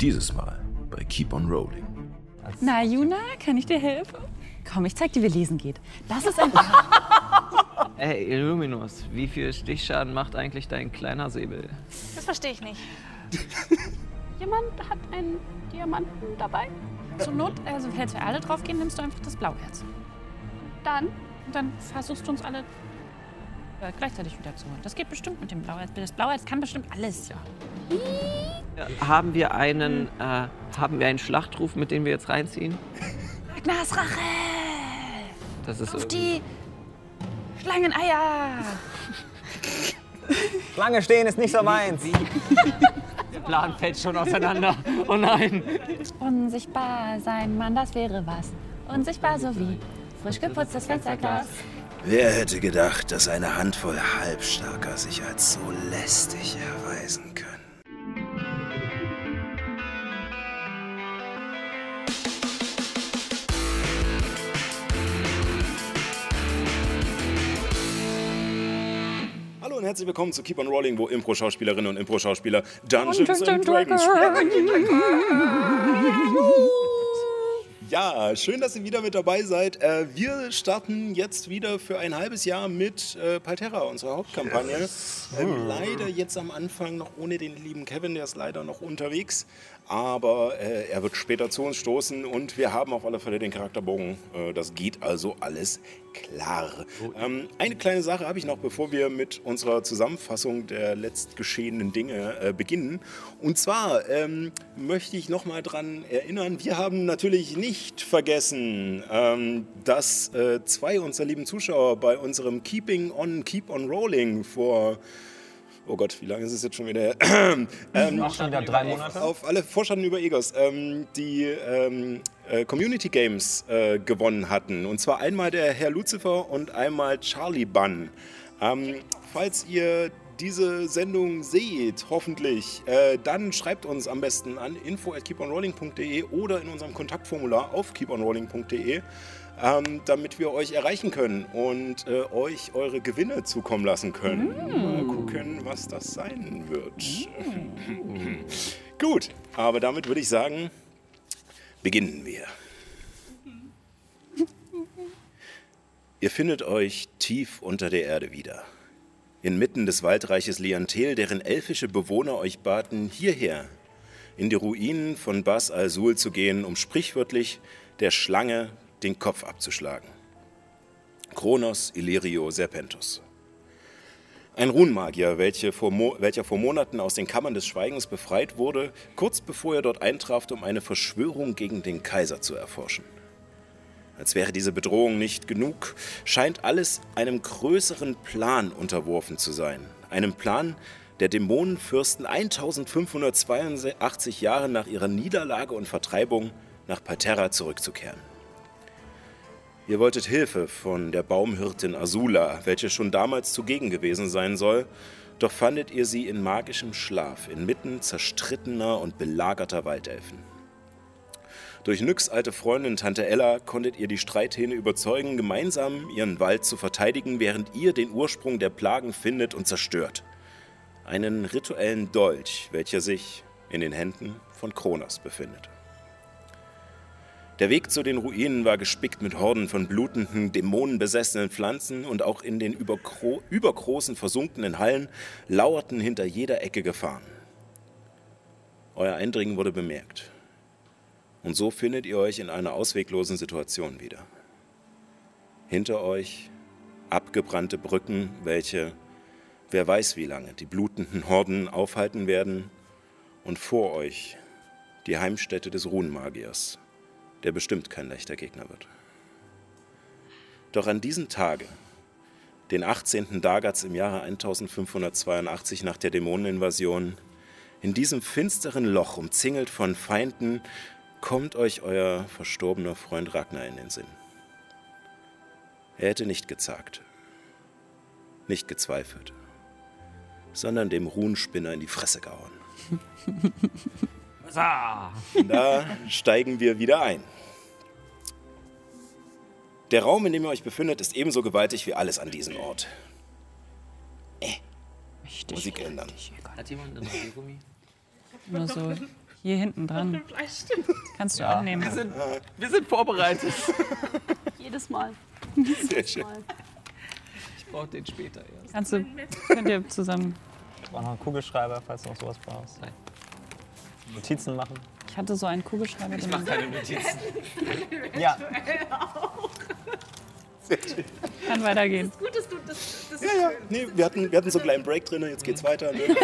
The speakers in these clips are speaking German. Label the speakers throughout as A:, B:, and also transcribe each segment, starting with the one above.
A: Dieses Mal bei Keep on Rolling.
B: Na, Juna, kann ich dir helfen? Komm, ich zeig dir, wie lesen geht. Das ist ein.
C: Ey, Illuminus, wie viel Stichschaden macht eigentlich dein kleiner Säbel?
D: Das verstehe ich nicht. Jemand hat einen Diamanten dabei?
B: Zur Not, also falls wir alle drauf gehen, nimmst du einfach das Blauherz.
D: Dann
B: Und dann versuchst du uns alle äh, gleichzeitig wieder zu holen. Das geht bestimmt mit dem Blauherz. Das Blauherz kann bestimmt alles. Ja.
C: Haben wir einen, äh, haben wir einen Schlachtruf, mit dem wir jetzt reinziehen?
B: Agnas Rache!
C: Das ist
B: Auf
C: irgendwie-
B: die Schlangeneier!
E: Schlange stehen ist nicht so meins.
C: Der Plan fällt schon auseinander. Oh nein.
B: Unsichtbar sein, Mann, das wäre was. Unsichtbar so wie frisch geputztes Fensterglas.
F: Wer hätte gedacht, dass eine Handvoll Halbstarker sich als so lästig erweisen können?
A: Hallo und herzlich willkommen zu Keep on Rolling, wo Impro-Schauspielerinnen und Impro-Schauspieler Dungeons and Dragons spielen. Ja, schön, dass ihr wieder mit dabei seid. Äh, wir starten jetzt wieder für ein halbes Jahr mit äh, Palterra, unserer Hauptkampagne. Ähm, leider jetzt am Anfang noch ohne den lieben Kevin, der ist leider noch unterwegs. Aber äh, er wird später zu uns stoßen und wir haben auf alle Fälle den Charakterbogen. Äh, das geht also alles klar. Ähm, eine kleine Sache habe ich noch, bevor wir mit unserer Zusammenfassung der letztgeschehenen Dinge äh, beginnen. Und zwar ähm, möchte ich nochmal dran erinnern, wir haben natürlich nicht vergessen, ähm, dass äh, zwei unserer lieben Zuschauer bei unserem Keeping on, Keep on Rolling vor... Oh Gott, wie lange ist es jetzt schon wieder?
E: Auch schon wieder drei Monate.
A: auf alle Vorschatten über Egos, ähm, die ähm, äh, Community Games äh, gewonnen hatten. Und zwar einmal der Herr Lucifer und einmal Charlie Bunn. Ähm, falls ihr diese Sendung seht, hoffentlich, äh, dann schreibt uns am besten an info at keeponrolling.de oder in unserem Kontaktformular auf keeponrolling.de, ähm, damit wir euch erreichen können und äh, euch eure Gewinne zukommen lassen können. Mal gucken, was das sein wird. Gut, aber damit würde ich sagen, beginnen wir. Ihr findet euch tief unter der Erde wieder. Inmitten des Waldreiches Liantel, deren elfische Bewohner euch baten, hierher, in die Ruinen von Bas al-Sul zu gehen, um sprichwörtlich der Schlange den Kopf abzuschlagen. Kronos Illyrio Serpentus. Ein Runenmagier, welche vor Mo welcher vor Monaten aus den Kammern des Schweigens befreit wurde, kurz bevor er dort eintraf, um eine Verschwörung gegen den Kaiser zu erforschen. Als wäre diese Bedrohung nicht genug, scheint alles einem größeren Plan unterworfen zu sein. Einem Plan, der Dämonenfürsten 1582 Jahre nach ihrer Niederlage und Vertreibung nach Paterra zurückzukehren. Ihr wolltet Hilfe von der Baumhirtin Azula, welche schon damals zugegen gewesen sein soll, doch fandet ihr sie in magischem Schlaf inmitten zerstrittener und belagerter Waldelfen. Durch Nyx alte Freundin Tante Ella konntet ihr die Streithähne überzeugen, gemeinsam ihren Wald zu verteidigen, während ihr den Ursprung der Plagen findet und zerstört. Einen rituellen Dolch, welcher sich in den Händen von Kronos befindet. Der Weg zu den Ruinen war gespickt mit Horden von blutenden, dämonenbesessenen Pflanzen und auch in den übergro übergroßen, versunkenen Hallen lauerten hinter jeder Ecke Gefahren. Euer Eindringen wurde bemerkt. Und so findet ihr euch in einer ausweglosen Situation wieder. Hinter euch abgebrannte Brücken, welche, wer weiß wie lange, die blutenden Horden aufhalten werden. Und vor euch die Heimstätte des Runenmagiers, der bestimmt kein leichter Gegner wird. Doch an diesem Tage, den 18. Dagats im Jahre 1582 nach der Dämoneninvasion, in diesem finsteren Loch, umzingelt von Feinden, kommt euch euer verstorbener Freund Ragnar in den Sinn. Er hätte nicht gezagt, nicht gezweifelt, sondern dem Ruhenspinner in die Fresse gehauen. Da steigen wir wieder ein. Der Raum, in dem ihr euch befindet, ist ebenso gewaltig wie alles an diesem Ort. Äh. Musik ändern.
C: Hat jemand einen Gummi?
B: Nur so Hier hinten dran. Kannst du annehmen.
C: Wir sind, wir sind vorbereitet.
D: Jedes Mal.
A: Sehr schön.
D: Mal.
C: Ich brauche den später erst.
B: Kannst du, könnt ihr zusammen.
E: Ich brauche noch einen Kugelschreiber, falls du noch sowas brauchst.
C: Nein.
E: Notizen machen.
B: Ich hatte so einen Kugelschreiber.
C: Ich mache keine Notizen.
E: Ja,
B: Kann weitergehen.
A: Ja, ja. Nee, wir, hatten, wir hatten so einen kleinen Break drin, jetzt geht's weiter. Ne?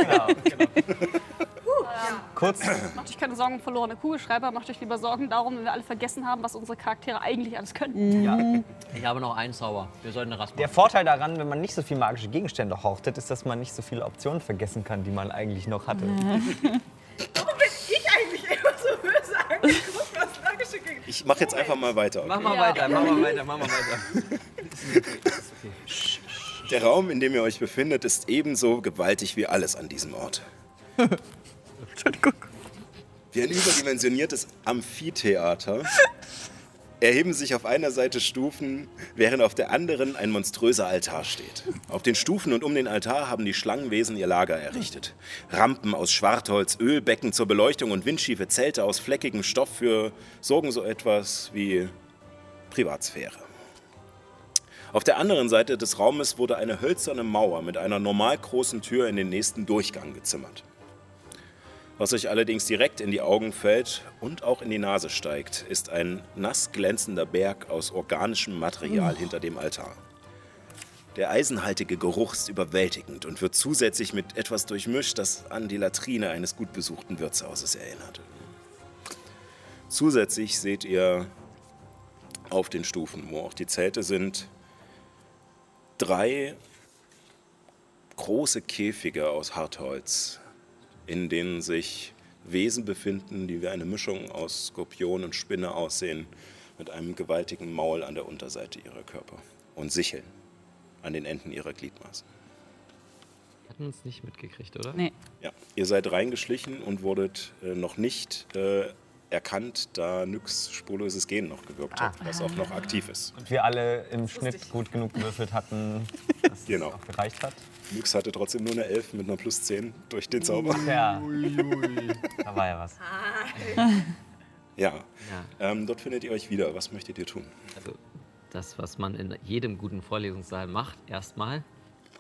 E: kurz.
D: Macht euch keine Sorgen, verlorene Kugelschreiber. Macht euch lieber Sorgen darum, wenn wir alle vergessen haben, was unsere Charaktere eigentlich alles
G: Mm.
D: können.
H: Ich habe noch einen Zauber. Wir sollten eine Raspa.
E: Der Vorteil daran, wenn man nicht so viel magische Gegenstände hortet, ist, dass man nicht so viele Optionen vergessen kann, die man eigentlich noch hatte.
I: Warum bin ich eigentlich immer so böse angeguckt, was magische Gegend?
A: Ich mache jetzt einfach mal weiter.
C: Mach
A: Okay?
C: mal weiter, mach mal weiter, mach mal weiter.
A: Der Raum, in dem ihr euch befindet, ist ebenso gewaltig wie alles an diesem Ort. Wie ein überdimensioniertes Amphitheater erheben sich auf einer Seite Stufen, während auf der anderen ein monströser Altar steht. Auf den Stufen und um den Altar haben die Schlangenwesen ihr Lager errichtet. Rampen aus Schwartholz, Ölbecken zur Beleuchtung und windschiefe Zelte aus fleckigem Stoff für sorgen so etwas wie Privatsphäre. Auf der anderen Seite des Raumes wurde eine hölzerne Mauer mit einer normal großen Tür in den nächsten Durchgang gezimmert. Was euch allerdings direkt in die Augen fällt und auch in die Nase steigt, ist ein nass glänzender Berg aus organischem Material hinter dem Altar. Der eisenhaltige Geruch ist überwältigend und wird zusätzlich mit etwas durchmischt, das an die Latrine eines gut besuchten Wirtshauses erinnert. Zusätzlich seht ihr auf den Stufen, wo auch die Zelte sind, drei große Käfige aus Hartholz, in denen sich Wesen befinden, die wie eine Mischung aus Skorpion und Spinne aussehen, mit einem gewaltigen Maul an der Unterseite ihrer Körper und Sicheln an den Enden ihrer Gliedmaßen.
C: Wir hatten uns nicht mitgekriegt, oder?
B: Nee.
A: Ja, ihr seid reingeschlichen und wurdet äh, noch nicht äh, erkannt, da Nyx spurloses Gen noch gewirkt hat, was auch noch aktiv ist.
E: Und wir alle im Schnitt gut genug gewürfelt hatten, dass
A: Genau.
E: es auch gereicht hat.
A: Nyx hatte trotzdem nur eine 11 mit einer plus 10 durch den Zauber.
E: Ja. Da war ja was.
A: Ja, Ähm, dort findet ihr euch wieder. Was möchtet ihr tun?
H: Also, das, was man in jedem guten Vorlesungssaal macht, erstmal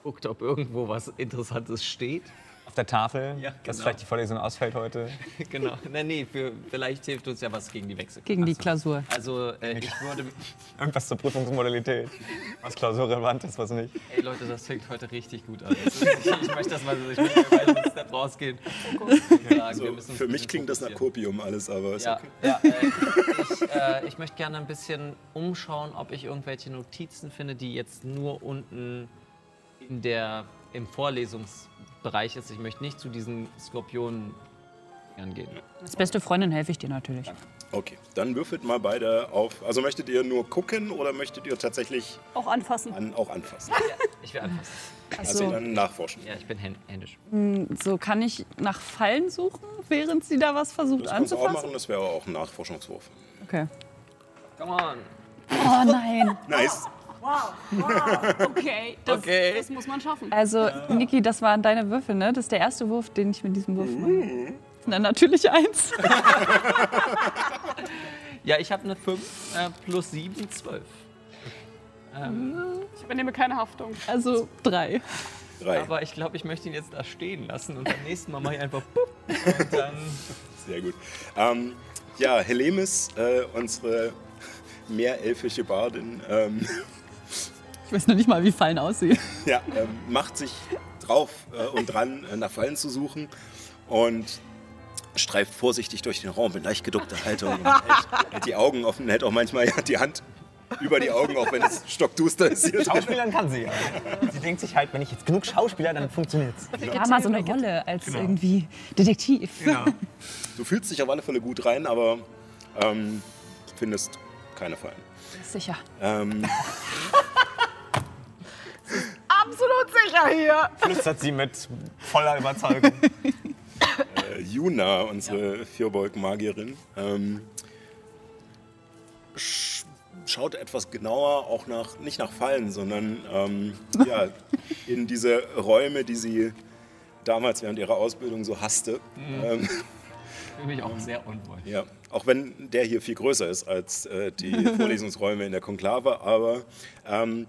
H: guckt, ob irgendwo was Interessantes steht.
E: Auf der Tafel,
H: Ja,
E: dass
H: genau.
E: vielleicht die Vorlesung ausfällt heute.
H: genau. Na, nee, für, vielleicht hilft uns ja was gegen die Wechsel.
B: Gegen die Klausur.
H: Also, äh, ich würde.
E: Irgendwas zur Prüfungsmodalität. Was klausurrelevant ist, was nicht.
H: Ey, Leute, das fängt heute richtig gut an. Also, ich, ich möchte, dass wir ich möchte wir beide einen Step rausgehen. Und sagen, wir
A: Also,
H: müssen uns
A: für
H: ein
A: mich
H: bisschen
A: klingt das nach
H: fokussieren.
A: Kopium alles, aber ist okay.
H: Ja, ja, äh, ich, äh, ich möchte gerne ein bisschen umschauen, ob ich irgendwelche Notizen finde, die jetzt nur unten in der, im Vorlesungsbereich ist. Ich möchte nicht zu diesen Skorpionen gehen.
B: Als beste Freundin helfe ich dir natürlich.
A: Okay, dann würfelt mal beide auf. Also möchtet ihr nur gucken oder möchtet ihr tatsächlich
D: Auch anfassen.
A: an, auch anfassen?
H: Ich will anfassen.
A: Also
B: Also,
A: dann nachforschen.
H: Ja, ich bin hän- händisch.
B: so kann ich nach Fallen suchen, während sie da was versucht
A: Das kannst du auch
B: anzufassen?
A: machen, das wäre auch ein Nachforschungswurf.
B: Okay.
H: Come on.
B: Oh nein.
A: Nice.
I: Wow,
D: Okay, das,
H: Okay.
D: das muss man schaffen.
B: Also, Niki, das waren deine Würfel, ne? Das ist der erste Wurf, den ich mit diesem Wurf mache. Na, natürlich eins.
H: Ja, ich habe eine 5 äh, plus 7, 12.
D: Ich übernehme keine Haftung.
B: Also drei.
A: Drei.
H: Aber ich glaube, ich möchte ihn jetzt da stehen lassen und beim nächsten Mal mache ich einfach pup und dann
A: Sehr gut. Ähm, ja, Helemis, äh, unsere meerelfische Bardin, ähm,
B: Ich weiß noch nicht mal, wie Fallen aussehen.
A: ja, ähm, macht sich drauf äh, und dran, äh, nach Fallen zu suchen und streift vorsichtig durch den Raum in leicht geduckter Haltung und hält, hält die Augen offen, hält auch manchmal ja, die Hand über die Augen, auch wenn es stockduster ist hier. drin.
E: Schauspielern kann sie ja. Sie denkt sich halt, wenn ich jetzt genug Schauspieler, dann funktioniert's.
B: Ja, mal so eine Rolle als
A: Genau.
B: irgendwie Detektiv.
A: Du fühlst dich auf alle Fälle gut rein, aber ähm, findest keine Fallen.
B: Sicher.
A: Ähm,
I: absolut sicher hier.
E: Flüstert sie mit voller Überzeugung.
A: äh, Juna, unsere Vierbeug-Magierin, ähm, sch schaut etwas genauer auch nach, nicht nach Fallen, sondern ähm, ja, in diese Räume, die sie damals während ihrer Ausbildung so hasste, ähm,
H: fühle mich auch sehr unwohl.
A: Ja, auch wenn der hier viel größer ist als äh, die Vorlesungsräume in der Konklave, aber ähm,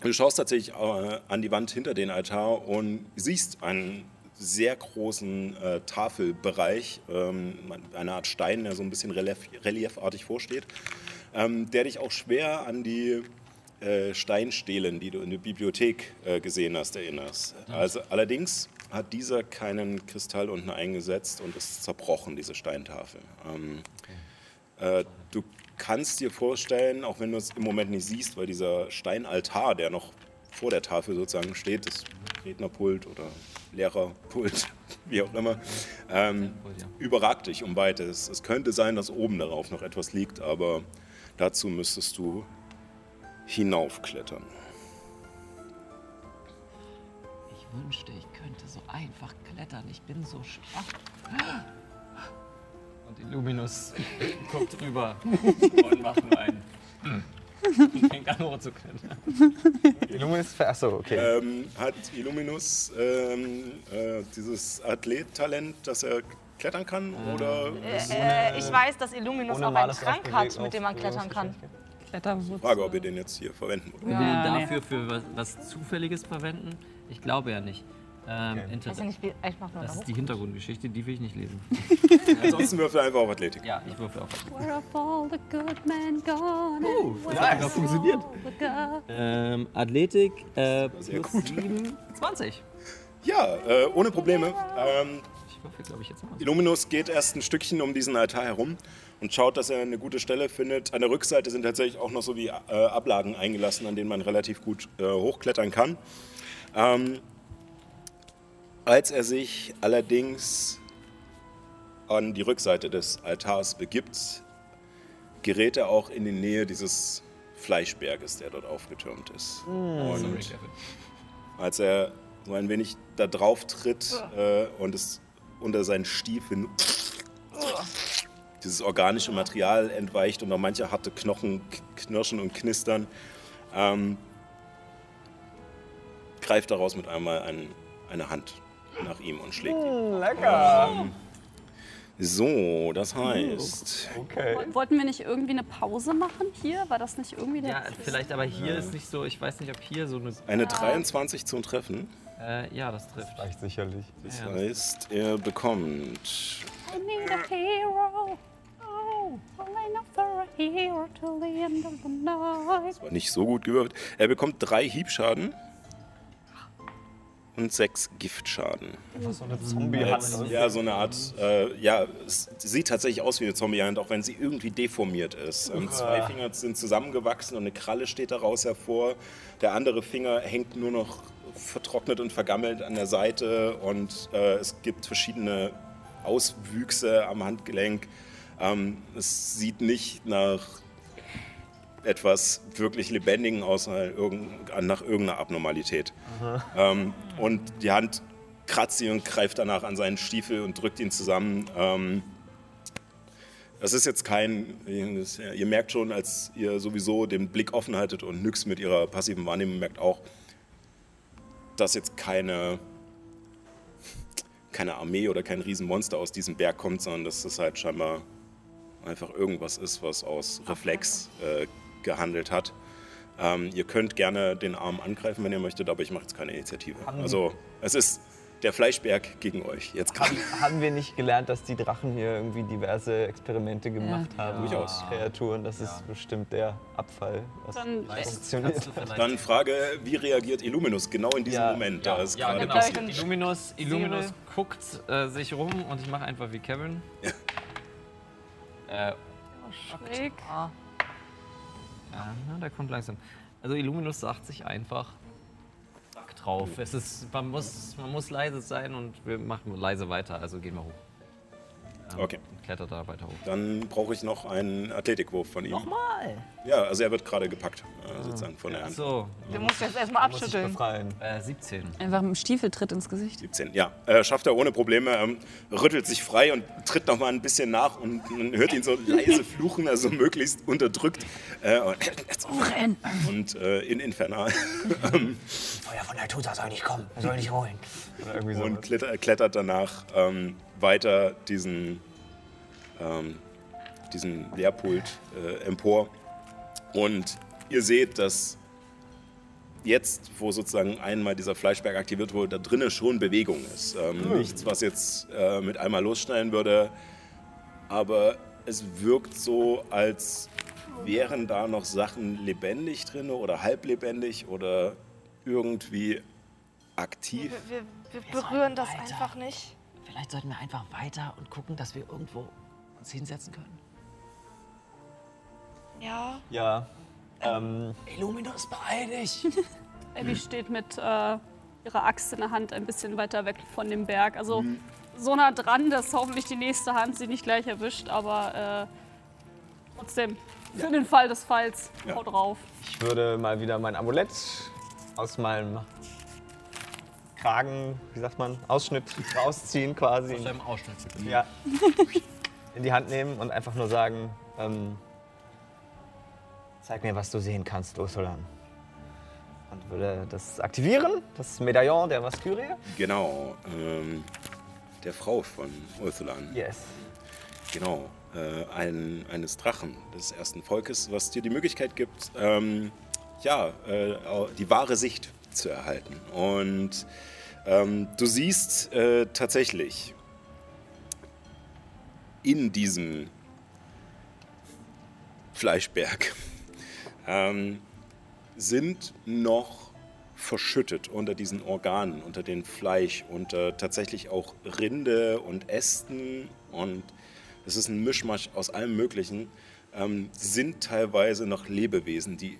A: du schaust tatsächlich äh, an die Wand hinter den Altar und siehst einen sehr großen äh, Tafelbereich, ähm, eine Art Stein, der so ein bisschen relief reliefartig vorsteht, ähm, der dich auch schwer an die äh, Steinstelen, die du in der Bibliothek äh, gesehen hast, erinnerst. Also, allerdings hat dieser keinen Kristall unten eingesetzt und ist zerbrochen, diese Steintafel. Ähm, äh, du kannst dir vorstellen, auch wenn du es im Moment nicht siehst, weil dieser Steinaltar, der noch vor der Tafel sozusagen steht, das Rednerpult oder Lehrerpult, wie auch immer, ähm, überragt dich um weites. Es könnte sein, dass oben darauf noch etwas liegt, aber dazu müsstest du hinaufklettern.
H: Ich wünschte, ich könnte so einfach klettern. Ich bin so schwach. Und Illuminus guckt rüber und macht nur einen. Hm. Und fängt an, hoch zu klettern.
E: Illuminus, achso, okay.
A: Ähm, hat Illuminus ähm, äh, dieses Athlet-Talent, dass er klettern kann? Oder
I: Äh, ich weiß, dass Illuminus
E: ohne
I: auch einen
E: normales
I: Trank
E: Aufbewe-
I: hat, mit dem man
E: Aufbewe-
I: klettern kann.
B: Kletterwurz.
A: Frage, ob ihr den jetzt hier verwenden wollt.
H: Will
B: Ja, nee.
H: dafür für was, was Zufälliges verwenden? Ich glaube ja nicht. Ähm,
I: Ich
H: Inter-
I: weiß ja nicht, wie. Ich mach nur
H: das
I: noch.
H: ist die Hintergrundgeschichte, die will ich nicht lesen.
A: Ansonsten würfel einfach auf Athletik.
H: Ja, ich würfel auf.
D: Where have all the good men gone?
H: Oh, das hat sogar funktioniert. Ähm, Athletik äh,
A: sehr
H: plus
A: gut.
H: 7, 20.
A: Ja, äh, ohne Probleme. Ähm,
H: Ich würfel, glaube ich, jetzt nochmal.
A: Illuminus geht erst ein Stückchen um diesen Altar herum und schaut, dass er eine gute Stelle findet. An der Rückseite sind tatsächlich auch noch so wie äh, Ablagen eingelassen, an denen man relativ gut äh, hochklettern kann. Ähm, als er sich allerdings an die Rückseite des Altars begibt, gerät er auch in die Nähe dieses Fleischberges, der dort aufgetürmt ist.
H: Sorry,
A: Und
H: Kevin.
A: als er so ein wenig da drauf tritt äh, und es unter seinen Stiefeln dieses organische Material entweicht und noch manche harte Knochen k- knirschen und knistern, ähm, greift daraus mit einmal ein, eine Hand nach ihm und schlägt ihn. Ähm,
E: Lecker.
A: So, das heißt,
E: Okay.
D: Wollten wir nicht irgendwie eine Pause machen hier? War das nicht irgendwie der
H: Ja, vielleicht, aber hier ist nicht so, ich weiß nicht, ob hier so eine.
A: eine 23 zum Treffen.
H: Äh, ja, das trifft.
E: Reicht sicherlich.
A: Das heißt, er bekommt
D: I need a hero. Oh, I know for a hero till the end of the night.
A: nicht so gut gewürfelt. Er bekommt drei Hiebschaden und sechs Giftschaden.
E: So eine Zombie-Hand.
A: Ja, so eine Art, äh, ja, es sieht tatsächlich aus wie eine Zombie-Hand, auch wenn sie irgendwie deformiert ist. Ähm, zwei Finger sind zusammengewachsen und eine Kralle steht daraus hervor. Der andere Finger hängt nur noch vertrocknet und vergammelt an der Seite und äh, es gibt verschiedene Auswüchse am Handgelenk. Ähm, es sieht nicht nach etwas wirklich Lebendigen aus, sondern irgend- nach irgendeiner Abnormalität. Ähm, und die Hand kratzt ihn und greift danach an seinen Stiefel und drückt ihn zusammen. Ähm, das ist jetzt kein. Ihr merkt schon, als ihr sowieso den Blick offen haltet und nix mit ihrer passiven Wahrnehmung merkt auch, dass jetzt keine, keine Armee oder kein Riesenmonster aus diesem Berg kommt, sondern dass das halt scheinbar einfach irgendwas ist, was aus Reflex äh, gehandelt hat. Ähm, ihr könnt gerne den Arm angreifen, wenn ihr möchtet, aber ich mache jetzt keine Initiative. Also, es ist der Fleischberg gegen euch. Jetzt gerade.
E: Haben wir nicht gelernt, dass die Drachen hier irgendwie diverse Experimente gemacht haben?
A: Durchaus.
E: Kreaturen, das ist bestimmt der Abfall. Was
D: Dann
E: funktioniert.
A: Dann Frage, wie reagiert Illuminus genau in diesem
E: Ja,
A: Moment?
H: Ja,
A: da es
H: ja
A: gerade
H: genau.
A: passiert.
H: Illuminus, Illuminus guckt äh, sich rum und ich mache einfach wie Kevin. äh, ah.
D: schräg.
H: Ja, na, der kommt langsam. Also Illuminus sagt sich einfach Sack drauf. Es ist, man, muss, man muss leise sein und wir machen leise weiter. Also gehen wir hoch. Ähm,
A: Okay.
H: Und klettert da weiter hoch.
A: Dann brauche ich noch einen Athletikwurf von ihm.
H: Nochmal! Also
A: Ja, also er wird gerade gepackt, äh, sozusagen von der Hand.
H: Achso,
I: Du musst jetzt erstmal
E: Muss ich
I: abschütteln.
E: befreien.
H: äh, 17.
B: Einfach einen Stiefeltritt ins Gesicht.
A: 17, ja. Äh, schafft er ohne Probleme, ähm, rüttelt sich frei und tritt noch mal ein bisschen nach und man hört ihn so leise fluchen, also möglichst unterdrückt. Äh, und
B: Renn!
A: und äh, in Infernal.
E: Feuer von der Tuta soll nicht kommen, soll nicht holen. Oder irgendwie so.
A: und kletter, klettert danach ähm, weiter diesen ähm, diesen Lehrpult äh, empor. Und ihr seht, dass jetzt, wo sozusagen einmal dieser Fleischberg aktiviert wurde, da drinnen schon Bewegung ist. Ähm, Nichts, was jetzt äh, mit einmal losschneiden würde, aber es wirkt so, als wären da noch Sachen lebendig drin oder halblebendig oder irgendwie aktiv.
J: Wir, wir, wir berühren das einfach nicht.
H: Vielleicht sollten wir einfach weiter und gucken, dass wir irgendwo uns hinsetzen können.
J: Ja.
E: Ja. Ähm,
H: Illuminus, beeil dich!
G: Abby steht mit äh, ihrer Axt in der Hand ein bisschen weiter weg von dem Berg. Also
H: Mhm.
G: so nah dran, dass hoffentlich die nächste Hand sie nicht gleich erwischt, aber äh, trotzdem, für den Fall des Falls,
A: Ja.
G: hau drauf.
E: ich würde mal wieder mein Amulett aus meinem Kragen, wie sagt man, Ausschnitt rausziehen quasi.
H: Aus deinem Ausschnitt.
E: Ja. In die Hand nehmen und einfach nur sagen, ähm, zeig mir, was du sehen kannst, Ursulan. Und würde das aktivieren, das Medaillon der Vaskyrie.
A: Genau, ähm, der Frau von Ursulan.
E: Yes.
A: Genau, äh, ein, eines Drachen des ersten Volkes, was dir die Möglichkeit gibt, ähm, ja, äh, au- die wahre Sicht zu erhalten. Und ähm, du siehst äh, tatsächlich in diesem Fleischberg ähm, sind noch verschüttet unter diesen Organen, unter dem Fleisch, unter tatsächlich auch Rinde und Ästen und es ist ein Mischmasch aus allem Möglichen, ähm, sind teilweise noch Lebewesen, die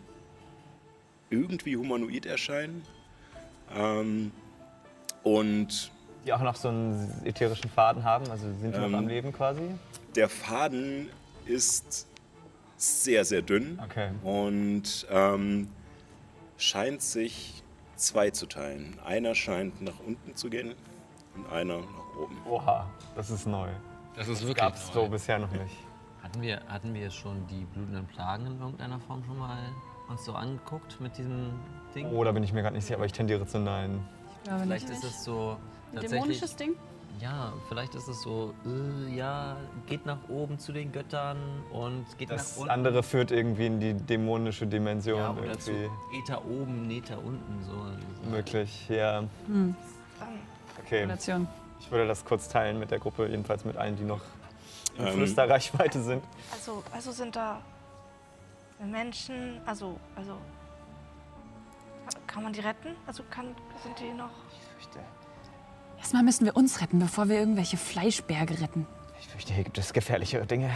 A: irgendwie humanoid erscheinen ähm, und
E: Die auch noch so einen ätherischen Faden haben, also sind die
A: Ähm,
E: noch am Leben quasi.
A: der Faden ist sehr, sehr dünn
E: Okay.
A: und ähm, scheint sich zwei zu teilen. Einer scheint nach unten zu gehen und einer nach oben.
E: Oha, das ist neu.
H: Das ist wirklich
E: Gab's so
H: neu.
E: bisher noch nicht.
H: Hatten wir, hatten wir schon die blutenden Plagen in irgendeiner Form schon mal uns so angeguckt mit diesem Ding?
E: Oh, da bin ich mir gerade nicht sicher, aber ich tendiere zu nein.
H: vielleicht ist es so tatsächlich.
G: Dämonisches Ding?
H: Ja, vielleicht ist es so, äh, ja, geht nach oben zu den Göttern und geht nach
E: Das
H: unten.
E: andere führt irgendwie in die dämonische Dimension
H: ja, oder zu
E: irgendwie.
H: Eta oben, Neta unten. So.
E: Möglich, ja.
H: Hm.
E: Okay.
B: Relation.
E: Ich würde das kurz teilen mit der Gruppe, jedenfalls mit allen, die noch in
A: Ähm.
E: Flüsterreichweite sind.
J: Also, also sind da Menschen, also, also. Kann man die retten? Also kann, sind die noch.
B: Erstmal müssen wir uns retten, bevor wir irgendwelche Fleischberge retten.
E: Ich fürchte, hier gibt es gefährlichere Dinge.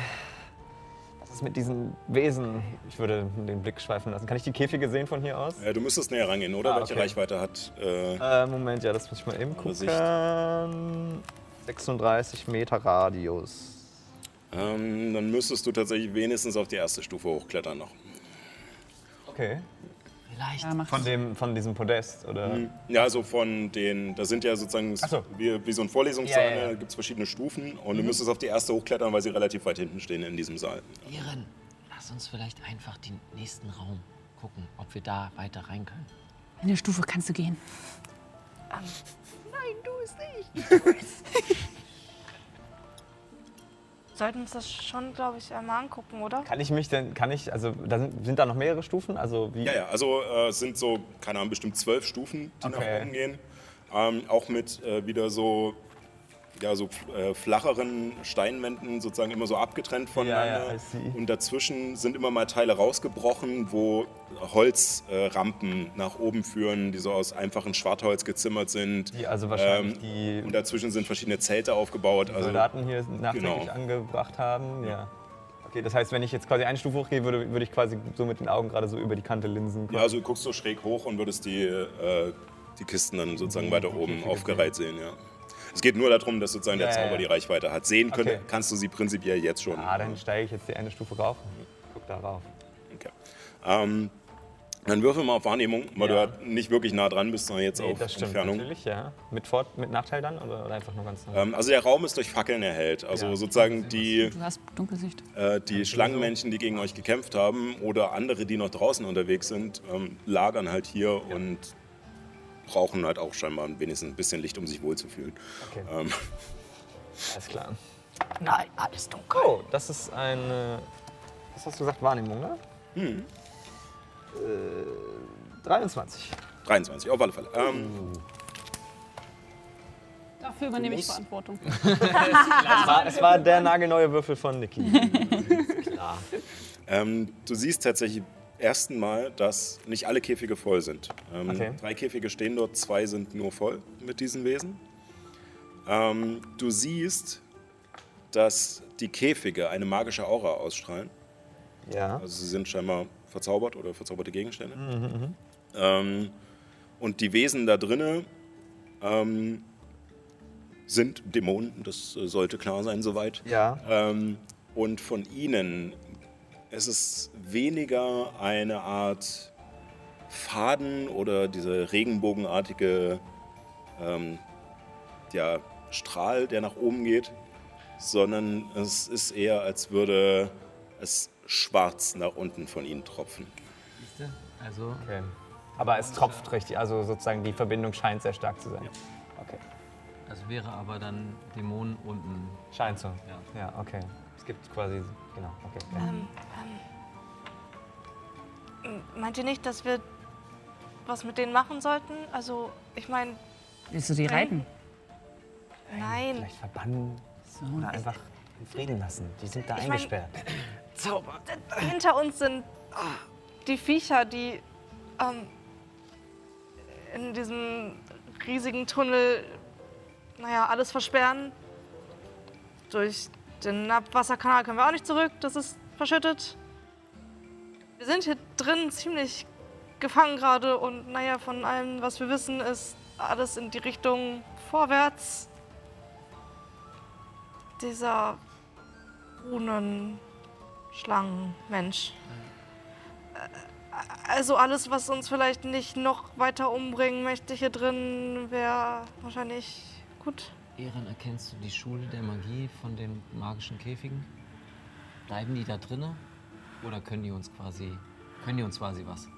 E: Was ist mit diesen Wesen? Ich würde den Blick schweifen lassen. Kann ich die Käfige sehen von hier aus?
A: Äh, du müsstest näher rangehen, oder?
E: Ah,
A: Welche
E: okay.
A: Reichweite hat? Äh,
E: Äh, Moment, ja, das muss ich mal eben
A: Sicht.
E: gucken. 36 Meter Radius.
A: ähm, dann müsstest du tatsächlich wenigstens auf die erste Stufe hochklettern noch.
E: Okay.
H: Vielleicht.
G: Ähm.
B: Ja, mach
E: Von, dem, von diesem Podest, oder?
A: Ja, also von den, da sind ja sozusagen
E: Ach so.
A: wie, wie so ein Vorlesungssaal,
E: Ja, Mhm. ja, ja.
A: da gibt es verschiedene Stufen und du müsstest auf die erste hochklettern, weil sie relativ weit hinten stehen in diesem Saal.
H: Ehren, lass uns vielleicht einfach den nächsten Raum gucken, ob wir da weiter rein können.
B: Eine Stufe kannst du gehen.
J: Sollten uns das schon, glaube ich, einmal angucken, oder?
E: Kann ich mich denn, kann ich, also da sind, sind da noch mehrere Stufen? Also wie?
A: Ja, ja, also äh, es sind so, keine Ahnung, bestimmt zwölf Stufen, die
E: Okay.
A: nach oben gehen. Ähm, auch mit äh, wieder so, ja, so äh, flacheren Steinwänden sozusagen immer so abgetrennt voneinander.
E: Ja, ja, I see.
A: Und dazwischen sind immer mal Teile rausgebrochen, wo Holzrampen äh, Rampen nach oben führen, die so aus einfachem Schwartholz gezimmert sind.
E: Die also wahrscheinlich
A: Ähm, Und
E: die
A: dazwischen sind verschiedene Zelte aufgebaut. Also,
E: Soldaten hier nachträglich
A: genau.
E: angebracht haben. Ja. Okay, das heißt, wenn ich jetzt quasi eine Stufe hochgehe, würde, würde ich quasi so mit den Augen gerade so über die Kante linsen.
A: ja, also du guckst so schräg hoch und würdest die, äh, die Kisten dann sozusagen weiter oben aufgereiht sehen, ja. Es geht nur darum, dass sozusagen der
E: Ja, ja,
A: Zauber
E: ja.
A: die Reichweite hat. Sehen können,
E: Okay.
A: kannst du sie prinzipiell jetzt schon.
E: ah, dann steige ich jetzt die eine Stufe rauf. Guck da rauf.
A: Okay. Ähm, dann würfel mal auf Wahrnehmung, weil
E: Ja.
A: du halt nicht wirklich nah dran bist, sondern jetzt auf
E: das stimmt
A: Entfernung.
E: natürlich, ja. Mit, Fort mit Nachteil dann oder, oder einfach nur ganz normal?
A: Ähm, also der Raum ist durch Fackeln erhellt. Also
E: Ja.
A: sozusagen die,
B: Du hast Dunkelsicht.
A: äh, die Schlangenmenschen, die gegen euch gekämpft haben oder andere, die noch draußen unterwegs sind, ähm, lagern halt hier und brauchen halt auch scheinbar wenigstens ein bisschen Licht, um sich wohlzufühlen.
E: Okay,
A: Ähm,
E: alles klar.
J: Nein, alles dunkel.
E: Oh, das ist eine. Was hast du gesagt? Wahrnehmung, ne?
A: Hm.
E: Äh, 23.
A: 23, auf alle Fälle. Ähm,
G: Dafür übernehme ich
E: musst-
G: Verantwortung.
E: Es war, es war der nagelneue Würfel von Niki. Klar.
A: Ähm, du siehst tatsächlich ersten Mal, dass nicht alle Käfige voll sind. Ähm,
E: Okay.
A: Drei Käfige stehen dort, zwei sind nur voll mit diesen Wesen. Ähm, du siehst, dass die Käfige eine magische Aura ausstrahlen.
E: Ja.
A: Also sie sind scheinbar verzaubert oder verzauberte Gegenstände.
E: Mhm,
A: Ähm, und die Wesen da drinnen ähm, sind Dämonen, das äh, sollte klar sein soweit.
E: Ja.
A: Ähm, und von ihnen es ist weniger eine Art Faden oder diese regenbogenartige ähm, ja, Strahl, der nach oben geht, sondern es ist eher, als würde es schwarz nach unten von ihnen tropfen.
H: Also.
E: Okay. Aber es tropft richtig, also sozusagen die Verbindung scheint sehr stark zu sein. Okay.
H: Also wäre aber dann Dämonen unten.
E: Scheint so. Ja. Ja, okay. Es gibt quasi. Genau, okay. Ja.
J: Ähm, ähm, m- meint ihr nicht, dass wir was mit denen machen sollten? Also, ich meine,
B: Willst du die reiten?
J: nein.
E: Vielleicht verbannen oder einfach in Frieden lassen. Die sind da
J: Ich mein-
E: eingesperrt.
J: Zauber. Hinter uns sind ah, die Viecher, die ähm, in diesem riesigen Tunnel, naja, alles versperren. Durch den Abwasserkanal können wir auch nicht zurück, das ist verschüttet. Wir sind hier drin ziemlich gefangen gerade und naja, von allem, was wir wissen, ist alles in die Richtung vorwärts. Dieser Runen Schlangenmensch. Äh, Also alles, was uns vielleicht nicht noch weiter umbringen möchte hier drin, wäre wahrscheinlich gut.
H: Ehren, erkennst du die Schule der Magie von den magischen Käfigen? Bleiben die da drinnen? Oder können die uns quasi. Können die uns quasi was?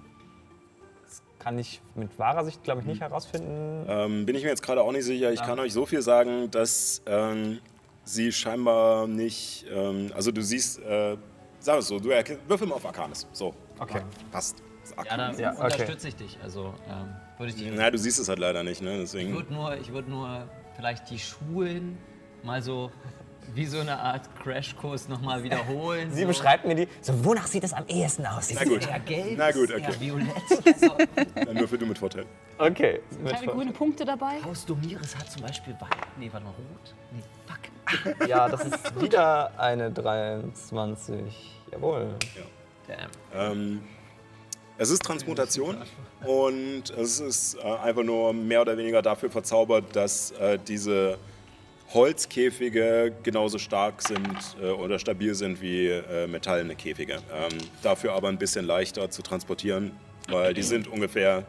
E: Kann ich mit wahrer Sicht, glaube ich, nicht herausfinden.
A: Ähm, bin ich mir jetzt gerade auch nicht sicher. Ich kann euch so viel sagen, dass ähm, sie scheinbar nicht. Ähm, also, du siehst, äh, sag es so, du erken- würfel mal auf Arcanis. So.
E: Okay.
A: Passt.
H: Ja, dann
E: Ja, okay.
H: unterstütze ich dich. Also ähm, würde ich dich.
A: Na, du siehst es halt leider nicht, ne?
H: Ich
A: Deswegen.
H: würde nur, ich würd nur vielleicht die Schulen mal so wie so eine Art Crashkurs nochmal wiederholen.
E: Sie
H: so.
E: beschreibt mir die. So, wonach sieht das am ehesten aus?
A: Na gut.
H: Ja, gelb.
A: Na gut,
H: ist eher
A: okay.
H: Violett. So.
A: Dann würfel du mit Vorteil.
E: Okay.
G: Kleine grüne Punkte dabei.
H: Haus Domiris hat zum Beispiel Weiß. Nee, warte mal, rot. Nee, fuck.
E: Ja, das ist wieder eine 23. Jawohl.
H: Damn.
A: Ähm, es ist Transmutation und es ist äh, einfach nur mehr oder weniger dafür verzaubert, dass äh, diese Holzkäfige genauso stark sind äh, oder stabil sind wie äh, metallene Käfige. Ähm, dafür aber ein bisschen leichter zu transportieren, weil die sind ungefähr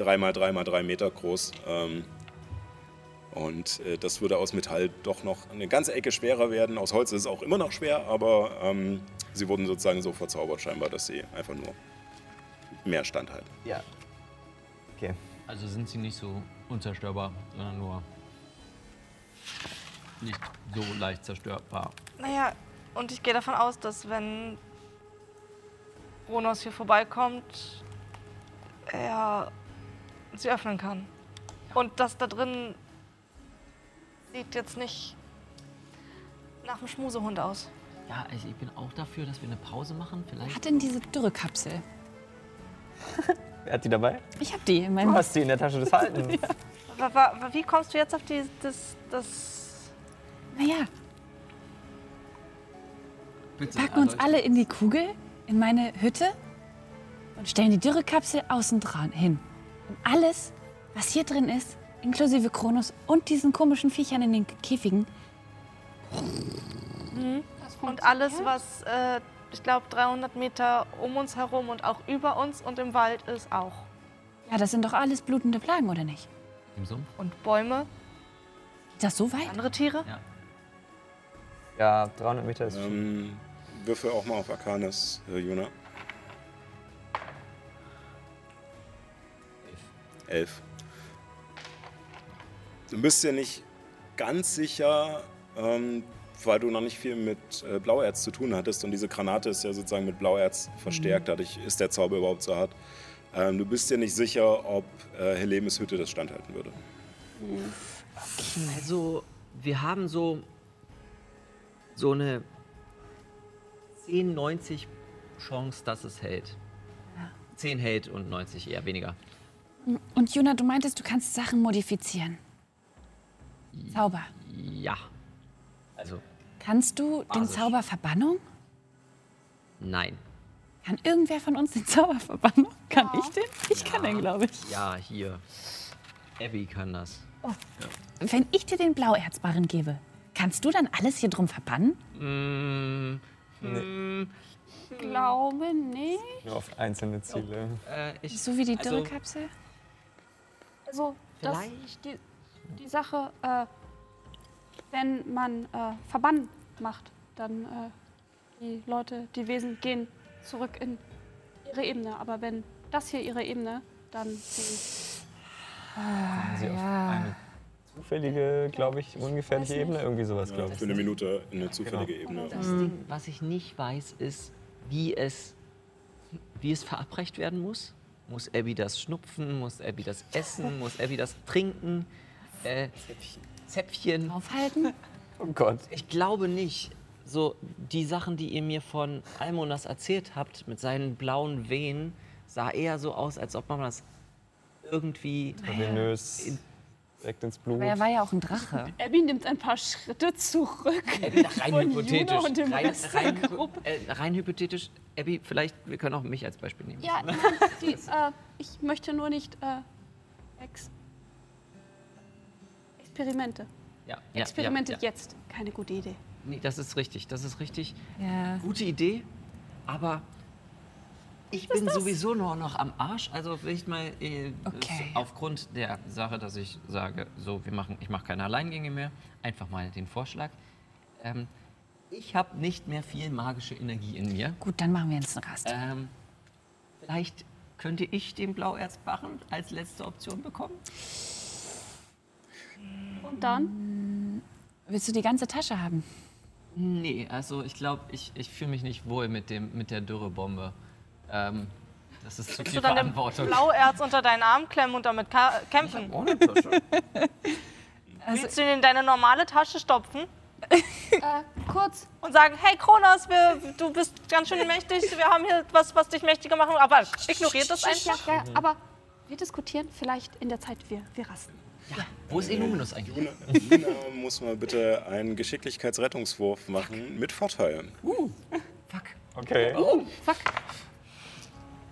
A: 3x3x3 Meter groß. Ähm, und äh, das würde aus Metall doch noch eine ganze Ecke schwerer werden. Aus Holz ist es auch immer noch schwer, aber ähm, sie wurden sozusagen so verzaubert scheinbar, dass sie einfach nur mehr standhalten.
E: Ja. Okay.
H: Also sind sie nicht so unzerstörbar, sondern nur nicht so leicht zerstörbar.
J: Naja, und ich gehe davon aus, dass wenn Ronos hier vorbeikommt, er sie öffnen kann. Und das da drin sieht jetzt nicht nach einem Schmusehund aus.
H: Ja, ich, ich bin auch dafür, dass wir eine Pause machen. Vielleicht.
B: Hat denn diese Dürrekapsel?
E: Wer hat die dabei?
B: Ich hab die in
E: Du
B: meinem.
E: hast die in der Tasche des Halten.
J: Wa- wa- wa- Wie kommst du jetzt auf die, das, das
B: Naja,
H: Bitte,
B: packen uns
H: erleuchtet.
B: alle in die Kugel, in meine Hütte und stellen die Dürrekapsel außen dran hin. Und alles, was hier drin ist, inklusive Kronos und diesen komischen Viechern in den Käfigen,
J: Und alles, was, äh, ich glaube, 300 Meter um uns herum und auch über uns und im Wald ist, auch.
B: ja, das sind doch alles blutende Plagen, oder nicht?
H: Im Sumpf?
J: Und Bäume,
B: Ist das so weit?
J: andere Tiere.
H: Ja.
E: Ja, 300 Meter ist viel.
A: Ähm, würfel auch mal auf Arcanis, äh, Juna. Elf. Du bist ja nicht ganz sicher, ähm, weil du noch nicht viel mit äh, Blauerz zu tun hattest und diese Granate ist ja sozusagen mit Blauerz verstärkt, dadurch ist der Zauber überhaupt so hart. Ähm, du bist dir nicht sicher, ob äh, Helemes Hütte das standhalten würde.
H: Also, wir haben so, so eine 10, 90 Chance, dass es hält. 10 hält und 90 eher weniger.
B: Und Juna, du meintest, du kannst Sachen modifizieren. Zauber.
H: Ja. Also,
B: Kannst du den
H: Basisch.
B: Zauber Verbannung?
H: nein.
B: Kann irgendwer von uns den Zauber Verbannung? Kann ich den? Ich kann den, glaube ich.
H: Ja, hier. Abby kann das.
B: Wenn ich dir den Blauerzbarren gebe, kannst du dann alles hier drum verbannen?
H: Mm,
B: mm,
G: Glaube nicht.
E: Nur auf einzelne Ziele.
H: äh, ich,
B: So wie die
H: also,
B: Dürrekapsel?
G: Also, das, die, die Sache, äh, wenn man äh, Verbann macht, dann äh, die Leute, die Wesen gehen zurück in ihre Ebene. Aber wenn das hier ihre Ebene, dann die
B: Ah,
E: Kommen Sie auf eine zufällige, glaube ich, ungefährliche Ebene. Irgendwie sowas,
A: Ja,
E: glaube ich.
A: für eine Minute in eine zufällige
H: Das
A: Ebene.
H: Ding, was ich nicht weiß, ist, wie es, wie es verabreicht werden muss. Muss Abby das schnupfen? Muss Abby das essen? Muss Abby das trinken? Äh, Zäpfchen.
B: Aufhalten?
E: Oh Gott.
H: Ich glaube nicht. So, die Sachen, die ihr mir von Almonas erzählt habt, mit seinen blauen Wehen, sah eher so aus, als ob man das irgendwie.
E: Venös, direkt ins Blut.
B: Ah, Aber er war ja auch ein Drache.
G: Abby nimmt ein paar Schritte zurück.
H: Rein
G: Juna und dem
H: Rein,
G: Rest der
H: rein, äh, rein hypothetisch. Abby, vielleicht, wir können auch mich als Beispiel nehmen.
G: Ja, nein, die, äh, ich möchte nur nicht äh, Ex Experimente.
H: Ja, ja,
G: Experimente
H: ja, ja.
G: jetzt. Keine gute Idee.
H: Nee, das ist richtig, das ist richtig.
B: Ja.
H: Gute Idee, aber ich bin sowieso nur noch am Arsch. Also vielleicht mal äh,
B: Okay.
H: s- aufgrund der Sache, dass ich sage, so wir machen, ich mache keine Alleingänge mehr. Einfach mal den Vorschlag. Ähm, ich habe nicht mehr viel magische Energie in mir.
B: Gut, dann machen wir jetzt einen Rast.
H: Ähm, vielleicht könnte ich den Blauerzbarren als letzte Option bekommen.
G: Und dann?
B: Willst du die ganze Tasche haben?
H: Nee, also ich glaube, ich, ich fühle mich nicht wohl mit, dem, mit der Dürrebombe. Ähm, das ist zu viel
J: Du dann den
H: Verantwortung.
J: Blauerz unter deinen Arm klemmen und damit ka- kämpfen. Also
H: Ohne Tasche.
J: Willst du ihn in deine normale Tasche stopfen
G: Äh, kurz.
J: und sagen, hey Kronos, wir, du bist ganz schön mächtig, wir haben hier was, was dich mächtiger machen, aber ignoriert das
G: Ja,
J: einfach.
G: ja,
A: Mhm.
G: aber wir diskutieren vielleicht in der Zeit, wir, wir rasten.
H: Wo ist Illuminus eigentlich?
A: Juna, Juna muss mal bitte einen Geschicklichkeitsrettungswurf machen mit Vorteil.
E: Okay.
B: Oh.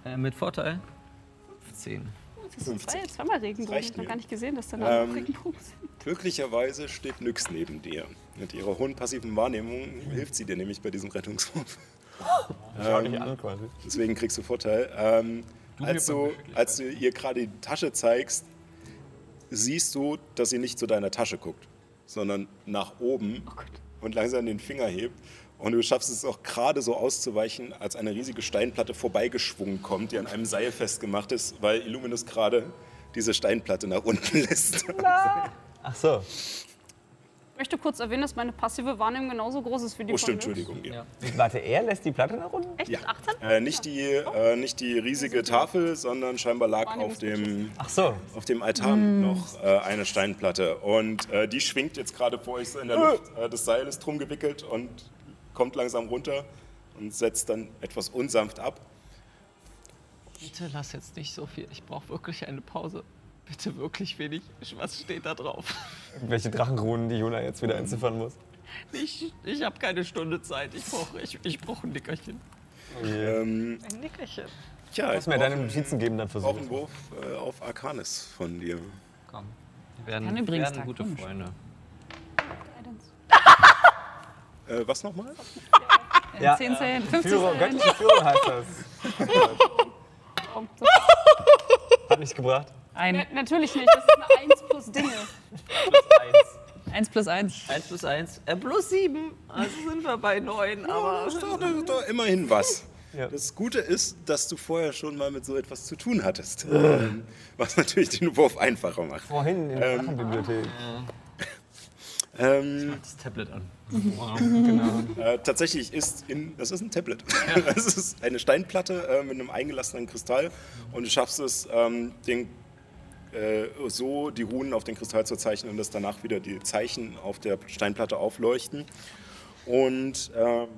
H: Äh, mit Vorteil? 10.
G: Das
A: ist zwei-
G: zweimal Regenbogen.
A: reicht
G: Ich habe
A: mir.
G: gar nicht gesehen, dass da
A: Ähm.
G: noch Regenbogen sind.
A: Glücklicherweise steht Nyx neben dir. Mit ihrer hohen passiven Wahrnehmung hilft sie dir nämlich bei diesem Rettungswurf.
E: Schau dich an quasi.
A: Deswegen kriegst du Vorteil. Ähm, als,
H: mir
A: du, als du ihr gerade die Tasche zeigst, siehst du, dass sie nicht zu deiner Tasche guckt, sondern nach oben und langsam den Finger hebt. Und du schaffst es auch gerade so auszuweichen, als eine riesige Steinplatte vorbeigeschwungen kommt, die an einem Seil festgemacht ist, weil Illuminus gerade diese Steinplatte nach unten lässt.
E: Ach so.
G: Ich möchte kurz erwähnen, dass meine passive Wahrnehmung genauso groß ist wie die
A: Oh,
G: von
A: stimmt,
G: Lux.
A: Entschuldigung. Ja.
H: Ja.
E: Warte, er lässt die Platte nach unten?
A: Ja. Äh, nicht, die, äh, nicht die riesige Tafel, sondern scheinbar lag auf dem,
E: Ach so.
A: auf dem Altan noch äh, eine Steinplatte. Und äh, die schwingt jetzt gerade vor euch so in der Luft. Äh, das Seil ist drum gewickelt und kommt langsam runter und setzt dann etwas unsanft ab.
H: Bitte lass jetzt nicht so viel. Ich brauche wirklich eine Pause. Bitte wirklich wenig. Was steht da drauf?
E: Welche Drachenrunen die Juna jetzt wieder entziffern muss.
H: Ich, ich habe keine Stunde Zeit. Ich brauche ich, ich brauch ein Nickerchen.
A: Ähm,
J: Ein Nickerchen.
A: tja,
E: Du
A: ich
E: musst mir
A: brauche
E: deine
A: einen
E: Notizen geben, dann
A: brauch
E: versuchen.
A: einen Wurf äh, auf Arcanis von dir.
H: Komm. Wir werden,
B: Kann übrigens
H: werden
B: da
H: gute
B: komisch.
H: Freunde.
A: Äh, was nochmal?
E: Ja.
B: 10, 10, 50
E: Führung,
B: Cent.
E: göttliche Führung heißt das.
G: Komm,
E: Hat nichts gebracht.
B: Ein,
G: das- Ne, Natürlich nicht, das ist eine 1 plus Dinge.
B: eins plus eins.
H: 1 plus 1, äh, plus 7. Also sind wir bei 9.
A: Aber das ist doch, das ist doch immerhin was.
E: Ja.
A: Das Gute ist, dass du vorher schon mal mit so etwas zu tun hattest.
E: Ah.
A: Ähm, Was natürlich den Wurf
E: Oh,
A: einfacher macht.
E: Vorhin in der Drachenbibliothek.
A: Ähm,
H: Das Tablet an.
E: Genau.
A: Äh, tatsächlich ist in, das ist ein Tablet. Es ist eine Steinplatte äh, mit einem eingelassenen Kristall und du schaffst es, ähm, den, äh, so die Runen auf den Kristall zu zeichnen, dass danach wieder die Zeichen auf der Steinplatte aufleuchten. Und ähm,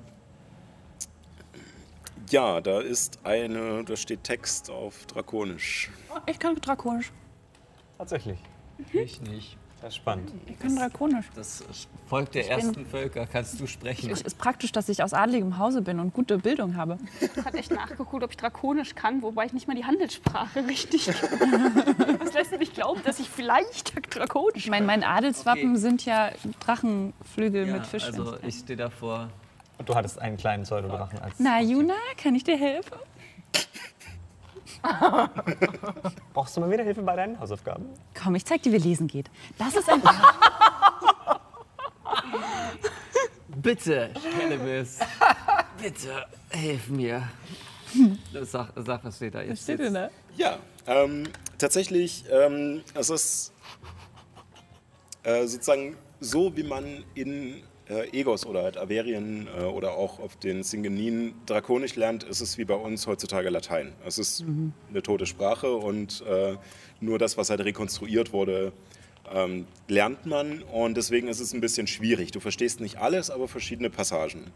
A: ja, da ist eine, da steht Text auf Drakonisch.
B: Ich kann drakonisch.
E: Tatsächlich.
H: Ich nicht.
E: Das ist spannend.
B: Ich kann drakonisch.
H: Das Volk der
B: Ich bin-
H: ersten Völker kannst du sprechen.
B: Es ist praktisch, dass ich aus adligem Hause bin und gute Bildung habe.
G: Ich habe echt nachgeguckt, ob ich drakonisch kann, wobei ich nicht mal die Handelssprache richtig kann. Das lässt mich glauben, dass ich vielleicht drakonisch
B: Ich meine, mein Adelswappen sind ja Drachenflügel
H: Ja,
B: mit Fisch.
H: also ich stehe davor.
E: Und du hattest einen kleinen Pseudodrachen als.
B: Na, Juna, kann ich dir helfen?
E: Brauchst du mal wieder Hilfe bei deinen Hausaufgaben?
B: Komm, ich zeig dir, wie lesen geht. Das ist ein.
H: Bitte, Cannabis. Bitte, hilf mir. Sag, sag, was steht da jetzt? jetzt?
B: da?
A: Ja, ähm, tatsächlich, ähm, es ist äh, sozusagen so, wie man in äh, Egos oder halt Averien äh, oder auch auf den Singeninen Drakonisch lernt, ist es wie bei uns heutzutage Latein. Es ist eine tote Sprache und äh, nur das, was halt rekonstruiert wurde, ähm, lernt man und deswegen ist es ein bisschen schwierig. Du verstehst nicht alles, aber verschiedene Passagen.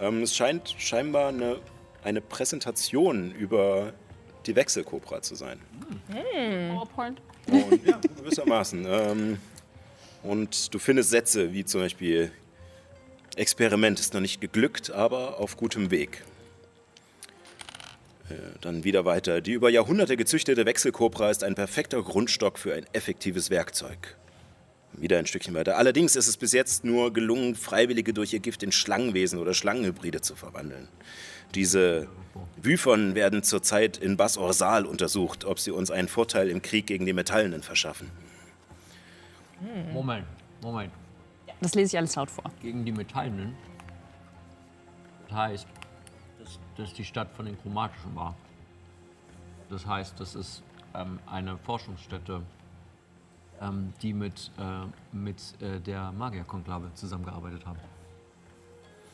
A: Ähm, es scheint scheinbar eine, eine Präsentation über die Wechselkobra zu sein. Mhm.
G: PowerPoint.
A: Und, ja, gewissermaßen. ähm, und du findest Sätze wie zum Beispiel: Experiment ist noch nicht geglückt, aber auf gutem Weg. Äh, Dann wieder weiter. Die über Jahrhunderte gezüchtete Wechselkobra ist ein perfekter Grundstock für ein effektives Werkzeug. Wieder ein Stückchen weiter. Allerdings ist es bis jetzt nur gelungen, Freiwillige durch ihr Gift in Schlangenwesen oder Schlangenhybride zu verwandeln. Diese Wyfern werden zurzeit in Bas Orsal untersucht, ob sie uns einen Vorteil im Krieg gegen die Metallenen verschaffen.
H: Moment, Moment.
B: Das lese ich alles laut vor.
H: Gegen die Metallenen. Das heißt, dass, dass die Stadt von den Chromatischen war. Das heißt, das ist ähm, eine Forschungsstätte, ähm, die mit, äh, mit äh, der Magierkonklave zusammengearbeitet haben.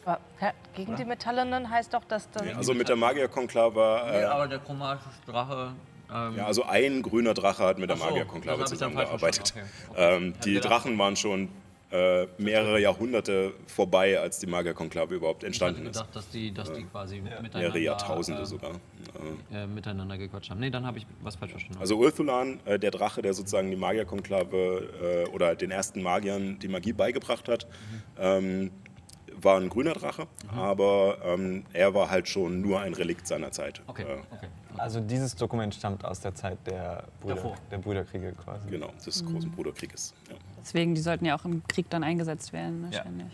J: Aber, hä, gegen die Metallenen heißt doch, dass das.
A: Also mit der Magierkonklave. Äh,
H: aber der chromatische Drache. Ähm,
A: ja, also ein grüner Drache hat mit der
H: Ach so,
A: Magierkonklave
H: das hab ich dann falsch
A: zusammengearbeitet.
H: verstanden,
A: Ähm, die Drachen waren schon äh, mehrere Jahrhunderte vorbei, als die Magierkonklave überhaupt
H: ich hatte
A: entstanden ist.
H: gedacht, dass die, dass die quasi miteinander.
A: Mehrere Jahrtausende
H: äh,
A: sogar.
H: äh, miteinander gequatscht haben. Nee, dann habe ich was falsch verstanden.
A: Also Urthulan, äh, der Drache, der sozusagen die Magierkonklave äh, oder den ersten Magiern die Magie beigebracht hat, ähm, war ein grüner Drache, aber ähm, er war halt schon nur ein Relikt seiner Zeit.
H: okay,
A: Äh,
H: okay.
E: Also dieses Dokument stammt aus der Zeit der, Brüder,
H: Davor.
E: der Brüderkriege quasi.
A: genau, des großen Bruderkrieges. Ja.
B: Deswegen, die sollten ja auch im Krieg dann eingesetzt werden, wahrscheinlich.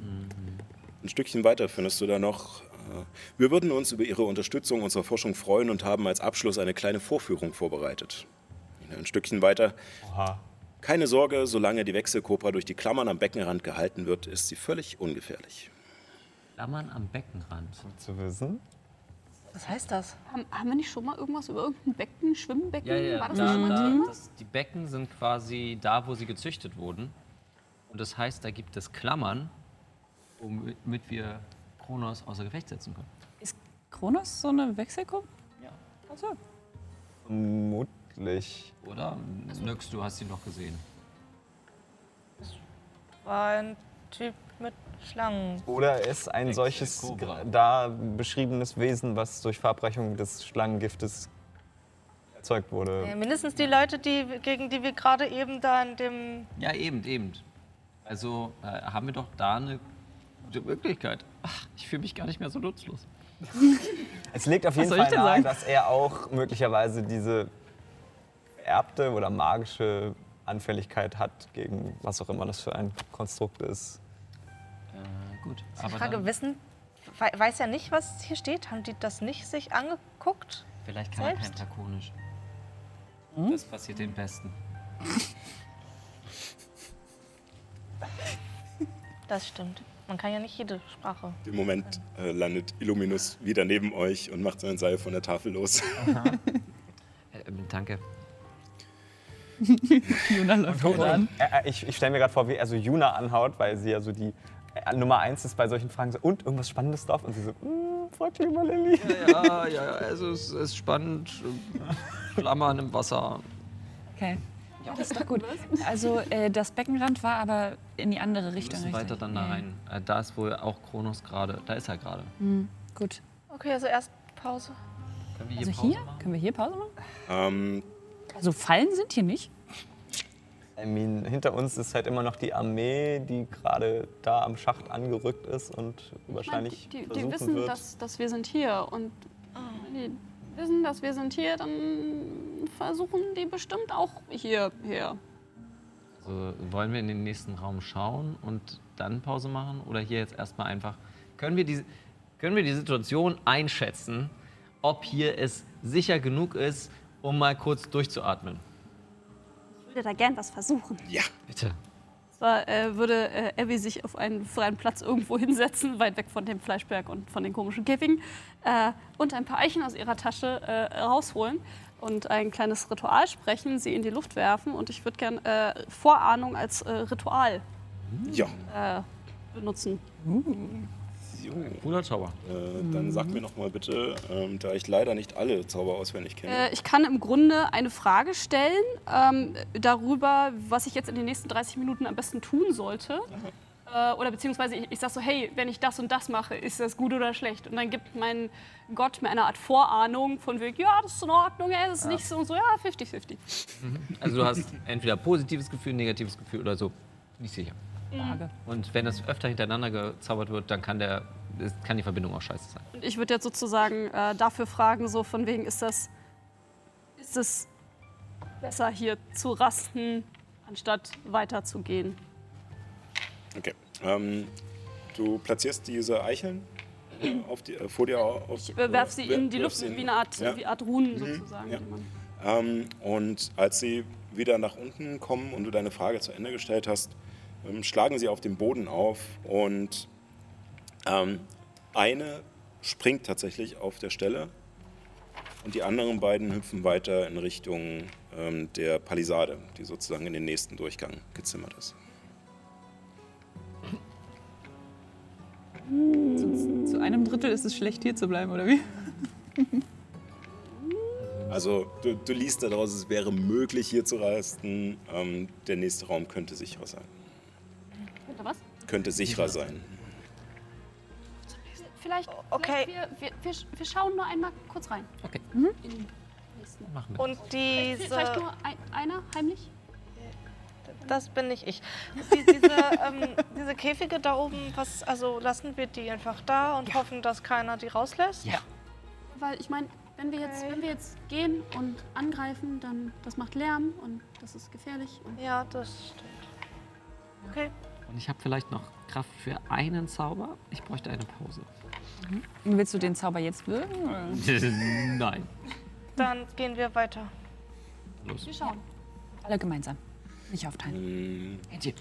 A: Ein Stückchen weiter findest du da noch. äh, Wir würden uns über Ihre Unterstützung unserer Forschung freuen und haben als Abschluss eine kleine Vorführung vorbereitet. Ein Stückchen weiter.
E: Oha.
A: Keine Sorge, solange die Wechselkobra durch die Klammern am Beckenrand gehalten wird, ist sie völlig ungefährlich.
H: Klammern am Beckenrand.
E: Zu wissen.
J: Was heißt das?
G: Haben, haben wir nicht schon mal irgendwas über irgendein Becken, Schwimmbecken?
H: Ja, ja,
G: War das nicht
H: da,
G: schon mal
H: da,
G: Thema?
H: das, die Becken sind quasi da, wo sie gezüchtet wurden. Und das heißt, da gibt es Klammern, womit wir Kronos außer Gefecht setzen können.
B: Ist Kronos so eine Wechselgruppe?
H: Ja.
B: Also,
E: Vermutlich.
H: Oder? Nix, du hast ihn doch gesehen.
J: War ein Typ mit Schlangen.
E: Oder ist ein solches
H: Cobra.
E: da beschriebenes Wesen, was durch Verabreichung des Schlangengiftes erzeugt wurde.
H: Ähm,
J: Ja, mindestens die Leute, die, gegen die wir gerade eben da in dem.
H: Ja, eben, eben. Also äh, haben wir doch da eine gute Möglichkeit. Ach, ich fühle mich gar nicht mehr so nutzlos.
E: Es liegt auf jeden
H: soll
E: Fall
H: ich denn
E: nahe,
H: sagen?
E: dass er auch möglicherweise diese erbte oder magische Anfälligkeit hat gegen was auch immer das für ein Konstrukt ist.
H: Äh, gut,
J: Die
H: aber
J: Frage,
H: dann,
J: wissen. wei- Weiß ja nicht, was hier steht. Haben die das nicht sich angeguckt?
H: vielleicht kann er kein
J: selbst? Hm?
H: Drakonisch. Das passiert den Besten.
J: Das stimmt. Man kann ja nicht jede Sprache.
A: Im Moment äh, landet Illuminus wieder neben euch und macht sein Seil von der Tafel los.
H: Ähm, danke.
B: Juna läuft wieder an.
E: Äh, äh, Ich, ich stelle mir gerade vor, wie er so Juna anhaut, weil sie ja so die äh, Nummer eins ist bei solchen Fragen so, und irgendwas Spannendes drauf? Und sie so, mm, frag dich mal, Lilly.
C: Ja, ja, ja, also es ist spannend. Klammern im Wasser.
B: Okay. Ja, das war gut. Also äh, das Beckenrand war aber in die andere
H: Wir
B: Richtung.
H: müssen weiter
B: richtig?
H: dann da
B: Ja, ja.
H: rein. Äh, Da ist wohl auch Kronos gerade. Da ist er gerade.
B: Hm, gut.
J: Okay, also erst Pause.
H: Können wir hier
B: Also
H: Pause
B: hier?
H: machen?
B: Können wir hier Pause machen?
A: Ähm,
B: Also Fallen sind hier nicht.
E: I mean, hinter uns ist halt immer noch die Armee, die gerade da am Schacht angerückt ist und wahrscheinlich
G: Die, die
E: versuchen
G: wissen,
E: wird.
G: dass, dass wir sind hier. Und wenn die wissen, dass wir sind hier, dann versuchen die bestimmt auch hierher.
H: Also, wollen wir in den nächsten Raum schauen und dann Pause machen? Oder hier jetzt erstmal einfach. Können wir, die, können wir die Situation einschätzen, ob hier es sicher genug ist, um mal kurz durchzuatmen?
G: Ich würde da gern was versuchen.
A: ja.
H: Bitte.
G: Zwar äh, würde äh, Abby sich auf einen freien Platz irgendwo hinsetzen, weit weg von dem Fleischberg und von den komischen Käfigen, äh, und ein paar Eichen aus ihrer Tasche äh, rausholen und ein kleines Ritual sprechen, sie in die Luft werfen. Und ich würde gern äh, Vorahnung als äh, Ritual
A: Ja.
G: äh, benutzen.
A: Jo.
H: Cooler Zauber.
A: Äh, dann sag mir noch mal bitte, ähm, da ich leider nicht alle Zauber auswendig kenne.
G: Äh, ich kann im Grunde eine Frage stellen ähm, darüber, was ich jetzt in den nächsten 30 Minuten am besten tun sollte. Äh, oder beziehungsweise ich, ich sage so, hey, wenn ich das und das mache, ist das gut oder schlecht? Und dann gibt mein Gott mir eine Art Vorahnung von wegen, ja, das ist in Ordnung, ey, das ist nicht so und so, ja, 50-50.
H: Also, du hast entweder positives Gefühl, negatives Gefühl oder so. Nicht sicher. Und wenn das öfter hintereinander gezaubert wird, dann kann, der, es- kann die Verbindung auch scheiße sein.
G: Und ich würde jetzt sozusagen äh, dafür fragen, so von wegen, ist das, ist es besser hier zu rasten, anstatt weiterzugehen? Äh.
A: Okay. Ähm, du platzierst diese Eicheln äh, auf die, äh, vor dir auf.
G: Ich äh, werf sie in die
A: werf
G: Luft,
A: sie in-
G: wie eine Art,
A: Ja. Mhm.
G: wie Art Runen sozusagen.
A: ja.
G: die man-
A: Ähm, und als sie wieder nach unten kommen und du deine Frage zu Ende gestellt hast, ähm, schlagen sie auf dem Boden auf und ähm, eine springt tatsächlich auf der Stelle und die anderen beiden hüpfen weiter in Richtung ähm, der Palisade, die sozusagen in den nächsten Durchgang gezimmert ist.
K: Zu einem Drittel ist es schlecht, hier zu bleiben, oder wie?
A: Also du, du liest daraus, es wäre möglich hier zu reisten. Ähm, der nächste Raum könnte sicherer sein.
G: Bitte was?
A: Könnte sicherer sein.
G: Vielleicht, okay. vielleicht wir, wir, wir, wir schauen nur einmal kurz rein.
H: Okay.
G: In den nächsten.
H: Machen wir.
J: Und
G: Vielleicht, vielleicht
J: diese.
G: nur ein, einer heimlich?
J: Das bin nicht ich. Die, diese, ähm, diese Käfige da oben, was, also lassen wir die einfach da und hoffen, dass keiner die rauslässt?
H: Ja.
G: Weil ich meine, wenn, wir jetzt-
J: Okay.
G: wenn wir jetzt gehen und angreifen, dann das macht Lärm und das ist gefährlich. Und
J: Ja, das stimmt. Okay.
H: Und ich habe vielleicht noch Kraft für einen Zauber. Ich bräuchte eine Pause.
K: Willst du den Zauber jetzt wirken? oder?
H: Nein.
J: Dann gehen wir weiter.
H: Los.
G: wir schauen.
B: Alle gemeinsam. Nicht aufteilen.
H: Händchen.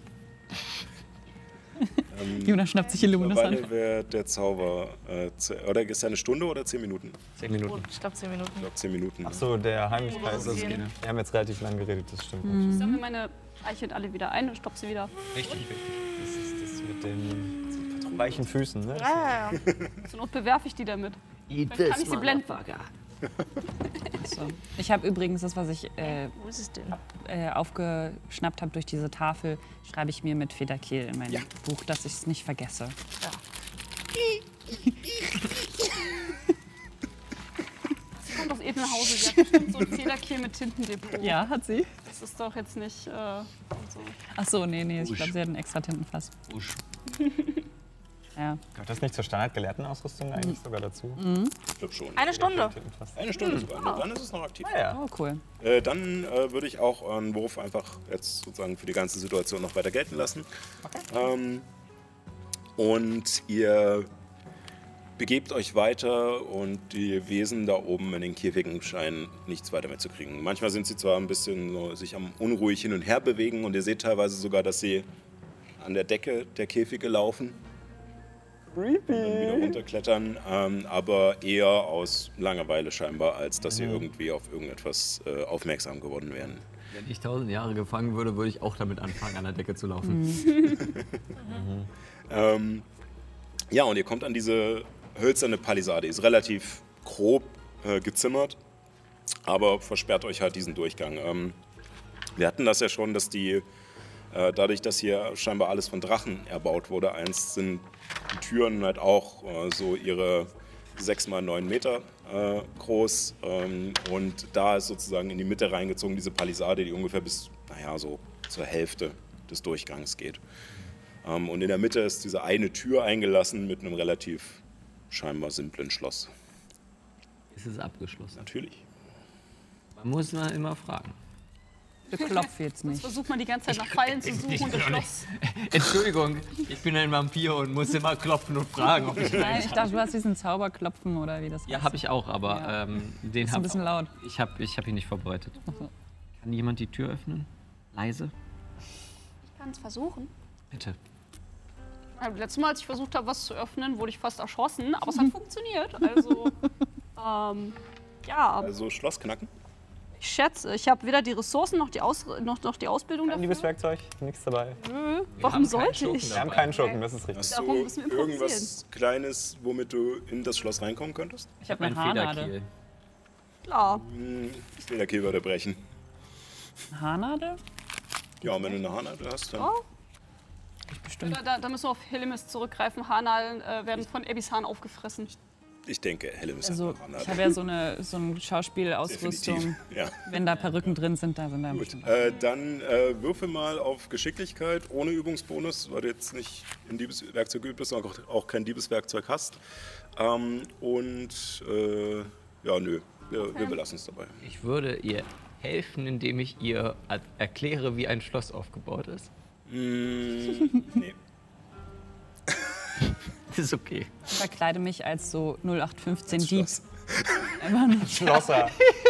K: Jonas schnappt sich Illuminas an.
A: Wann wäre der Zauber? Äh, zu- oder ist er eine Stunde oder zehn Minuten?
H: Zehn Minuten.
J: Ich glaube, zehn
A: Ich
J: Minuten.
A: glaube zehn Minuten.
E: Ach so, der Heimlichkeit. Also,
J: Das ist gehen.
E: Wir haben jetzt relativ lang geredet, das stimmt.
G: Ich sammle meine Eichen alle wieder ein und stopp sie wieder.
H: Richtig, richtig.
E: Das ist das mit den weichen Füßen, ne?
J: Ah, ja.
G: Zur Not bewerfe ich die damit.
C: Eat
G: Dann kann ich sie blenden.
B: So. Ich habe übrigens das, was ich äh,
J: Wo ist es denn?
B: äh, aufgeschnappt habe durch diese Tafel, schreibe ich mir mit Federkehl in mein
A: Ja.
B: Buch, dass ich es nicht vergesse.
G: Sie kommt aus Edenhause. Sie hat bestimmt so ein Federkiel mit Tintendepot.
K: Ja, hat sie.
G: Das ist doch jetzt nicht äh, so.
B: Ach so, nee, nee, ich
H: Usch.
B: glaube, sie hat ein extra Tintenfass.
H: Usch.
B: Ja.
E: Gehört das nicht zur Standardgelehrtenausrüstung
G: Mhm.
E: eigentlich sogar dazu?
A: Ich glaube schon.
J: Eine Stunde.
A: Eine Stunde
E: Hm.
A: sogar. Na, Dann ist es noch aktiv.
E: Naja,
B: Oh, cool.
A: Äh, dann äh, würde ich auch euren Wurf einfach jetzt sozusagen für die ganze Situation noch weiter gelten lassen. Ähm, und ihr begebt euch weiter und die Wesen da oben in den Käfigen scheinen nichts weiter mitzukriegen. Manchmal sind sie zwar ein bisschen so, sich am unruhig hin und her bewegen und ihr seht teilweise sogar, dass sie an der Decke der Käfige laufen. Creepy. Dann wieder runterklettern, ähm, aber eher aus Langeweile scheinbar, als dass sie irgendwie auf irgendetwas äh, aufmerksam geworden wären.
H: Wenn ich tausend Jahre gefangen würde, würde ich auch damit anfangen, an der Decke zu laufen.
A: Ähm, ja, und ihr kommt an diese hölzerne Palisade. Ist relativ grob äh, gezimmert, aber versperrt euch halt diesen Durchgang. Ähm, wir hatten das ja schon, dass die, äh, dadurch, dass hier scheinbar alles von Drachen erbaut wurde, einst sind die Türen halt auch äh, so ihre 6 mal 9 Meter äh, groß. Ähm, und da ist sozusagen in die Mitte reingezogen diese Palisade, die ungefähr bis, naja, so zur Hälfte des Durchgangs geht. Ähm, und in der Mitte ist diese eine Tür eingelassen mit einem relativ scheinbar simplen Schloss.
H: Ist es abgeschlossen?
A: Natürlich.
H: Man muss mal immer fragen.
K: Bitte klopf jetzt
G: Sonst
K: nicht.
G: versucht man die ganze Zeit nach Fallen zu
H: Ich
G: suchen und
H: bin
G: das
H: auch
G: Schloss.
H: nicht- Entschuldigung, ich bin ein Vampir und muss immer klopfen und fragen, ob ich
K: Nein, ich
H: weiß.
K: dachte, du hast diesen Zauberklopfen oder wie das
H: Ja, habe ich auch, aber
K: Ja.
H: ähm, den
K: Ist ein
H: hab-
K: bisschen laut.
H: Ich habe ich hab ihn nicht vorbereitet. Kann jemand die Tür öffnen? Leise?
G: Ich kann es versuchen.
H: Bitte.
G: Letztes Mal, als ich versucht habe, was zu öffnen, wurde ich fast erschossen, aber es hat funktioniert. Also, ähm, ja,
A: Also Schloss knacken?
G: ich schätze, ich habe weder die Ressourcen noch die, Aus noch, noch die Ausbildung
E: Ein
G: dafür.
E: liebes Werkzeug, nichts dabei.
G: Nö, warum sollte ich?
E: Wir haben keinen Schurken, das ist richtig.
A: Hast
G: Darum
A: du
G: müssen wir improvisieren.
A: irgendwas Kleines, womit du in das Schloss reinkommen könntest?
K: Ich hab eine Ein Haarnadel. Federkiel.
G: Klar.
A: Hm, Federkiel würde brechen.
K: Haarnadel?
A: Ja, und wenn du eine Haarnadel hast, dann...
G: Oh.
K: Bestimmt.
G: Da, da müssen wir auf Helimis zurückgreifen. Haarnadeln äh, werden von Ebbys Haaren aufgefressen.
A: Ich denke, Hellem ist
K: Also,
A: einfach
K: ich
A: Haarnadel.
K: habe ja so eine, so eine Schauspielausrüstung.
A: Definitiv, ja.
K: Wenn da Perücken drin sind, da sind da
A: Gut, äh, dann äh, würfel mal auf Geschicklichkeit ohne Übungsbonus, weil du jetzt nicht in Diebeswerkzeug geübt bist und auch- auch kein Diebeswerkzeug hast. Ähm, und äh, ja, nö, wir, wir belassen es dabei.
H: Ich würde ihr helfen, indem ich ihr er- erkläre, wie ein Schloss aufgebaut ist.
A: Mm, nee.
H: Das ist okay.
K: Ich verkleide mich als so 0815 Dieb. Einfach nur-
E: Schlosser.
A: Als
E: Entschuldigung.
A: Schloss.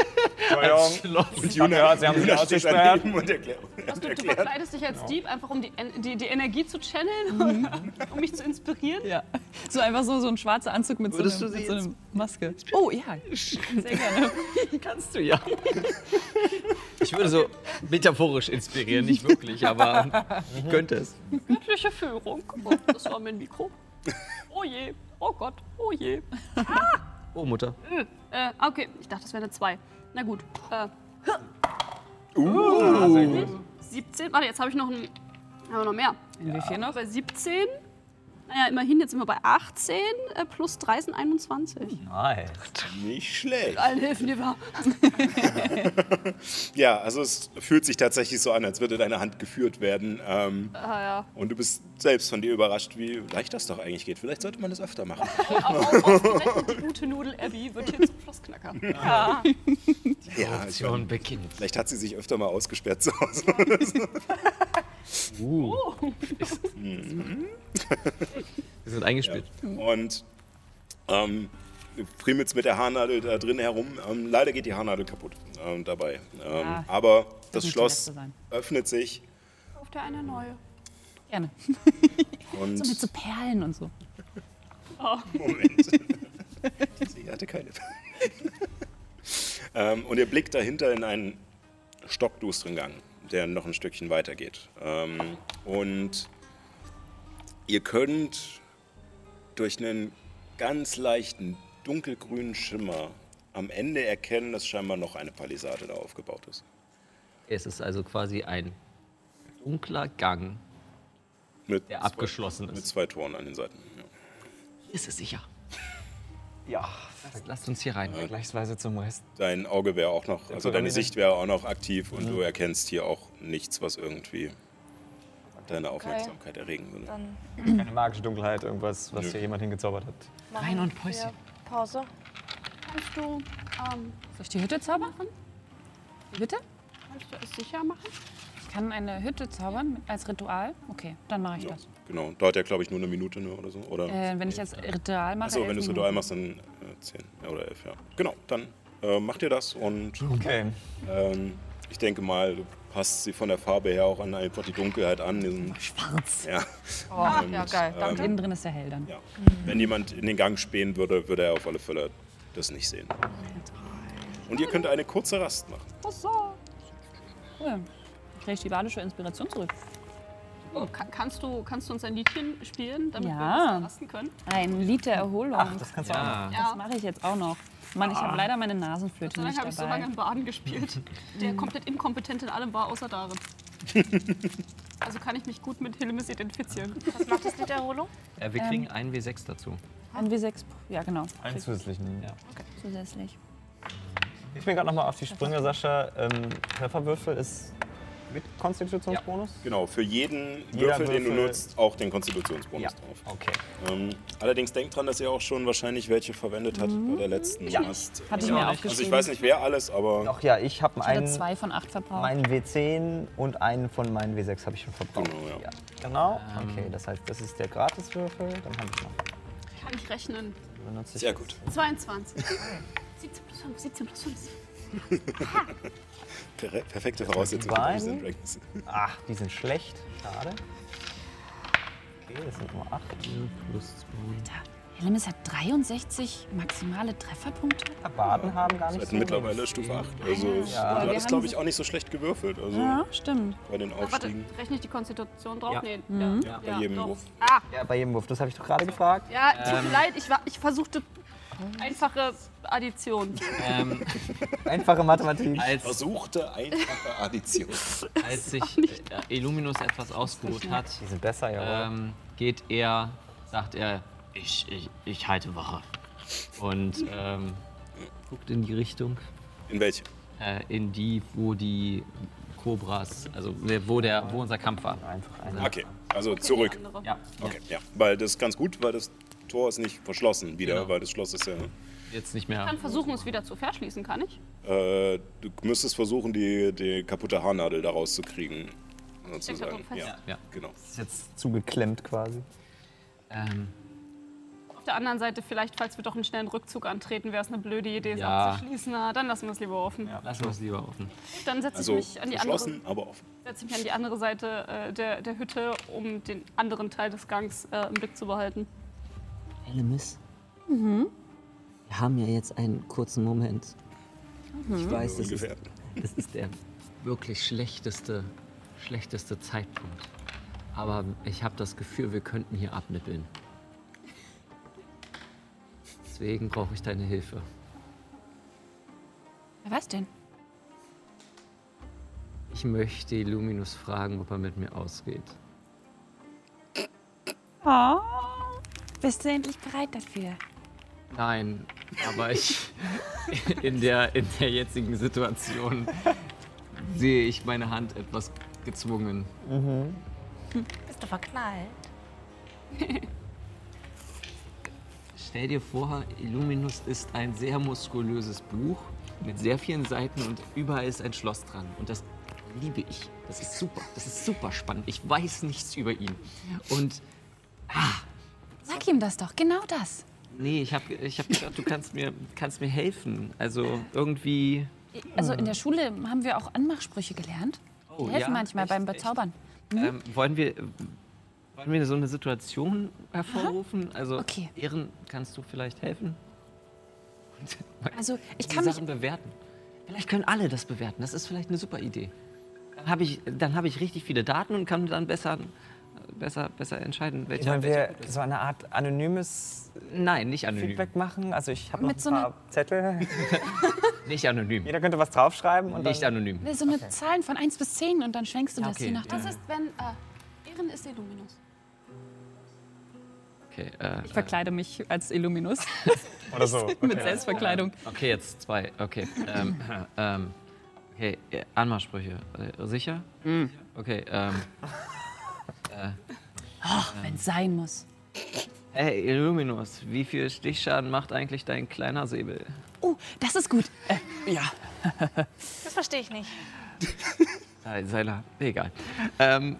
E: Ich habe gehört, Sie haben sich
A: Juna steht
E: ausgesperrt.
A: daneben und erklärt.
G: Was, du, du
A: erklärt.
G: verkleidest dich als Dieb, einfach um die, En- die, die Energie zu channeln, um mich zu inspirieren?
K: Ja. So einfach so, so ein schwarzer Anzug mit so
G: Würdest
K: einem-
G: du sie
K: mit so einer Maske. Oh ja, sehr gerne.
H: Kannst du ja. Ich würde so metaphorisch inspirieren, nicht wirklich, aber ich könnte es.
G: Göttliche Führung. Oh, das war mein Mikro. Oh je. Oh Gott. Oh je.
H: Oh, Mutter.
G: Äh, Äh, okay, ich dachte, das wäre eine 2. Na gut. Äh, Ah,
H: Uh.
E: sehr gut.
G: 17. Warte, jetzt habe ich noch ein. Haben wir noch mehr? Äh,
K: Wie viel noch?
G: Bei 17. Naja, immerhin, jetzt sind wir bei 18 äh, plus 3 sind 21.
E: Nice.
A: Nicht schlecht.
G: Allen helfen dir war.
A: Ja, also es fühlt sich tatsächlich so an, als würde deine Hand geführt werden. Ähm,
G: Ah, ja.
A: und du bist selbst von dir überrascht, wie leicht das doch eigentlich geht. Vielleicht sollte man das öfter machen.
G: Ausgerechnet die gute Nudel Abby wird hier zum Schlossknacker. Ja.
A: Ja, ich meine,
H: beginnt.
A: Vielleicht hat sie sich öfter mal ausgesperrt zu Hause.
H: Uh.
G: Oh.
H: Wir sind eingespielt.
A: Und ähm, friemelt mit der Haarnadel da drin herum. Ähm, leider geht die Haarnadel kaputt ähm, dabei. Ähm,
K: Ah,
A: aber
K: das
A: das Schloss
K: muss die letzte sein.
A: öffnet sich
G: Auf der eine neue.
K: Gerne.
A: und
K: So mit so Perlen und so.
A: Moment. sie hatte keine. ähm, und ihr blickt dahinter in einen stockdusteren Gang, der noch ein Stückchen weitergeht. Ähm, und ihr könnt durch einen ganz leichten dunkelgrünen Schimmer am Ende erkennen, dass scheinbar noch eine Palisade da aufgebaut ist.
H: Es ist also quasi ein dunkler Gang.
A: Mit
H: Der abgeschlossen
A: zwei,
H: ist.
A: Mit zwei Toren an den Seiten. Ja.
H: Ist es sicher?
E: Ja,
H: Lasst uns hier rein.
E: vergleichsweise zum Rest.
A: Dein Auge wäre auch noch, also
E: Entschuldigung,
A: deine
E: bitte.
A: Sicht wäre auch noch aktiv und du erkennst hier auch nichts, was irgendwie deine Aufmerksamkeit erregen würde.
J: Dann
E: Keine magische Dunkelheit, irgendwas, was
A: Nö.
E: hier jemand hingezaubert hat.
J: machen
H: Rein und
J: wir
H: Päuschen.
J: Pause.
G: Kannst du, ähm,
K: Soll ich die Hütte zaubern? Die Hütte?
G: kannst du es sicher machen?
K: Ich kann eine Hütte zaubern mit- als Ritual. Okay, dann mache ich
A: Ja,
K: das.
A: genau. Dauert ja, glaube ich, nur eine Minute ne, oder so. Oder?
K: Äh, wenn ich das Ritual mache.
A: Achso, wenn
K: elf
A: du es Ritual
K: Minuten.
A: machst, dann äh, 10 oder 11, ja. Genau, dann äh, macht ihr das und
E: Okay.
A: ähm, ich denke mal, du passt sie von der Farbe her auch an einfach die Dunkelheit an. Diesen,
K: Schwarz.
A: ja.
J: Oh, ja, geil. Danke.
K: Innen drin ist ja hell dann.
A: Ja. Wenn jemand in den Gang spähen würde, würde er auf alle Fälle das nicht sehen. Und ihr könnt eine kurze Rast machen.
G: Was so?
K: Cool. Dann kriege ich die badische Inspiration zurück.
G: Oh, ka- kannst, du, kannst du uns ein Liedchen spielen, damit wir
K: Ja.
G: das verlassen können?
K: Ein Lied der Erholung. Ach,
E: das kannst
G: du auch noch. Ja.
K: Das mache ich jetzt auch noch. Mann, ich
G: Ah.
K: habe leider meine Nasenflöte
G: Dann
K: nicht
G: habe ich so lange
K: dabei.
G: im Baden gespielt, der komplett inkompetent in allem war, außer darin. Also kann ich mich gut mit Hilmes identifizieren. Was macht das Lied Erholung?
H: Äh, wir
K: Ähm.
H: kriegen ein W6 dazu.
K: Ein W6, ja genau.
E: Einen zusätzlichen, ja.
K: Zusätzlich.
E: Ich bin gerade nochmal auf die Sprünge, Sascha. Ähm, Trefferwürfel ist mit Konstitutionsbonus?
A: Genau, für jeden
E: Jeder
A: Würfel, den du
E: Würfel-
A: nutzt, auch den Konstitutionsbonus drauf.
E: Okay.
A: Ähm, allerdings denkt dran, dass ihr auch schon wahrscheinlich welche verwendet habt bei der letzten.
E: Mhm. Ja.
A: Last.
E: Hatte ich mir
A: Also ich
E: aufgeschrieben.
A: weiß nicht, wer alles, aber...
E: Doch ja, ich habe
K: Ich hatte
E: einen,
K: zwei von acht verbraucht.
E: meinen W10 und einen von meinen W6 habe ich schon verbraucht. Genau, ja. genau.
K: Ähm.
E: Okay, das heißt, das ist der Gratiswürfel. Dann habe ich noch.
G: Kann ich rechnen.
E: Benutze ich Sehr gut.
G: 22. 17 plus 5, 17 plus 5.
A: Per perfekte Voraussetzung für Dungeons and Dragons.
E: Ach, die sind schlecht. Schade. Okay, das sind nur 8. Plus 2.
B: Helmis hat 63 maximale Trefferpunkte.
E: Baden haben gar
A: Seid
E: nicht so
A: mittlerweile Stufe 8. Also es-
E: Ja.
A: du
E: Wir
A: hattest,
E: haben
A: glaube
E: sie-
A: ich, auch nicht so schlecht gewürfelt. Also
G: Ja, stimmt.
A: Bei den
G: Ach, warte,
A: Aufstiegen.
G: rechne ich die Konstitution drauf?
A: Ja.
G: Nee.
A: Mhm.
G: Ja,
A: Ja, bei jedem
G: doch.
A: Wurf.
G: Ah,
E: Ja, bei jedem Wurf. Das habe ich doch gerade gefragt.
G: ja, tut mir
E: Ähm.
G: leid, ich, war, ich versuchte einfache Addition.
E: Einfache Mathematik.
H: Als-
A: Versuchte einfache Addition.
H: Als sich äh, Illuminus etwas ausgeruht hat,
E: Die sind besser, ja.
H: ähm, geht er, sagt er, ich, ich, ich halte Wache. Und ähm, guckt in die Richtung.
A: In welche?
H: Äh, in die, wo die Kobras, also wo, der, wo unser Kampf war.
A: Okay, also zurück.
H: Ja.
A: Okay, ja. Weil das ist ganz gut, weil das Tor ist nicht verschlossen wieder,
E: Genau.
A: weil das Schloss ist ja.
H: Jetzt nicht
G: Ich
H: mehr.
G: kann versuchen, es wieder zu verschließen, kann ich?
A: Äh, du müsstest versuchen, die, die kaputte Haarnadel daraus zu kriegen.
G: Steckt da
A: Sozusagen.
G: drin fest?
A: Ja,
H: ja,
A: genau.
H: Ist jetzt
E: zugeklemmt quasi.
H: Ähm,
G: Auf der anderen Seite, vielleicht, falls wir doch einen schnellen Rückzug antreten, wäre es eine blöde Idee, es
H: Ja.
G: abzuschließen. Na, dann lassen wir es lieber offen.
H: lassen wir es lieber offen.
G: Dann setze
A: Also
G: ich mich an die andere,
A: verschlossen, aber offen.
G: setze ich mich an die andere Seite äh, der, der Hütte, um den anderen Teil des Gangs äh, im Blick zu behalten.
L: Elemis, wir haben ja jetzt einen kurzen Moment. Ich weiß, das ist,
H: Ungefähr.
L: das ist der
H: wirklich schlechteste, schlechteste Zeitpunkt. Aber ich habe das Gefühl, wir könnten hier abnippeln. Deswegen brauche ich deine Hilfe.
B: Wer weiß denn?
H: Ich möchte Illuminus fragen, ob er mit mir ausgeht.
B: Oh. Bist du endlich bereit dafür?
H: Nein, aber ich in der, in der jetzigen Situation sehe ich meine Hand etwas gezwungen.
J: Bist du verknallt?
H: Stell dir vor, Illuminus ist ein sehr muskulöses Buch mit sehr vielen Seiten und überall ist ein Schloss dran. Und das liebe ich. Das ist super. Das ist super spannend. Ich weiß nichts über ihn. Und
B: Sag ihm das doch, genau das.
H: nee, ich habe ich hab gedacht, du kannst mir, kannst mir helfen. Also irgendwie.
B: Also in der Schule haben wir auch Anmachsprüche gelernt. Die
H: Oh,
B: helfen
H: ja,
B: manchmal
H: echt,
B: beim
H: echt.
B: Bezaubern.
H: Ähm, wollen, wir, wollen wir so eine Situation hervorrufen? Also,
B: Okay.
H: Ehren, kannst du vielleicht helfen?
B: Also ich
H: die
B: kann mich
H: Sachen bewerten. Vielleicht können alle das bewerten. Das ist vielleicht eine super Idee. Dann habe ich, dann habe ich richtig viele Daten und kann dann besser, besser, besser entscheiden, welche.
E: Sollen
H: welche
E: wir
H: gut ist.
E: so eine Art anonymes
H: Nein, nicht anonym.
E: Feedback machen? Also ich habe noch
B: Mit
E: ein
B: so einer-
E: paar Zettel.
H: Nicht anonym.
E: Jeder könnte was draufschreiben. Und
H: Nicht
E: dann
H: anonym.
B: so eine Zahlen von 1 bis 10 und dann schwenkst du
H: Ja,
B: das
H: okay,
B: je nach
G: Was ist, wenn. Äh, Ehren ist Illuminus.
H: Okay, äh,
K: Ich verkleide mich als Illuminus.
E: Oder so.
K: Mit Selbstverkleidung.
H: okay, jetzt zwei. Okay. Ähm, ähm, okay, äh, Anmachsprüche. Äh, Sicher? Okay, ähm. äh,
B: Och, wenn's sein muss.
H: Hey, Illuminus, wie viel Stichschaden macht eigentlich dein kleiner Säbel?
B: Oh, das ist gut. Äh, ja.
J: Das verstehe ich nicht.
H: Sei- Seiner, egal. Ähm,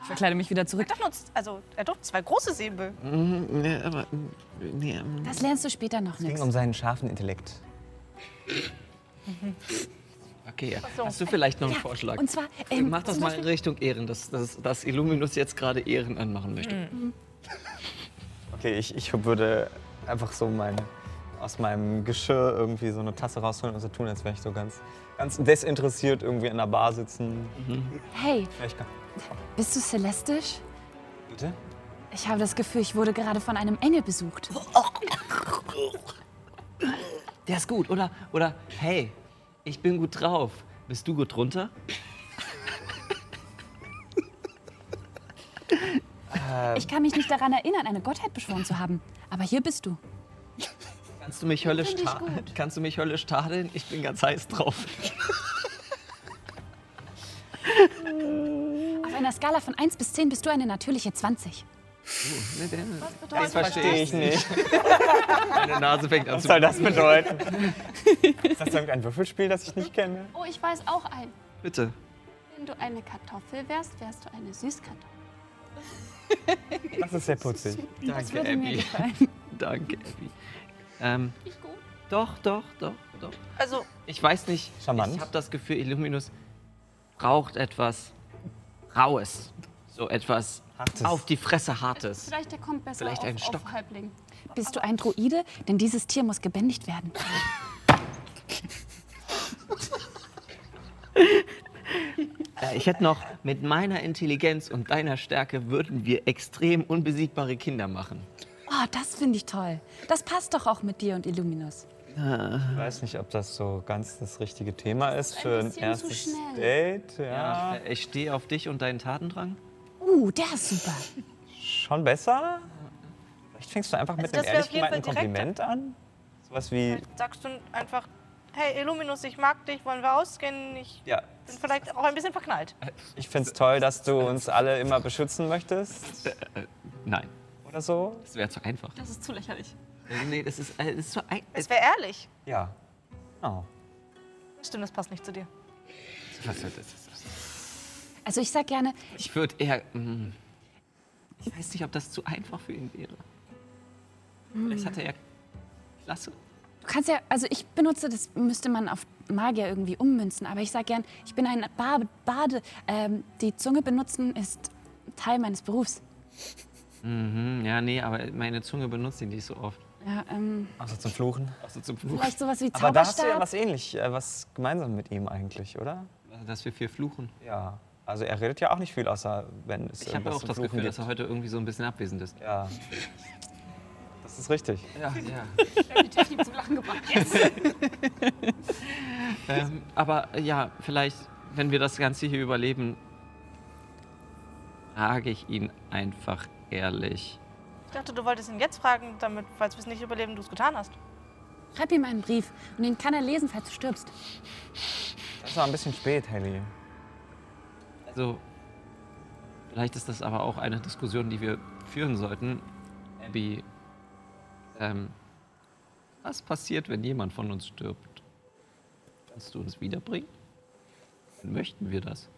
K: Ich verkleide mich wieder zurück.
J: Doch nur, z- also, er hat doch zwei große Säbel.
H: nee, aber, nee, ähm,
B: Das lernst du später noch
E: Es ging
B: nix.
E: um seinen scharfen Intellekt.
H: okay, hast du vielleicht noch einen Vorschlag?
B: Und zwar, ähm,
H: Mach das
B: zum
H: mal in
B: Beispiel-
H: Richtung Ehren, dass, dass, dass Illuminus jetzt gerade Ehren
B: Mhm.
H: anmachen möchte.
E: Okay, ich, ich würde einfach so meine aus meinem Geschirr irgendwie so eine Tasse rausholen und so tun, als wäre ich so ganz, ganz desinteressiert irgendwie in der Bar sitzen.
B: Hey,
E: Ja, ich kann.
B: bist du celestisch?
E: Bitte?
B: Ich habe das Gefühl, ich wurde gerade von einem Engel besucht.
H: Der ist gut, oder? Oder, hey, ich bin gut drauf. Bist du gut runter?
E: Äh,
B: Ich kann mich nicht daran erinnern, eine Gottheit beschworen zu haben. Aber hier bist du.
H: kannst, du mich höllisch
B: Finde ich
H: ta-
B: gut.
H: kannst du mich höllisch tadeln? Ich bin ganz heiß drauf.
B: Auf einer Skala von 1 bis 10 bist du eine natürliche 20.
H: Ne, Was
B: bedeutet
E: das verstehe ich nicht.
H: Meine Nase fängt an
E: Was
H: zu
E: soll das bedeuten? Ist das irgendein Würfelspiel, das ich nicht kenne?
G: Oh, ich weiß auch ein.
H: Bitte.
G: Wenn du eine Kartoffel wärst, wärst du eine Süßkartoffel.
E: Das ist sehr putzig.
G: Das
H: Danke,
G: würde mir
H: Abby.
G: gefallen.
H: Danke, Abby. Ähm, doch, doch, doch, doch.
J: Also,
H: Ich weiß nicht.
E: Charmant.
H: Ich habe das Gefühl, Illuminus braucht etwas Raues. So etwas
E: Hartes.
H: auf die Fresse Hartes.
G: Vielleicht der kommt besser
H: Vielleicht
G: auf,
H: einen Stock.
G: auf Halbling.
B: Bist du ein Druide? Denn dieses Tier muss gebändigt werden.
H: Äh, ich hätte noch, mit meiner Intelligenz und deiner Stärke würden wir extrem unbesiegbare Kinder machen.
B: Oh, das finde ich toll. Das passt doch auch mit dir und Illuminus.
E: Ich weiß nicht, ob das so ganz das richtige Thema ist für ein
B: bisschen zu
E: erstes
B: schnell.
E: Date.
G: Ah.
E: Ja.
H: äh, Ich stehe auf dich und deinen Tatendrang.
B: Uh, der ist super.
E: Schon besser? Vielleicht fängst du einfach mit
J: Also
E: einem
J: das wär auf
E: ehrlich
J: jeden Fall
E: gemeinten Kompliment an. Sowas wie,
J: sagst du einfach, hey Illuminus, ich mag dich, wollen wir ausgehen? Ich
E: ja,
J: bin vielleicht auch ein bisschen verknallt.
H: Äh,
E: ich find's toll, dass du uns alle immer beschützen möchtest.
H: Nein,
E: Oder so?
H: das wäre zu einfach.
G: Das ist zu lächerlich.
H: Also, nee, das ist, äh, das ist zu ein,
J: Es wäre ehrlich.
E: Ja. Genau.
J: Stimmt, das passt nicht zu dir.
H: Was soll das? das ist-
B: Also ich sag gerne,
H: Ich würde eher. mm, ich weiß nicht, ob das zu einfach für ihn wäre. Vielleicht hat er ja. Klasse.
B: du kannst ja, also ich benutze, das müsste man auf Magier irgendwie ummünzen, aber ich sag gern, ich bin ein Bar Bade. Ähm, die Zunge benutzen ist Teil meines Berufs.
H: Mhm, ja, nee, aber meine Zunge benutzt ihn nicht so oft.
B: Ja, ähm,
E: Außer zum Fluchen.
H: Außer zum Fluch.
B: vielleicht sowas wie
E: Aber da hast du ja
B: Zauberstab.
E: was ähnlich, äh, was gemeinsam mit ihm eigentlich, oder?
H: Also, Dass wir viel fluchen.
E: Ja. Also er redet ja auch nicht viel, außer wenn es
H: Ich habe
E: irgendwas
H: auch
E: zum
H: das
E: Fluchen
H: Gefühl, dass
E: gibt.
H: er heute irgendwie so ein bisschen abwesend ist.
E: Ja. Das ist richtig.
H: Ja, ja.
G: Ich habe die Technik zum Lachen gebracht. Yes.
H: ähm, aber äh, ja, vielleicht, wenn wir das Ganze hier überleben, frage ich ihn einfach ehrlich.
J: Ich dachte, du wolltest ihn jetzt fragen, damit, falls wir es nicht überleben, du es getan hast.
B: Schreib ihm einen Brief und den kann er lesen, falls du stirbst.
E: Das war ein bisschen spät, Helly.
H: Also, vielleicht ist das aber auch eine Diskussion, die wir führen sollten. Abby, ähm, was passiert, wenn jemand von uns stirbt? Kannst du uns wiederbringen? Möchten wir das?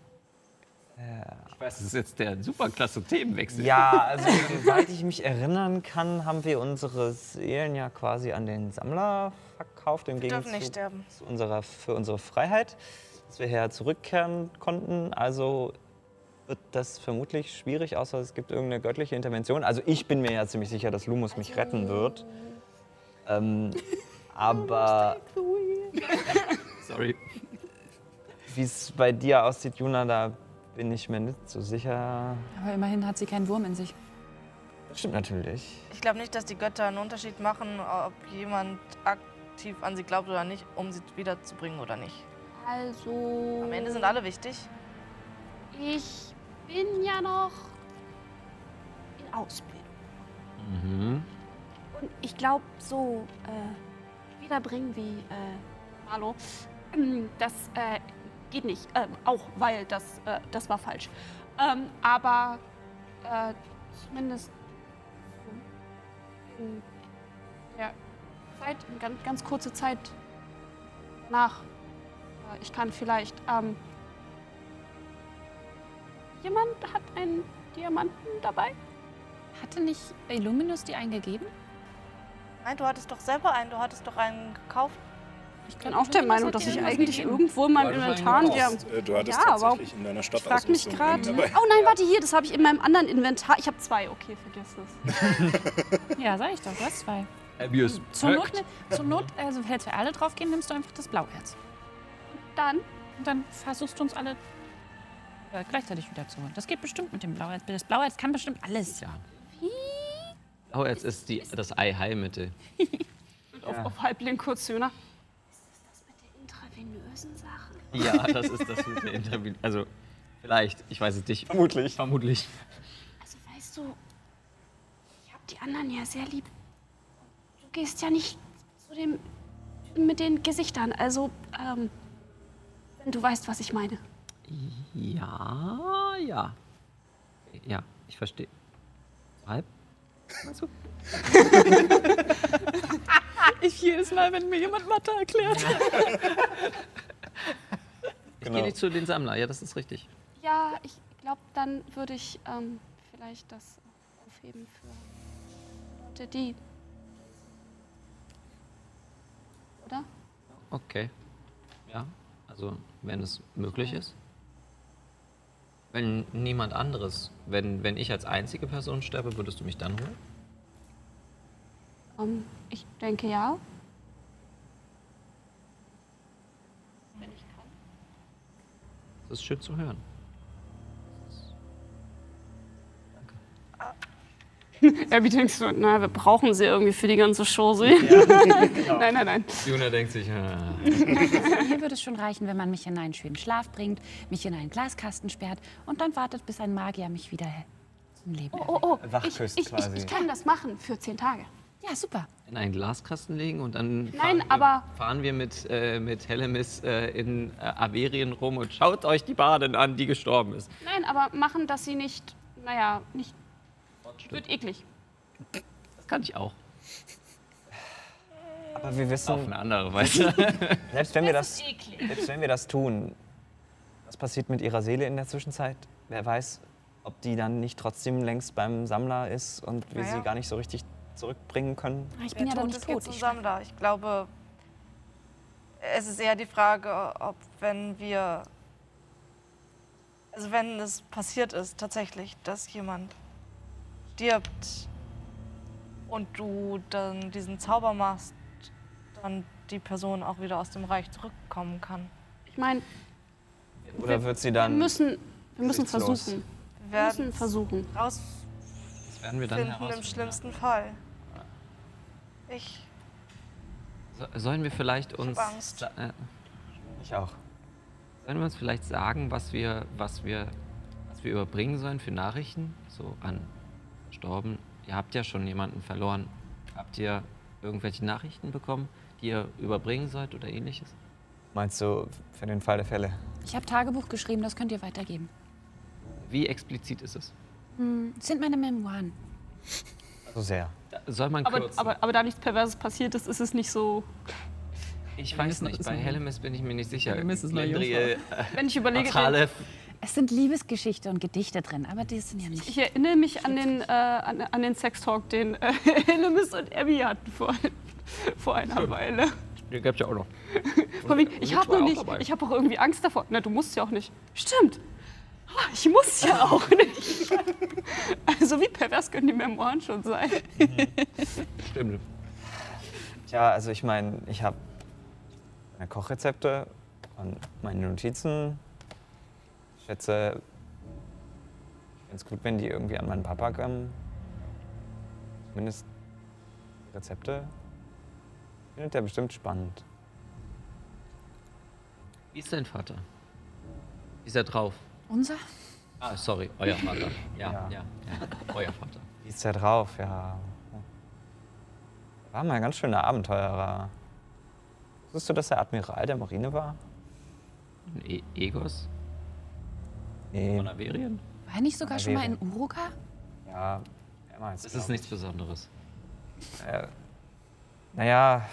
H: Ich weiß, das ist jetzt der superklasse Themenwechsel.
E: Ja, also soweit ich mich erinnern kann, haben wir unsere Seelen ja quasi an den Sammler verkauft, im
J: Wir dürfen
E: Gegenzug
J: nicht sterben.
E: zu unserer, für unsere Freiheit, dass wir her zurückkehren konnten. Also wird das vermutlich schwierig, außer es gibt irgendeine göttliche Intervention. Also ich bin mir ja ziemlich sicher, dass Lumus
J: Also
E: mich retten wird. Ähm, aber
H: Sorry.
E: wie es bei dir aussieht, Juna, da bin ich mir nicht so sicher.
B: Aber immerhin hat sie keinen Wurm in sich.
E: Das stimmt natürlich.
J: Ich glaube nicht, dass die Götter einen Unterschied machen, ob jemand aktiv an sie glaubt oder nicht, um sie wiederzubringen oder nicht.
G: Also.
J: Am Ende
H: Oh.
J: sind alle wichtig.
G: Ich bin ja noch in Ausbildung.
H: Mhm.
G: Und ich glaube, so äh, wiederbringen wie äh, Marlo, ähm, das äh, geht nicht. Ähm, auch weil das, äh, das war falsch. Ähm, aber äh, zumindest in der Zeit, in ganz, ganz kurze Zeit nach. Äh, ich kann vielleicht. Ähm, jemand hat einen Diamanten dabei?
B: Hatte nicht Illuminus die einen gegeben?
J: Nein, du hattest doch selber einen, du hattest doch einen gekauft.
G: Ich bin auch der Meinung, dass ich eigentlich irgendwo in
A: Du
G: meinem
A: hattest
G: Inventar
A: einen
G: der.
A: gekauft. Äh, du hattest tatsächlich in deiner
G: ich frag mich
A: Stadtausrüstung
G: gerade.
A: einen
G: Oh
A: dabei.
G: nein, warte hier, das habe ich in meinem anderen Inventar. Ich habe zwei. Okay, vergiss das.
B: Ja, sag ich doch, du hast zwei.
H: Abuse.
B: Zur Not, ne, zur Not also falls wir alle drauf gehen, nimmst du einfach das Blauherz. Und dann? Und dann versuchst du uns alle äh, gleichzeitig wiederzuholen. Das geht bestimmt mit dem Blauherz. Das Blauherz kann bestimmt alles. Ja.
H: Oh, jetzt ist die, das Ei-Heilmittel.
G: Auf, auf Halbling kurz, Jona.
M: Intravenösen Sachen.
H: Ja, das ist das mit der Interview. Also, vielleicht, ich weiß es nicht.
E: Vermutlich.
H: Vermutlich.
M: Also weißt du, ich hab die anderen ja sehr lieb. Du gehst ja nicht zu dem Typen mit den Gesichtern. Also, ähm, wenn du weißt, was ich meine.
C: Ja, ja. Ja, ich verstehe. Halb?
K: Ich jedes Mal, wenn mir jemand Mathe erklärt.
H: Ich
L: Genau.
A: Genau.
H: gehe nicht zu den Sammler, ja, das ist richtig.
M: Ja, ich glaube, dann würde ich ähm, vielleicht das aufheben für Leute, die. Oder?
H: Okay. Ja, also, wenn es möglich ist. Wenn niemand anderes, wenn, wenn ich als einzige Person sterbe, würdest du mich dann holen?
M: Ähm, ich denke ja. Wenn ich kann.
H: Das ist schön zu hören.
G: Abby denkt so, na, wir brauchen sie irgendwie für die ganze Show. sie. Nein, nein, nein.
H: Juna denkt sich, ah.
B: Hier würde es schon reichen, wenn man mich in einen schönen Schlaf bringt, mich in einen Glaskasten sperrt und dann wartet, bis ein Magier mich wieder zum Leben
M: Oh, oh, oh. Ich,
E: Wachküsst
M: ich, ich,
E: Also quasi.
M: ich kann das machen für zehn Tage.
B: Ja, super.
H: in einen Glaskasten legen und dann
M: Nein,
H: fahren,
M: aber-
H: wir, fahren wir mit, äh, mit Helemis äh, in äh, Averien rum und schaut euch die Badin an, die gestorben ist.
G: Nein, aber machen, dass sie nicht, naja, nicht. Wird eklig.
H: Das kann ich auch.
E: Aber wir wissen.
H: Auf eine andere Weise.
E: selbst, wenn wir das,
G: Das ist
M: eh
G: eklig.
E: selbst wenn wir das tun, was passiert mit ihrer Seele in der Zwischenzeit? Wer weiß, ob die dann nicht trotzdem längst beim Sammler ist und wir
J: Naja.
E: sie gar nicht so richtig zurückbringen können?
B: Ich bin ja dann
J: tot
B: nicht
J: ist, geht
B: tot.
J: zum
B: Ich
J: Sammler. Ich glaube, es ist eher die Frage, ob wenn wir, also wenn es passiert ist tatsächlich, dass jemand stirbt und du dann diesen Zauber machst, dann die Person auch wieder aus dem Reich zurückkommen kann.
G: Ich meine,
E: Oder wird sie
G: wir
E: dann.
G: müssen, wir müssen
E: Gesichtslos.
G: versuchen.
J: Wir
G: Wir müssen
J: werden
G: versuchen.
J: rausfinden
H: Das werden wir dann
J: im
H: herausfinden.
J: schlimmsten Fall. Ich
H: So, sollen wir vielleicht uns.
J: Angst.
H: sa- Äh,
E: Ich auch.
H: sollen wir uns vielleicht sagen, was wir, was wir, was wir überbringen sollen für Nachrichten? So an Verstorben. Ihr habt ja schon jemanden verloren. Habt ihr irgendwelche Nachrichten bekommen, die ihr überbringen sollt oder ähnliches?
E: Meinst du, für den Fall der Fälle?
B: ich habe Tagebuch geschrieben, das könnt ihr weitergeben.
H: Wie explizit ist es?
B: Hm, das sind meine Memoiren.
E: So sehr.
H: Da- Soll man
G: Aber,
H: kürzen?
G: aber, aber da nichts Perverses passiert ist, ist es nicht so.
H: ich weiß nicht, bei Hellemis bin ich mir nicht sicher.
C: Helemis ist eine
H: Glendriel, äh,
G: Wenn ich überlege,
H: Atrale,
B: Es sind Liebesgeschichte und Gedichte drin, aber die sind ja nicht.
G: ich erinnere mich an den, äh, an, an den Sextalk, den äh, Elemis und Abby hatten vor, vor einer Weile.
H: den gab's ja auch noch.
G: Von wegen, ich
H: Rich
G: habe
H: war
G: noch
H: auch
G: nicht,
H: dabei.
G: ich habe auch irgendwie Angst davor. Na, du musst ja auch nicht. Stimmt. Ah, Ich muss ja auch nicht. Also wie pervers können die Memoiren schon sein?
H: Stimmt.
E: Tja, also ich meine, ich habe meine Kochrezepte und meine Notizen. Ich schätze, ich find's gut, wenn die irgendwie an meinen Papa kommen. Zumindest die Rezepte. Findet der bestimmt spannend.
H: Wie ist dein Vater? Wie ist er drauf?
B: Unser?
H: Ah, sorry, euer Vater.
E: Ja.
H: Ja, ja, ja. Euer Vater.
E: Wie ist der drauf? Ja. War mal ein ganz schöner Abenteurer. Wusstest du, dass er Admiral der Marine war?
H: Und E Egos?
E: Nee.
H: Von Averien?
B: War er nicht sogar schon mal in
E: Averien.
B: Uruka?
E: Ja, mehrmals.
H: Das
E: glaub
H: ist nichts Besonderes.
E: Äh, naja,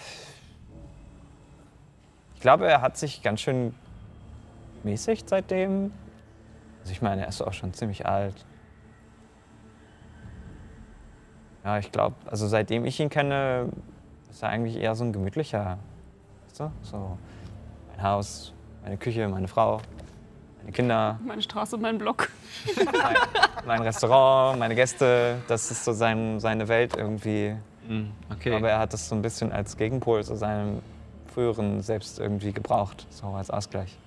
E: ich glaube, er hat sich ganz schön mäßigt seitdem. Also ich meine, er ist auch schon ziemlich alt. Ja, ich glaube, also seitdem ich ihn kenne, ist er eigentlich eher so ein gemütlicher. Weißt du? So mein Haus, meine Küche, meine Frau, meine Kinder,
G: Meine Straße und mein Block.
E: mein Restaurant, meine Gäste. Das ist so sein, seine Welt irgendwie. Okay. Aber er hat das so ein bisschen als Gegenpol zu seinem früheren Selbst irgendwie gebraucht, so als Ausgleich.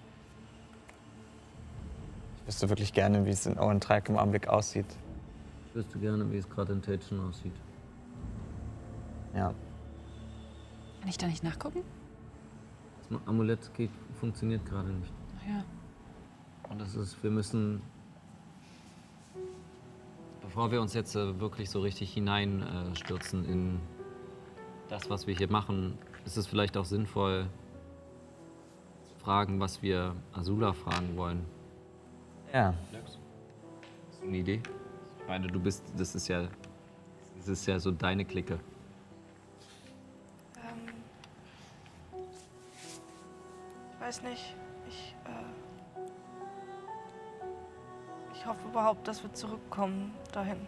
E: Ich wüsste wirklich gerne, wie es in Owen Trike im Augenblick aussieht.
H: Ich wüsste gerne, wie es gerade in Tätchen aussieht.
E: Ja.
B: Kann ich da nicht nachgucken?
H: Das Amulett geht, funktioniert gerade nicht.
B: Ja.
H: Und das ist, wir müssen, bevor wir uns jetzt äh, wirklich so richtig hineinstürzen in das, was wir hier machen, ist es vielleicht auch sinnvoll, zu fragen, was wir Azula fragen wollen.
E: Ja.
H: Hast du eine Idee? Ich meine, du bist, das ist ja, das ist ja so deine Clique.
J: Ähm, ich weiß nicht. Ich, äh, ich hoffe überhaupt, dass wir zurückkommen dahin.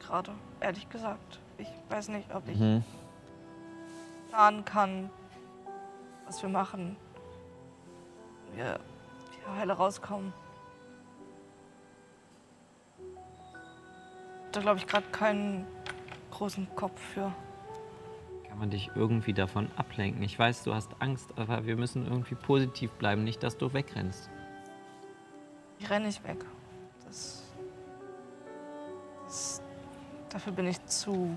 J: Gerade, ehrlich gesagt. Ich weiß nicht, ob ich
E: Mhm.
J: planen kann, was wir machen. Wenn Wir hier heile rauskommen. Da glaube ich gerade keinen großen Kopf für.
H: Kann man dich irgendwie davon ablenken? Ich weiß, du hast Angst, aber wir müssen irgendwie positiv bleiben, nicht, dass du wegrennst.
J: Ich renne nicht weg. Das, das, dafür bin ich zu.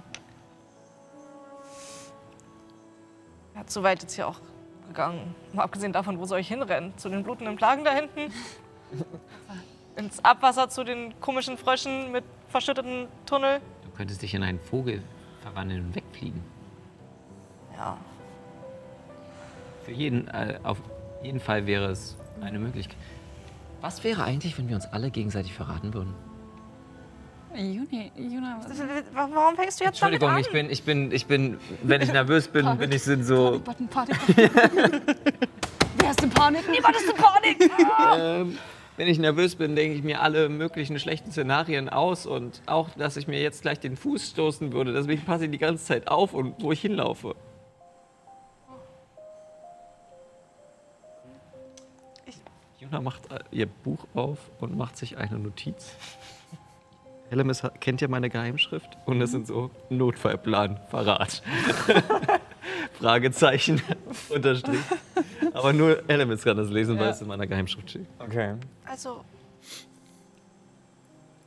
J: Ja, zu weit jetzt hier auch gegangen. Mal abgesehen davon, wo soll ich hinrennen? Zu den blutenden Plagen da hinten? Ins Abwasser zu den komischen Fröschen mit verschütteten Tunnel?
H: Du könntest dich in einen Vogel verwandeln und wegfliegen.
J: Ja.
H: Für jeden, äh, auf jeden Fall wäre es eine Möglichkeit. Was wäre eigentlich, wenn wir uns alle gegenseitig verraten würden?
B: Juni, Juna.
J: Warum fängst du jetzt damit
H: Entschuldigung,
J: an?
H: ich bin, ich bin, ich bin, wenn ich nervös bin, bin ich sind so.
B: Button, Panik. Wer ist in Panik? Niemand ist in Panik!
H: Ähm, wenn ich nervös bin, denke ich mir alle möglichen schlechten Szenarien aus und auch, dass ich mir jetzt gleich den Fuß stoßen würde. Deswegen passe ich die ganze Zeit auf und wo ich hinlaufe. Juna macht äh, ihr Buch auf und macht sich eine Notiz. Hellemis hat- kennt ja meine Geheimschrift und das sind so Notfallplan, Verrat. Fragezeichen, Unterstrich. Aber nur Hellemis kann das lesen, weil
J: Ja.
H: es in meiner Geheimschrift steht.
E: Okay.
J: Also.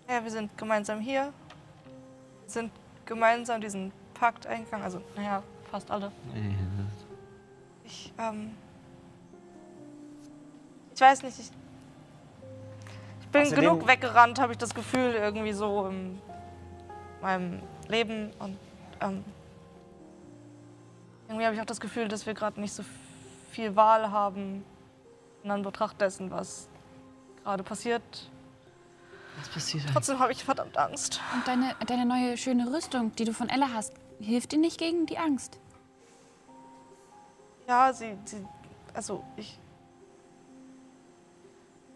J: Ja, wir sind gemeinsam hier. Wir sind gemeinsam diesen Pakt eingegangen. Also, naja, fast alle. Ich, ähm. Ich weiß nicht, ich. Ich bin
I: Außerdem-
J: genug weggerannt, habe ich das Gefühl, irgendwie so in meinem Leben. Und, ähm. Irgendwie habe ich auch das Gefühl, dass wir gerade nicht so viel Wahl haben. In Anbetracht dessen, was gerade passiert.
H: Was passiert
J: Trotzdem habe ich verdammt Angst.
B: Und deine, deine neue schöne Rüstung, die du von Ella hast, hilft dir nicht gegen die Angst?
J: Ja, sie, sie also ich.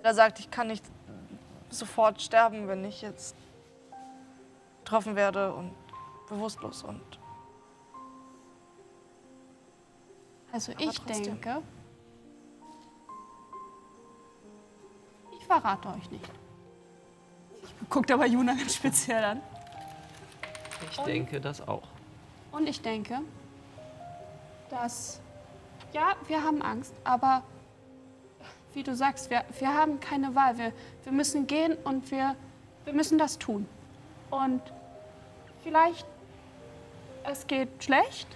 J: Er sagt, ich kann nicht sofort sterben, wenn ich jetzt getroffen werde und bewusstlos und
G: Also
J: Aber
G: ich
J: trotzdem.
G: denke, ich verrate euch nicht. Ich guckt aber Juna ganz speziell an.
H: Ich denke das auch.
G: Und ich denke, dass, ja, wir haben Angst, aber wie du sagst, wir, wir haben keine Wahl. Wir, wir müssen gehen und wir, wir müssen das tun. Und vielleicht, es geht schlecht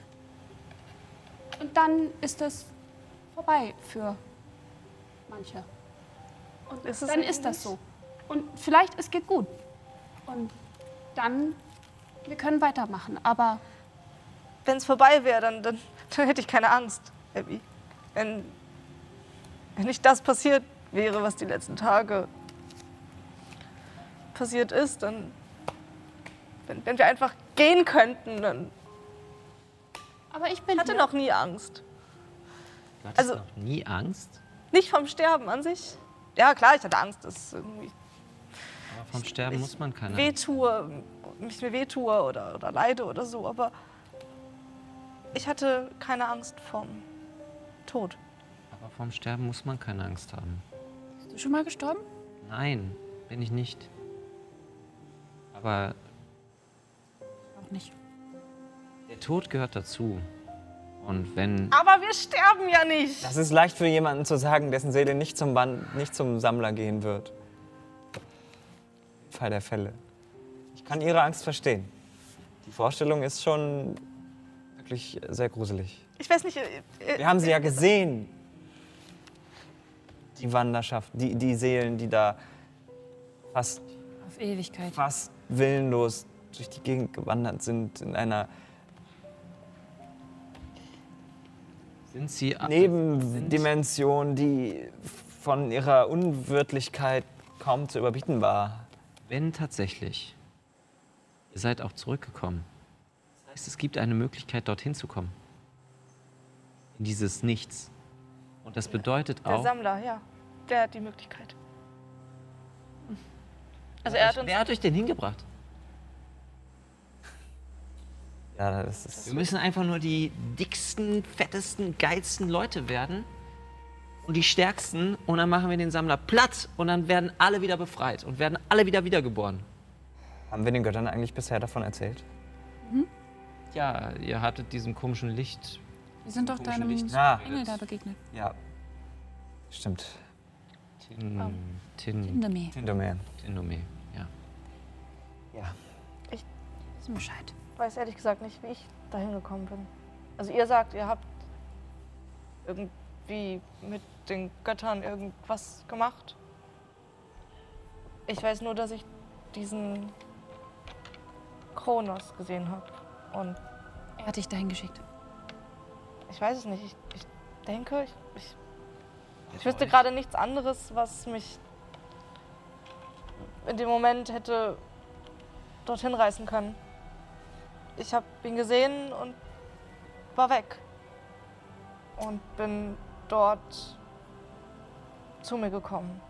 G: und dann ist es vorbei für manche. Und
J: Ist es
G: dann ist
J: eigentlich?
G: das so. Und vielleicht es geht gut. Und dann, wir können weitermachen, aber...
J: wenn es vorbei wäre, dann, dann, dann hätte ich keine Angst, Abby. Wenn, wenn nicht das passiert wäre, was die letzten Tage passiert ist, dann. Wenn, wenn wir einfach gehen könnten, dann.
G: Aber ich bin.
J: Hatte noch nie Angst.
H: Du hattest
J: Also-
H: noch nie Angst
J: Nicht vom Sterben an sich. Ja, klar, ich hatte Angst, dass es irgendwie
H: vom Sterben muss man keine.
J: wehtue, mich mir wehtue oder, oder leide oder so, aber ich hatte keine Angst vom Tod.
H: Aber vom Sterben muss man keine Angst haben.
B: Bist du schon mal gestorben?
H: Nein, bin ich nicht. Aber
B: Auch nicht.
H: der Der Tod gehört dazu. Und wenn.
J: Aber wir sterben ja nicht.
E: Das ist leicht für jemanden zu sagen, dessen Seele nicht zum, Wan- nicht zum Sammler gehen wird. Im Fall der Fälle. Ich kann Ihre Angst verstehen. Die Vorstellung ist schon wirklich sehr gruselig.
J: Ich weiß nicht. äh, äh,
E: Wir haben sie ja gesehen. Die Wanderschaft, die, die Seelen, die da fast,
B: Auf Ewigkeit.
E: fast willenlos durch die Gegend gewandert sind, in einer
H: Sind sie.
E: Nebendimension, die von ihrer Unwirtlichkeit kaum zu überbieten war.
H: Wenn tatsächlich. Ihr seid auch zurückgekommen. Das heißt, es gibt eine Möglichkeit, dorthin zu kommen. In dieses Nichts. Und das bedeutet
J: Der
H: auch.
J: Sammler, ja. Der hat die Möglichkeit. Also er hat uns.
H: Wer hat euch denn hingebracht?
E: Ja, das ist.
H: Wir müssen einfach nur die dicksten, fettesten, geilsten Leute werden. Und die stärksten. Und dann machen wir den Sammler platt. Und dann werden alle wieder befreit. Und werden alle wieder wiedergeboren.
E: Haben wir den Göttern eigentlich bisher davon erzählt?
H: Ja, ihr hattet diesem komischen Licht.
B: Wir sind doch
H: Komischen
B: deinem
H: Licht.
E: Ja.
B: Engel da begegnet.
E: Ja. Stimmt.
H: Tin,
B: Oh.
H: Tin,
B: Tindemir.
E: Tindomir.
H: Tindomir, ja.
B: Wissen Bescheid.
J: weiß ehrlich gesagt nicht, wie ich dahin gekommen bin. Also ihr sagt, ihr habt irgendwie mit den Göttern irgendwas gemacht. Ich weiß nur, dass ich diesen Kronos gesehen habe. Und
B: Er hat dich dahin geschickt.
J: ich weiß es nicht. Ich, ich denke, ich, ich, ich wüsste gerade nichts anderes, was mich in dem Moment hätte dorthin reißen können. Ich habe ihn gesehen und war weg. Und bin dort zu mir gekommen.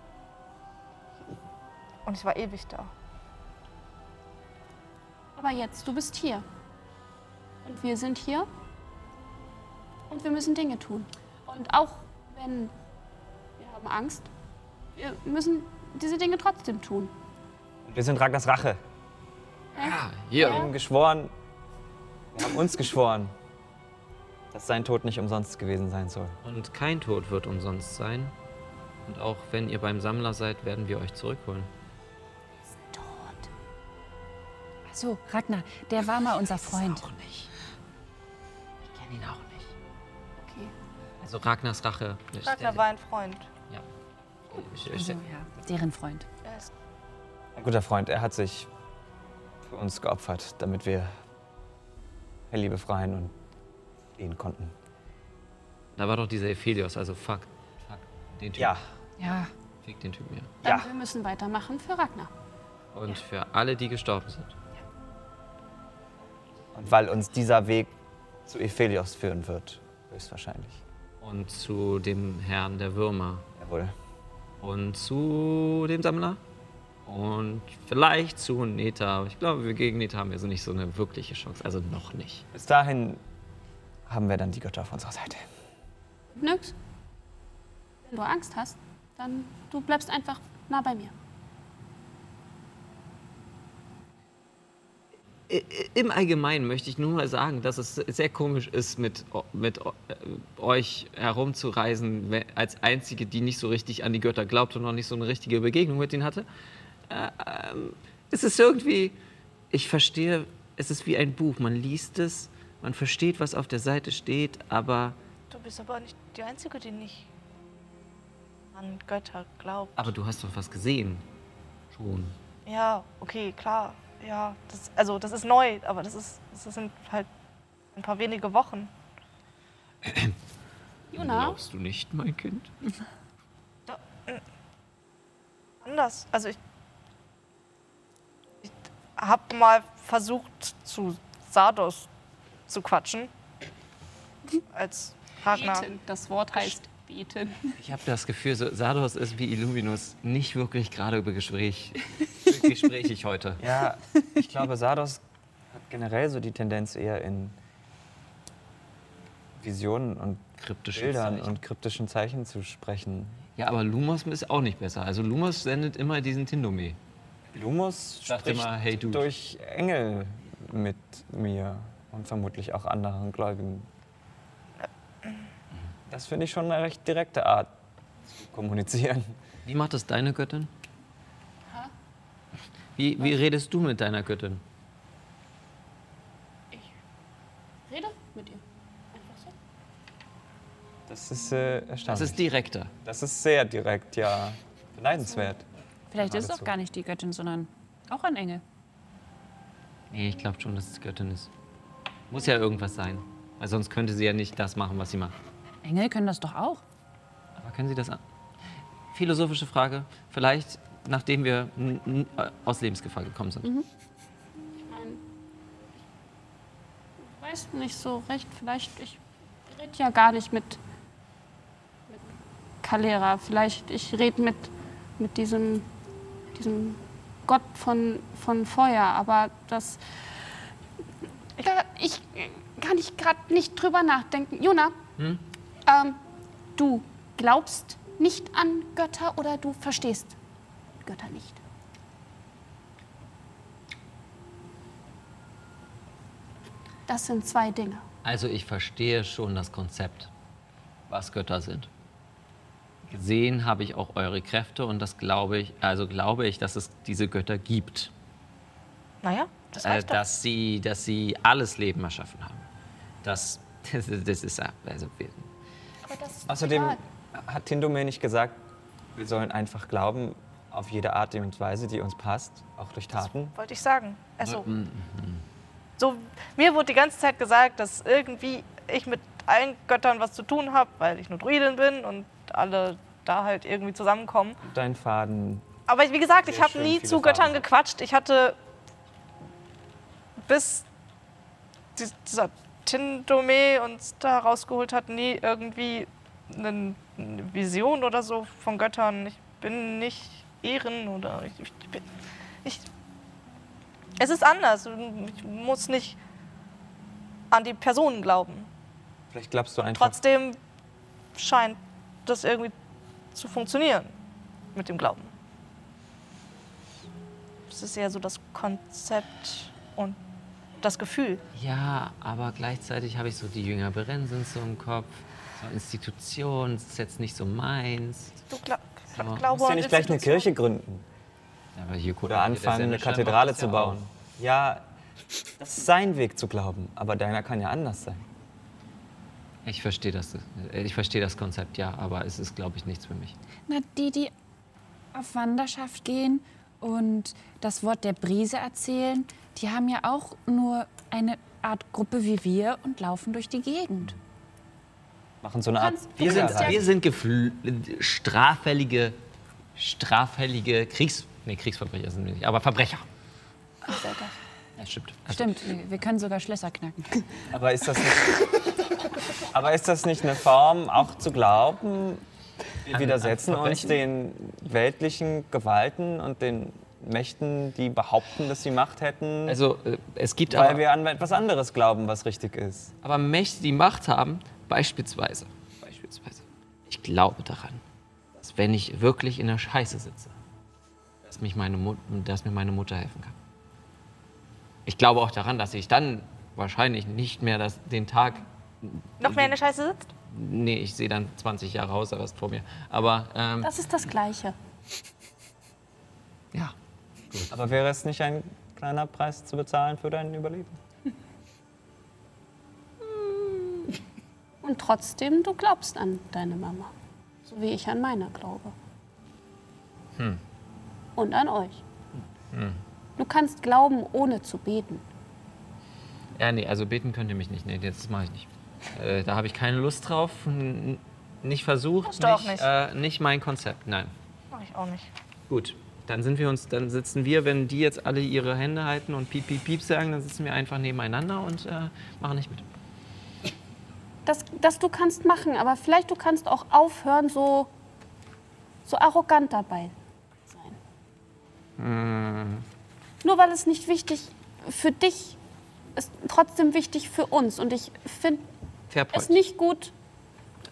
J: Und ich war ewig da.
M: Aber jetzt, du bist hier. Und wir sind hier. Und wir müssen Dinge tun. Und auch wenn wir haben Angst, wir müssen diese Dinge trotzdem tun.
E: Und wir sind Ragnars Rache.
H: Ah,
M: Ja,
E: Wir haben ihm geschworen. Wir haben uns geschworen, dass sein Tod nicht umsonst gewesen sein soll.
H: Und kein Tod wird umsonst sein. Und auch wenn ihr beim Sammler seid, werden wir euch zurückholen.
B: So, Ragnar, der war mal unser Freund.
H: Ich kenne ihn auch nicht.
J: Okay.
H: Also Ragnars Rache.
J: Ragnar war ein Freund.
H: Oh, Ich- ich-
B: Also, ja, deren Freund.
J: Er ist
E: Ein guter Freund, er hat sich für uns geopfert, damit wir Helly befreien und ihn konnten.
H: Da war doch dieser Ephelios, also fuck. Fuck den Typen.
E: Ja.
M: Ja.
H: Fick den Typen, ja.
M: Dann wir müssen weitermachen für Ragnar.
H: Und für alle, die gestorben sind.
E: Und weil uns dieser Weg zu Ephelios führen wird, höchstwahrscheinlich.
H: Und zu dem Herrn der Würmer.
E: Jawohl.
H: Und zu dem Sammler. Und vielleicht zu Neta. Aber ich glaube, wir gegen Neta haben wir so nicht so eine wirkliche Chance. Also noch nicht.
E: Bis dahin haben wir dann die Götter auf unserer Seite.
M: Nix. Wenn du Angst hast, dann du bleibst einfach nah bei mir.
H: I- i- Im Allgemeinen möchte ich nur mal sagen, dass es sehr komisch ist, mit, o- mit o- äh, euch herumzureisen, we- als Einzige, die nicht so richtig an die Götter glaubt und noch nicht so eine richtige Begegnung mit ihnen hatte. Äh, ähm, es ist irgendwie, ich verstehe, es ist wie ein Buch. Man liest es, man versteht, was auf der Seite steht, aber,
J: Du bist aber nicht die Einzige, die nicht an Götter glaubt.
H: aber du hast doch was gesehen. Schon.
J: Ja, okay, klar. Ja, das, also das ist neu, aber das, ist, das sind halt ein paar wenige Wochen.
M: Juna?
H: Glaubst du nicht, mein Kind?
J: Da- äh, Anders. Also ich, ich habe mal versucht, zu Sardos zu quatschen. Als Ragnar.
G: Beten. Das Wort heißt beten.
H: Ich habe das Gefühl, so, Sardos ist wie Illuminus nicht wirklich gerade über Gespräch, gesprächig heute.
E: Ja, ich glaube, Sardos hat generell so die Tendenz eher in Visionen und
H: Kryptischen
E: Bildern
H: Zeichen.
E: und kryptischen Zeichen zu sprechen.
H: Ja, aber Lumos ist auch nicht besser. Also Lumos sendet immer diesen Tindome.
E: Lumos
H: Sagt
E: spricht
H: immer, hey du.
E: durch Engel mit mir. Und vermutlich auch anderen Gläubigen. Das finde ich schon eine recht direkte Art zu kommunizieren.
H: Wie macht das deine Göttin? Wie, wie redest du mit deiner Göttin?
G: Rede mit ihr.
E: Das ist äh, erstaunlich. Das
H: ist direkter.
E: Das ist sehr direkt, ja. Beneidenswert.
B: Vielleicht ist es
E: Geradezu.
B: auch gar nicht die Göttin, sondern auch ein Engel.
H: Nee, ich glaube schon, dass es Göttin ist. Muss ja irgendwas sein. Weil sonst könnte sie ja nicht das machen, was sie macht.
B: Engel können das doch auch.
H: Aber können Sie das an? Philosophische Frage. Vielleicht, nachdem wir n- n- äh, aus Lebensgefahr gekommen sind.
G: Mhm. Ich meine, ich weiß nicht so recht. Vielleicht, ich rede ja gar nicht mit, mit Calera. Vielleicht, ich rede mit, mit diesem, diesem Gott von, von Feuer. Aber das.
N: Da, ich äh, kann ich gerade nicht drüber nachdenken. Jona,
H: Hm?
N: ähm, du glaubst nicht an Götter oder du verstehst Götter nicht. Das sind zwei Dinge.
H: Also ich verstehe schon das Konzept, was Götter sind. Gesehen habe ich auch eure Kräfte und das glaube ich, also glaube ich, dass es diese Götter gibt.
B: Naja, das
H: äh,
B: reicht doch.
H: dass, sie, dass sie alles Leben erschaffen haben. Das, das, das ist ja- also wir-
B: Oh
E: Außerdem hat Tindome nicht gesagt, wir sollen einfach glauben auf jede Art und Weise, die uns passt, auch durch Taten.
J: Wollte ich sagen. Also,
E: Mhm.
J: so, mir wurde die ganze Zeit gesagt, dass irgendwie ich mit allen Göttern was zu tun habe, weil ich eine Druidin bin und alle da halt irgendwie zusammenkommen.
E: Dein Faden.
J: Aber wie gesagt, ich
E: Sehr
J: habe
E: schön,
J: nie
E: viele
J: zu Göttern gequatscht. Ich hatte bis dies- dieser Tindome uns da rausgeholt hat, nie irgendwie eine eine Vision oder so von Göttern. Ich bin nicht Ehren oder ich, ich bin. Ich, es ist anders. Ich muss nicht an die Personen glauben.
E: Vielleicht glaubst du einfach.
J: Trotzdem scheint das irgendwie zu funktionieren mit dem Glauben. Es ist eher so das Konzept und das Gefühl.
H: Ja, aber gleichzeitig habe ich so die Jünger Berensens so im Kopf. So Institution, das ist jetzt nicht so meins.
J: Du glaub,
H: So.
E: Musst ja nicht gleich eine Kirche gründen.
H: Aber hier
E: Oder anfangen, eine
H: Sendeschein
E: Kathedrale
H: macht
E: zu
H: das ja auch.
E: bauen. Ja, das ist sein Weg zu glauben, aber deiner kann ja anders sein.
H: Ich verstehe das, äh, ich verstehe das Konzept, ja, aber es ist, glaube ich, nichts für mich.
B: Na, die, die auf Wanderschaft gehen und das Wort der Brise erzählen, die haben ja auch nur eine Art Gruppe wie wir und laufen durch die Gegend.
E: Machen so eine Art.
B: kannst-
H: Wir sind,
E: Pilgerreise.
H: wir sind gefl- straffällige, straffällige Kriegs... Nee, Kriegsverbrecher sind wir nicht, aber Verbrecher. Ja, stimmt.
B: Stimmt, wir, wir können sogar Schlösser knacken.
E: Aber ist das nicht, aber ist das nicht eine Form, auch zu glauben? Wir
H: An-
E: widersetzen
H: an
E: uns den weltlichen Gewalten und den Mächten, die behaupten, dass sie Macht hätten.
H: Also, äh, es gibt
E: weil
H: aber-
E: wir an etwas anderes glauben, was richtig ist.
H: Aber Mächte, die Macht haben, beispielsweise, beispielsweise, ich glaube daran, dass wenn ich wirklich in der Scheiße sitze, dass, mich meine Mut, dass mir meine Mutter helfen kann. Ich glaube auch daran, dass ich dann wahrscheinlich nicht mehr das, den Tag,
J: Noch mehr in der Scheiße sitzt?
H: nee, ich sehe dann 20 Jahre Hausarrest vor mir, aber ähm,
G: Das ist das Gleiche.
H: Ja.
E: Aber wäre es nicht ein kleiner Preis zu bezahlen für dein Überleben?
G: Und trotzdem, du glaubst an deine Mama. So wie ich an meine glaube.
E: Hm.
G: Und an euch. Du kannst glauben, ohne zu beten.
H: Ja, nee, also beten könnt ihr mich nicht. Nee, das mache ich nicht. Äh, da habe ich keine Lust drauf. N n- nicht versucht.
J: Musst du auch nicht.
H: Äh, nicht mein Konzept, nein.
J: Mach ich auch nicht.
H: Gut, dann sind wir uns, dann sitzen wir, wenn die jetzt alle ihre Hände halten und piep, piep, piep sagen, dann sitzen wir einfach nebeneinander und äh, machen nicht mit.
G: Das, das du kannst machen, aber vielleicht du kannst auch aufhören, so, so arrogant dabei. Nur weil es nicht wichtig für dich ist, trotzdem wichtig für uns. Und ich finde
H: Fair point.
G: es nicht gut,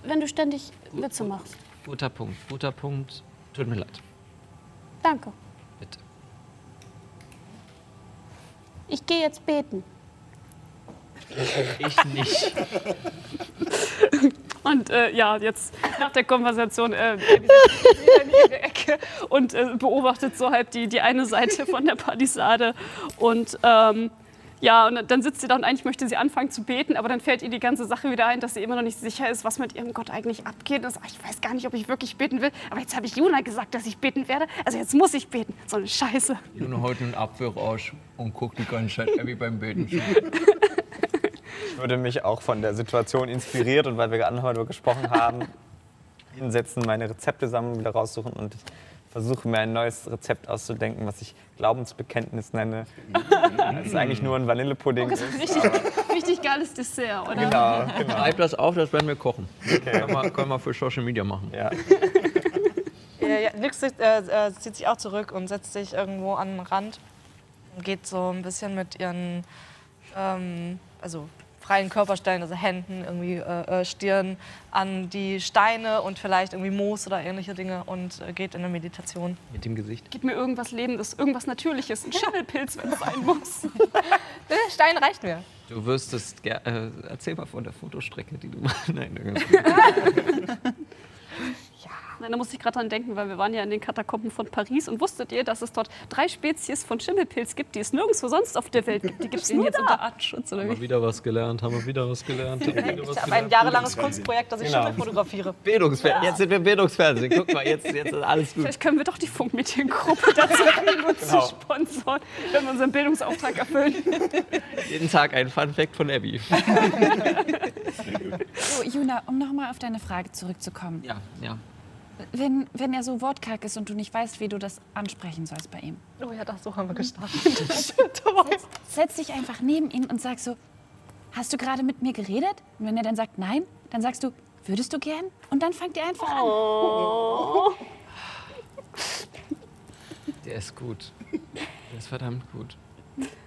G: wenn du ständig Witze machst.
H: Guter Punkt, guter Punkt. Tut mir leid.
G: Danke.
H: Bitte.
G: Ich gehe jetzt beten.
H: Ich nicht.
G: Und äh, ja, jetzt nach der Konversation äh, geht er in ihre Ecke und äh, beobachtet so halt die, die eine Seite von der Palisade. Und ähm, ja, und dann sitzt sie da und eigentlich möchte sie anfangen zu beten, aber dann fällt ihr die ganze Sache wieder ein, dass sie immer noch nicht sicher ist, was mit ihrem Gott eigentlich abgeht. Und sagt, ich weiß gar nicht, ob ich wirklich beten will, aber jetzt habe ich Juna gesagt, dass ich beten werde. Also jetzt muss ich beten. So eine Scheiße.
H: Juna holt einen Apfel raus und guckt die ganze Zeit Abby beim Beten zu.
E: Ich würde mich auch von der Situation inspiriert und weil wir gerade darüber gesprochen haben, hinsetzen, meine Rezepte sammeln, wieder raussuchen und ich versuche mir ein neues Rezept auszudenken, was ich Glaubensbekenntnis nenne. Das ist eigentlich nur ein Vanillepudding.
G: Oh, das ist ein richtig, richtig geiles Dessert, oder?
E: Genau, genau.
H: Schreib das auf, das werden wir kochen. Können, wir, können wir für Social Media machen.
E: Ja.
J: Ja, ja, Nix äh, äh, zieht sich auch zurück und setzt sich irgendwo an den Rand und geht so ein bisschen mit ihren ähm, also freien Körperstellen, also Händen, irgendwie äh, äh, Stirn, an die Steine und vielleicht irgendwie Moos oder ähnliche Dinge und äh, geht in eine Meditation.
H: Mit dem Gesicht.
G: Gib mir irgendwas Lebendes, irgendwas Natürliches, ein Schimmelpilz, wenn es sein muss.
J: Der Äh, Stein reicht mir.
H: Du wirst es. ger- Äh, erzähl mal von der Fotostrecke, die du machst. Nein, irgendwie.
G: Nein, da musste ich gerade dran denken, weil wir waren ja in den Katakomben von Paris und wusstet ihr, dass es dort drei Spezies von Schimmelpilz gibt, die es nirgendwo sonst auf der Welt gibt. Die gibt es
K: Stehen
G: nur
K: jetzt
G: da.
K: unter Artschutz oder
H: haben wir
K: wie?
H: wieder was gelernt, haben wir wieder was gelernt. Haben wir wieder was
J: Ich habe ein jahrelanges Kunstprojekt, das ich
H: Genau.
J: Schimmel fotografiere.
H: Bildungsfernsehen. Jetzt sind wir im Bildungsfernsehen. Guck mal, jetzt, jetzt ist alles gut.
G: Vielleicht können wir doch die Funkmediengruppe dazu kriegen, uns
H: Genau.
G: zu sponsoren, wenn wir unseren Bildungsauftrag erfüllen.
H: Jeden Tag ein Fun Fact von Abby.
B: So, Juna, um nochmal auf deine Frage zurückzukommen.
H: Ja, ja.
B: Wenn, wenn er so wortkarg ist und du nicht weißt, wie du das ansprechen sollst bei ihm,
J: Oh ja, das so haben wir gestartet.
B: setz dich einfach neben ihn und sag so, hast du gerade mit mir geredet? Und wenn er dann sagt nein, dann sagst du, würdest du gern? Und dann fangt ihr einfach an.
H: Der ist gut. Der ist verdammt gut.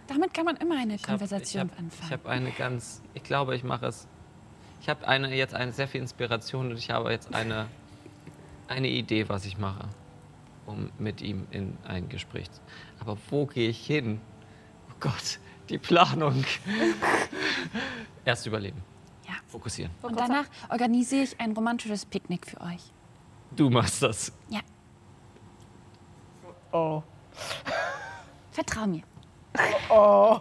B: Damit kann man immer eine
H: hab-
B: Konversation
H: ich hab,
B: anfangen.
H: Ich habe eine ganz, ich glaube, ich mache es. Ich habe eine, jetzt eine sehr viel Inspiration und ich habe jetzt eine, eine Idee, was ich mache, um mit ihm in ein Gespräch. zu- Aber wo gehe ich hin? Oh Gott, die Planung. Erst überleben.
B: Ja.
H: Fokussieren.
B: Und danach organisiere ich ein romantisches Picknick für euch.
H: Du machst das.
B: Ja,
J: Oh.
B: vertrau mir.
J: Oh.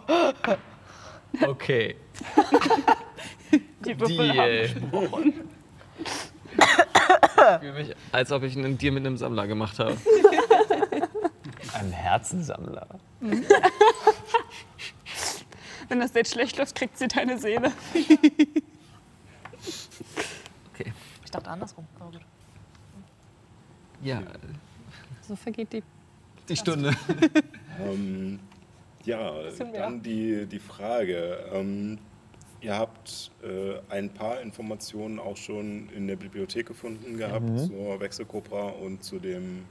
H: Okay.
G: Die
H: Würfel haben Deal.
G: gesprochen.
H: Ich fühle mich, als ob ich einen Deal mit einem Sammler gemacht habe.
E: Ein Herzensammler.
G: Wenn das Date schlecht läuft, kriegt sie deine Seele.
J: Ich dachte andersrum. Aber gut.
H: Ja,
K: So vergeht die.
H: die Stunde.
A: Ähm, ja,
K: Bisschen mehr.
A: dann die, die Frage. Ähm, ihr habt äh, ein paar Informationen auch schon in der Bibliothek gefunden gehabt
E: Mhm.
A: zur Wechselkobra und zu dem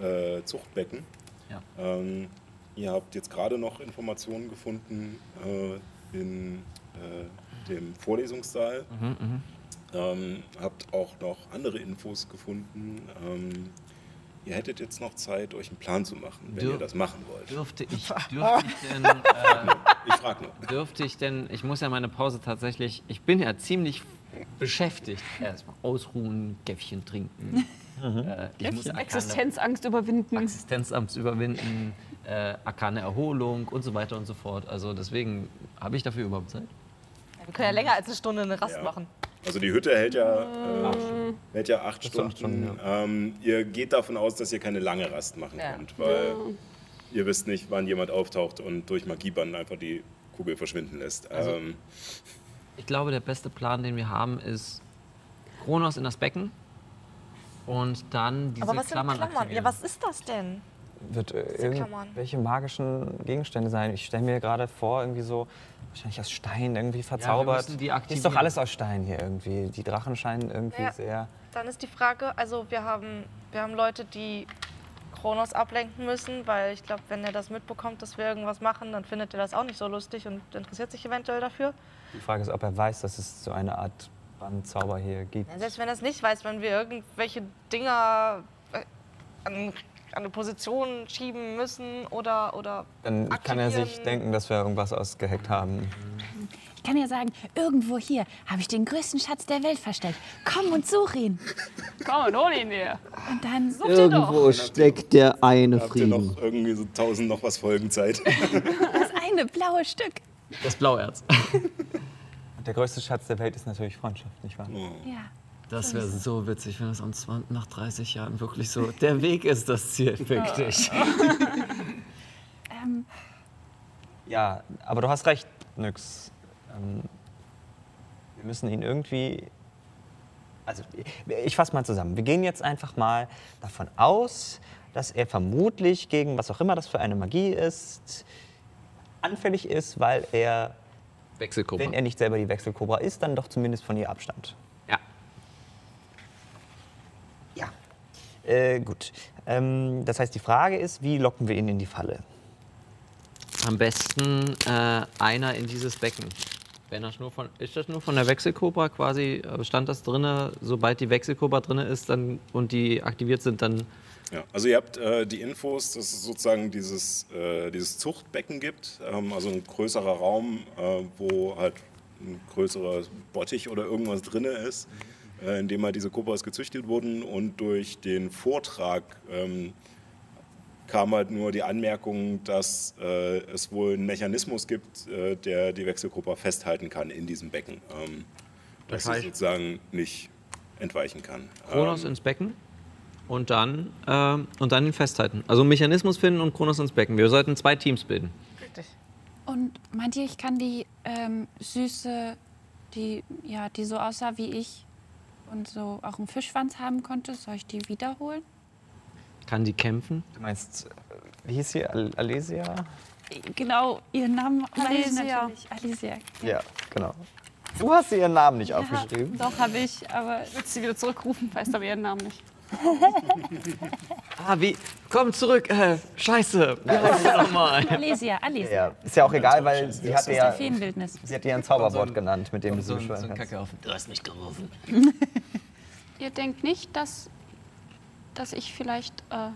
A: äh, Zuchtbecken.
H: Ja.
A: Ähm, ihr habt jetzt gerade noch Informationen gefunden äh, in äh, dem Vorlesungssaal.
H: Mhm, mhm.
A: Ähm, habt auch noch andere Infos gefunden. Ähm, ihr hättet jetzt noch Zeit, euch einen Plan zu machen, wenn
H: Dür-
A: ihr das machen wollt.
H: Dürfte ich, dürfte ich denn. Äh,
A: ich frage nur.
H: Dürfte ich denn. Ich muss ja meine Pause tatsächlich. Ich bin ja ziemlich beschäftigt. Erstmal ausruhen, Käffchen trinken.
C: Mhm.
H: Äh, ich muss Akane,
G: Existenzangst überwinden.
H: Existenzamts überwinden, äh, Akane Erholung und so weiter und so fort. Also deswegen habe ich dafür überhaupt Zeit.
J: Ja, wir können ja länger als eine Stunde eine Rast
A: Ja.
J: machen.
A: Also die Hütte hält ja, äh, hält ja acht
H: Bis
A: Stunden.
H: zu acht Stunden,
A: ähm, ihr geht davon aus, dass ihr keine lange Rast machen
J: Ja.
A: könnt, weil ihr wisst nicht, wann jemand auftaucht und durch Magiebann einfach die Kugel verschwinden lässt.
H: Also-
A: ähm,
H: Ich glaube, der beste Plan, den wir haben, ist Kronos in das Becken und dann diese
J: Aber was sind
H: Klammern,
J: Klammern? Ja,
H: aktivieren.
J: was ist das denn?
E: Wird äh,
J: Diese Klammern.
E: irgendwelche magischen Gegenstände sein? Ich stelle mir gerade vor, irgendwie so, wahrscheinlich aus Stein irgendwie verzaubert.
H: müssen die
E: ist
H: aktivieren.
E: doch alles aus Stein hier irgendwie. Die Drachen scheinen irgendwie
J: Naja,
E: sehr.
J: Dann ist die Frage, also wir haben, wir haben Leute, die Kronos ablenken müssen, weil ich glaube, wenn er das mitbekommt, dass wir irgendwas machen, dann findet er das auch nicht so lustig und interessiert sich eventuell dafür.
E: Die Frage ist, ob er weiß, dass es so eine Art Bandzauber hier gibt.
J: Ja, selbst wenn er es nicht weiß, wenn wir irgendwelche Dinger äh, an, an eine Position schieben müssen oder, oder
E: Dann kann er
J: aktivieren.
E: sich denken, dass wir irgendwas ausgeheckt haben.
B: Ich kann ja sagen, irgendwo hier habe ich den größten Schatz der Welt versteckt. Komm und such ihn.
G: Komm und hol ihn mir.
B: Und dann such ihn doch.
O: Irgendwo steckt der eine
A: Habt ihr
O: Frieden.
A: noch irgendwie so tausend noch was Folgenzeit?
B: Das eine blaue Stück.
C: Das Blauerz.
E: Und der größte Schatz der Welt ist natürlich Freundschaft, nicht wahr?
B: Ja.
C: Das wäre so witzig, wenn es am 20, nach 30 Jahren wirklich so. Der Weg ist das Ziel, fick dich.
B: Ähm,
E: Ja, aber du hast recht, Nyx. Ähm, wir müssen ihn irgendwie. Also, ich fasse mal zusammen. Wir gehen jetzt einfach mal davon aus, dass er vermutlich gegen was auch immer das für eine Magie ist, anfällig ist, weil er,
C: Wechselkobra.
E: wenn er nicht selber die Wechselkobra ist, dann doch zumindest von ihr Abstand.
C: Ja.
E: Ja. Äh, gut. Ähm, das heißt, die Frage ist, wie locken wir ihn in die Falle?
C: Am besten äh, einer in dieses Becken. Wenn das nur von, ist das nur von der Wechselkobra quasi? äh, Stand das drinne? Sobald die Wechselkobra drinne ist dann, und die aktiviert sind, dann
A: Ja, also ihr habt äh, die Infos, dass es sozusagen dieses, äh, dieses Zuchtbecken gibt, ähm, also ein größerer Raum, äh, wo halt ein größerer Bottich oder irgendwas drin ist, äh, in dem halt diese Kobras gezüchtet wurden und durch den Vortrag ähm, kam halt nur die Anmerkung, dass äh, es wohl einen Mechanismus gibt, äh, der die Wechselkobra festhalten kann in diesem Becken, ähm, dass
C: Das
A: sie
C: heißt-
A: sozusagen nicht entweichen kann. Ähm,
C: Kronos ins Becken und dann, ähm, und dann ihn festhalten. Also einen Mechanismus finden und Kronos ins Becken. Wir sollten zwei Teams bilden.
B: Und meint ihr, ich kann die ähm, süße, die ja, die so aussah wie ich und so auch einen Fischschwanz haben konnte, soll ich die wiederholen?
C: Kann die kämpfen?
E: Du meinst, äh, wie hieß sie? Al Alesia?
B: Genau, ihren Namen weiß ich
G: Alicia.
B: natürlich. Alicia.
E: Ja, genau. Du hast dir ihren Namen nicht aufgeschrieben.
G: Doch, habe ich, aber willst du sie wieder zurückrufen, weißt aber ihren Namen nicht.
C: Ah, wie? Komm zurück! Äh, scheiße! Wie heißt sie nochmal?
B: Alicia, Alicia.
E: Ja, ist ja auch egal, weil sie hatte
B: Der
E: ja,
B: Feenwildnis.
E: sie hat ja ein Zauberwort genannt, mit dem du
C: So, so
E: beschwören
C: ein
E: kannst.
C: Kacke auf. Du hast mich gerufen.
G: Ihr denkt nicht, dass, dass ich vielleicht äh,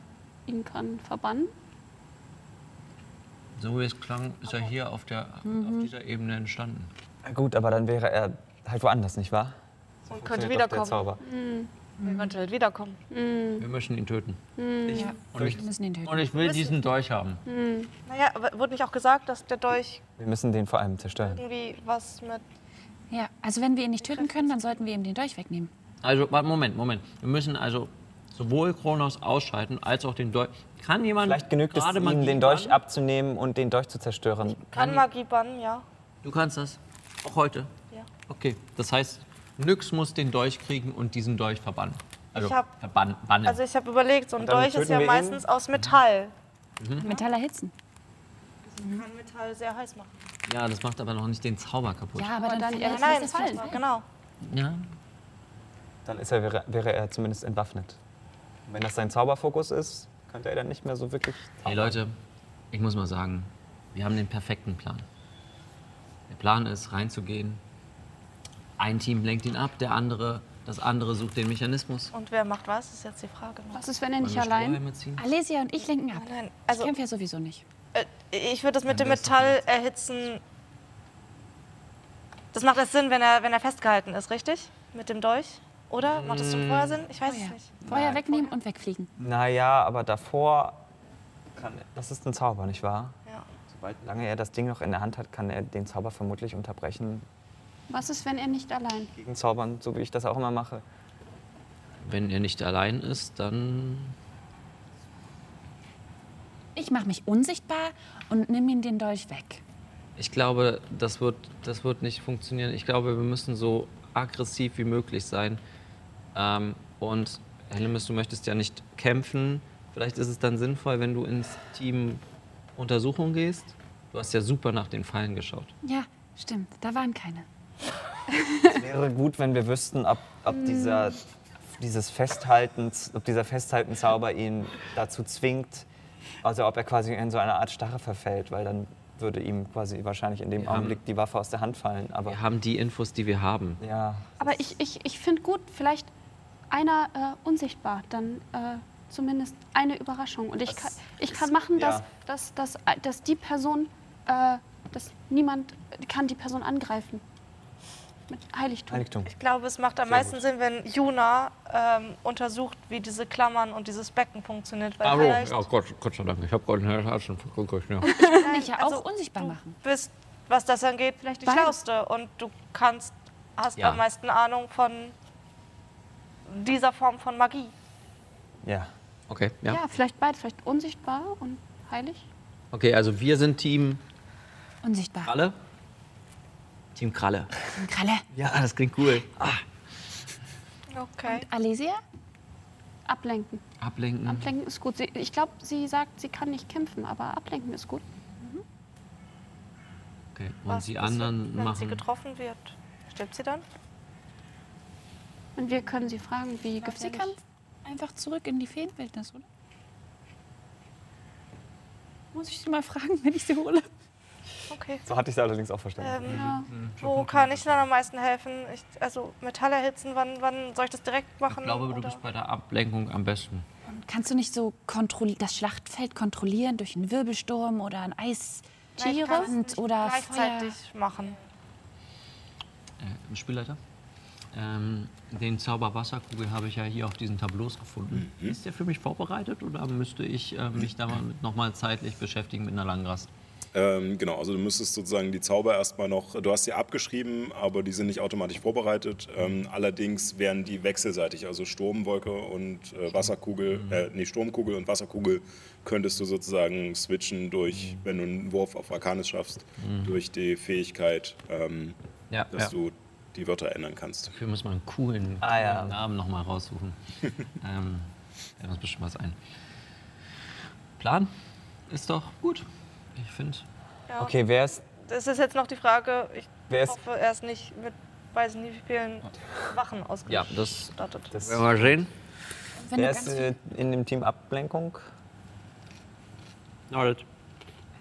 G: ihn kann verbannen?
C: So wie es klang, ist er hier auf, der, auf dieser Ebene entstanden.
E: Na Gut, aber dann wäre er halt woanders, nicht wahr?
J: Und könnte
E: funktioniert doch der
J: wiederkommen.
E: Zauber.
J: Er könnte halt wiederkommen.
C: Wir müssen ihn töten.
B: Ja.
C: Und ich,
B: Wir müssen ihn töten.
C: und ich will diesen Dolch haben.
J: Naja, aber wurde nicht auch gesagt, dass der Dolch
E: Wir müssen den vor allem zerstören.
J: irgendwie was mit.
B: Ja, also wenn wir ihn nicht töten können, dann sollten wir ihm den Dolch wegnehmen.
C: Also, warte, Moment, Moment. Wir müssen also sowohl Kronos ausschalten, als auch den Dolch. Kann jemand
E: Vielleicht genügt es,
C: gerade
E: ihm
C: Magie
E: den Dolch
C: bannen?
E: abzunehmen und den Dolch zu zerstören.
J: Kann Magie bannen, ja.
C: Du kannst das. Auch heute.
J: Ja.
C: Okay. Das heißt, Nyx muss den Dolch kriegen und diesen Dolch verbannen. Also
J: Ich hab-
C: verbannen. bannen.
J: Also ich habe überlegt, so ein
E: Und dann
J: Dolch ist
E: töten
J: ja
E: wir ihn?
J: meistens aus Metall.
C: Mhm.
B: Metall erhitzen.
J: Kann Metall sehr heiß machen.
C: ja, das macht aber noch nicht den Zauber kaputt.
B: Ja, aber, dann,
J: Ja,
B: dann
J: nein,
B: das fallen.
J: genau.
C: Ja.
E: Dann ist er, wäre, wäre er zumindest entwaffnet. Und wenn das sein Zauberfokus ist, könnte er dann nicht mehr so wirklich.
C: Hey Leute, ich muss mal sagen, wir haben den perfekten Plan. Der Plan ist, reinzugehen. Ein Team lenkt ihn ab, der andere, das andere sucht den Mechanismus.
J: Und wer macht was, ist jetzt die Frage. ne?
G: Was ist, wenn er
C: Wollen
G: nicht
C: wir
G: allein?
C: Strohhalme ziehen?
B: Alesia und ich lenken ab.
J: Nein,
B: Ich
J: also
B: kämpfe ja sowieso nicht.
J: äh, ich würde das mit
C: Dann
J: dem
C: wär's doch
J: Metall erhitzen. Das macht erst Sinn, wenn er, wenn er festgehalten ist, richtig? Mit dem Dolch? Oder? Macht das schon vorher Sinn? Ich weiß es
B: Feuer.
J: nicht.
B: Feuer wegnehmen und wegfliegen.
E: Naja, aber davor. Kann, das ist ein Zauber, nicht wahr?
J: Ja.
E: Sobald lange er das Ding noch in der Hand hat, kann er den Zauber vermutlich unterbrechen.
G: Was ist, wenn er nicht allein?
E: Gegenzaubern, so wie ich das auch immer mache.
C: Wenn er nicht allein ist, dann
B: Ich mache mich unsichtbar und nimm ihm den Dolch weg.
C: Ich glaube, das wird, das wird nicht funktionieren. Ich glaube, wir müssen so aggressiv wie möglich sein. Ähm, und Hellemis, du möchtest ja nicht kämpfen. Vielleicht ist es dann sinnvoll, wenn du ins Team Untersuchung gehst. Du hast ja super nach den Fallen geschaut.
B: Ja, stimmt. Da waren keine.
E: Wäre gut, wenn wir wüssten, ob, ob
J: Mm.
E: dieser, dieses Festhalten, ob dieser Festhaltenzauber ihn dazu zwingt, also ob er quasi in so eine Art Starre verfällt, weil dann würde ihm quasi wahrscheinlich in dem
C: haben-
E: Augenblick die Waffe aus der Hand fallen. Aber
C: Wir haben die Infos, die wir haben.
E: ja,
G: Aber ich, ich, ich finde gut, vielleicht einer äh, unsichtbar, dann äh, zumindest eine Überraschung. Und ich
E: Das
G: kann, ich kann machen, dass, dass, dass, dass die Person äh,
M: dass niemand kann die Person angreifen. Mit Heiligtum.
E: Heiligtum.
J: Ich glaube, es macht am meisten Sinn, wenn Juna ähm, untersucht, wie diese Klammern und dieses Becken funktioniert. Weil vielleicht
C: oh Gott, Gott sei Dank, ich habe gerade einen Herzen geguckt. Ja.
J: nicht ja auch unsichtbar machen. also Du bist, was das angeht, vielleicht die
B: Beide.
J: Schlauste und du kannst, hast
C: Ja.
J: am meisten Ahnung von dieser Form von Magie.
E: Ja.
C: Okay,
M: Ja.
C: ja.
M: vielleicht beide. Vielleicht unsichtbar und heilig.
C: Okay, also wir sind Team
B: Unsichtbar.
C: Kralle. Team Kralle.
B: Kralle.
C: Ja, das klingt cool. Ah,
J: Okay.
M: Und Alesia? Ablenken.
C: ablenken.
M: Ablenken ist gut. Sie, ich glaube, sie sagt, sie kann nicht kämpfen, aber ablenken ist gut.
C: Okay. Und
J: Was
C: die
J: passiert,
C: anderen
J: wenn sie
C: machen.
J: getroffen wird, stirbt sie dann?
M: Und wir können sie fragen, wie
B: Glaub, sie
M: gefährlich.
B: kann einfach zurück in die Feenwildnis, oder? Muss ich sie mal fragen, wenn ich sie hole?
J: Okay.
E: So hatte ich es allerdings auch verstanden.
J: Ähm, Wo kann ich dann am meisten helfen? Ich, also Metall erhitzen, wann, wann soll ich das direkt machen?
C: Ich glaube, du
J: Oder-
C: bist bei der Ablenkung am besten.
B: Und kannst du nicht so kontroll- das Schlachtfeld kontrollieren durch einen Wirbelsturm oder ein Eis?
J: Nein, ich kann es nicht
B: oder
J: gleichzeitig machen.
C: Äh, Spielleiter. Ähm, den Zauber Wasserkugel habe ich ja hier auf diesen Tableaus gefunden.
J: Mhm.
C: Ist der für mich vorbereitet oder müsste ich äh, mich damit nochmal zeitlich beschäftigen mit einer langen Rast?
A: Ähm, genau, also du müsstest sozusagen die Zauber erstmal noch, du hast sie abgeschrieben, aber die sind nicht automatisch vorbereitet. Ähm, allerdings wären die wechselseitig, also Sturmwolke und äh, Wasserkugel,
C: Mhm.
A: äh, nee, Sturmkugel und Wasserkugel könntest du sozusagen switchen
C: Mhm.
A: durch, wenn du einen Wurf auf Arcanis schaffst, durch die Fähigkeit, ähm,
C: Ja,
A: dass
C: ja.
A: du die Wörter ändern kannst.
C: Dafür muss man einen coolen, coolen
E: Ah, ja.
C: Namen nochmal raussuchen. ähm, fällt uns bestimmt was ein. Plan ist doch gut. Ich finde.
J: Ja.
E: Okay, wer ist.
J: Das ist jetzt noch die Frage. Ich
E: Wer ist-
J: hoffe, er ist nicht mit weiß nicht wie vielen Wachen
C: Ja,
J: ausgestattet.
C: das.
E: Das-
C: werden wir mal sehen.
B: Wenn
E: wer
B: du
E: ist
B: ganz
E: äh, in dem Team Ablenkung?
C: Alright.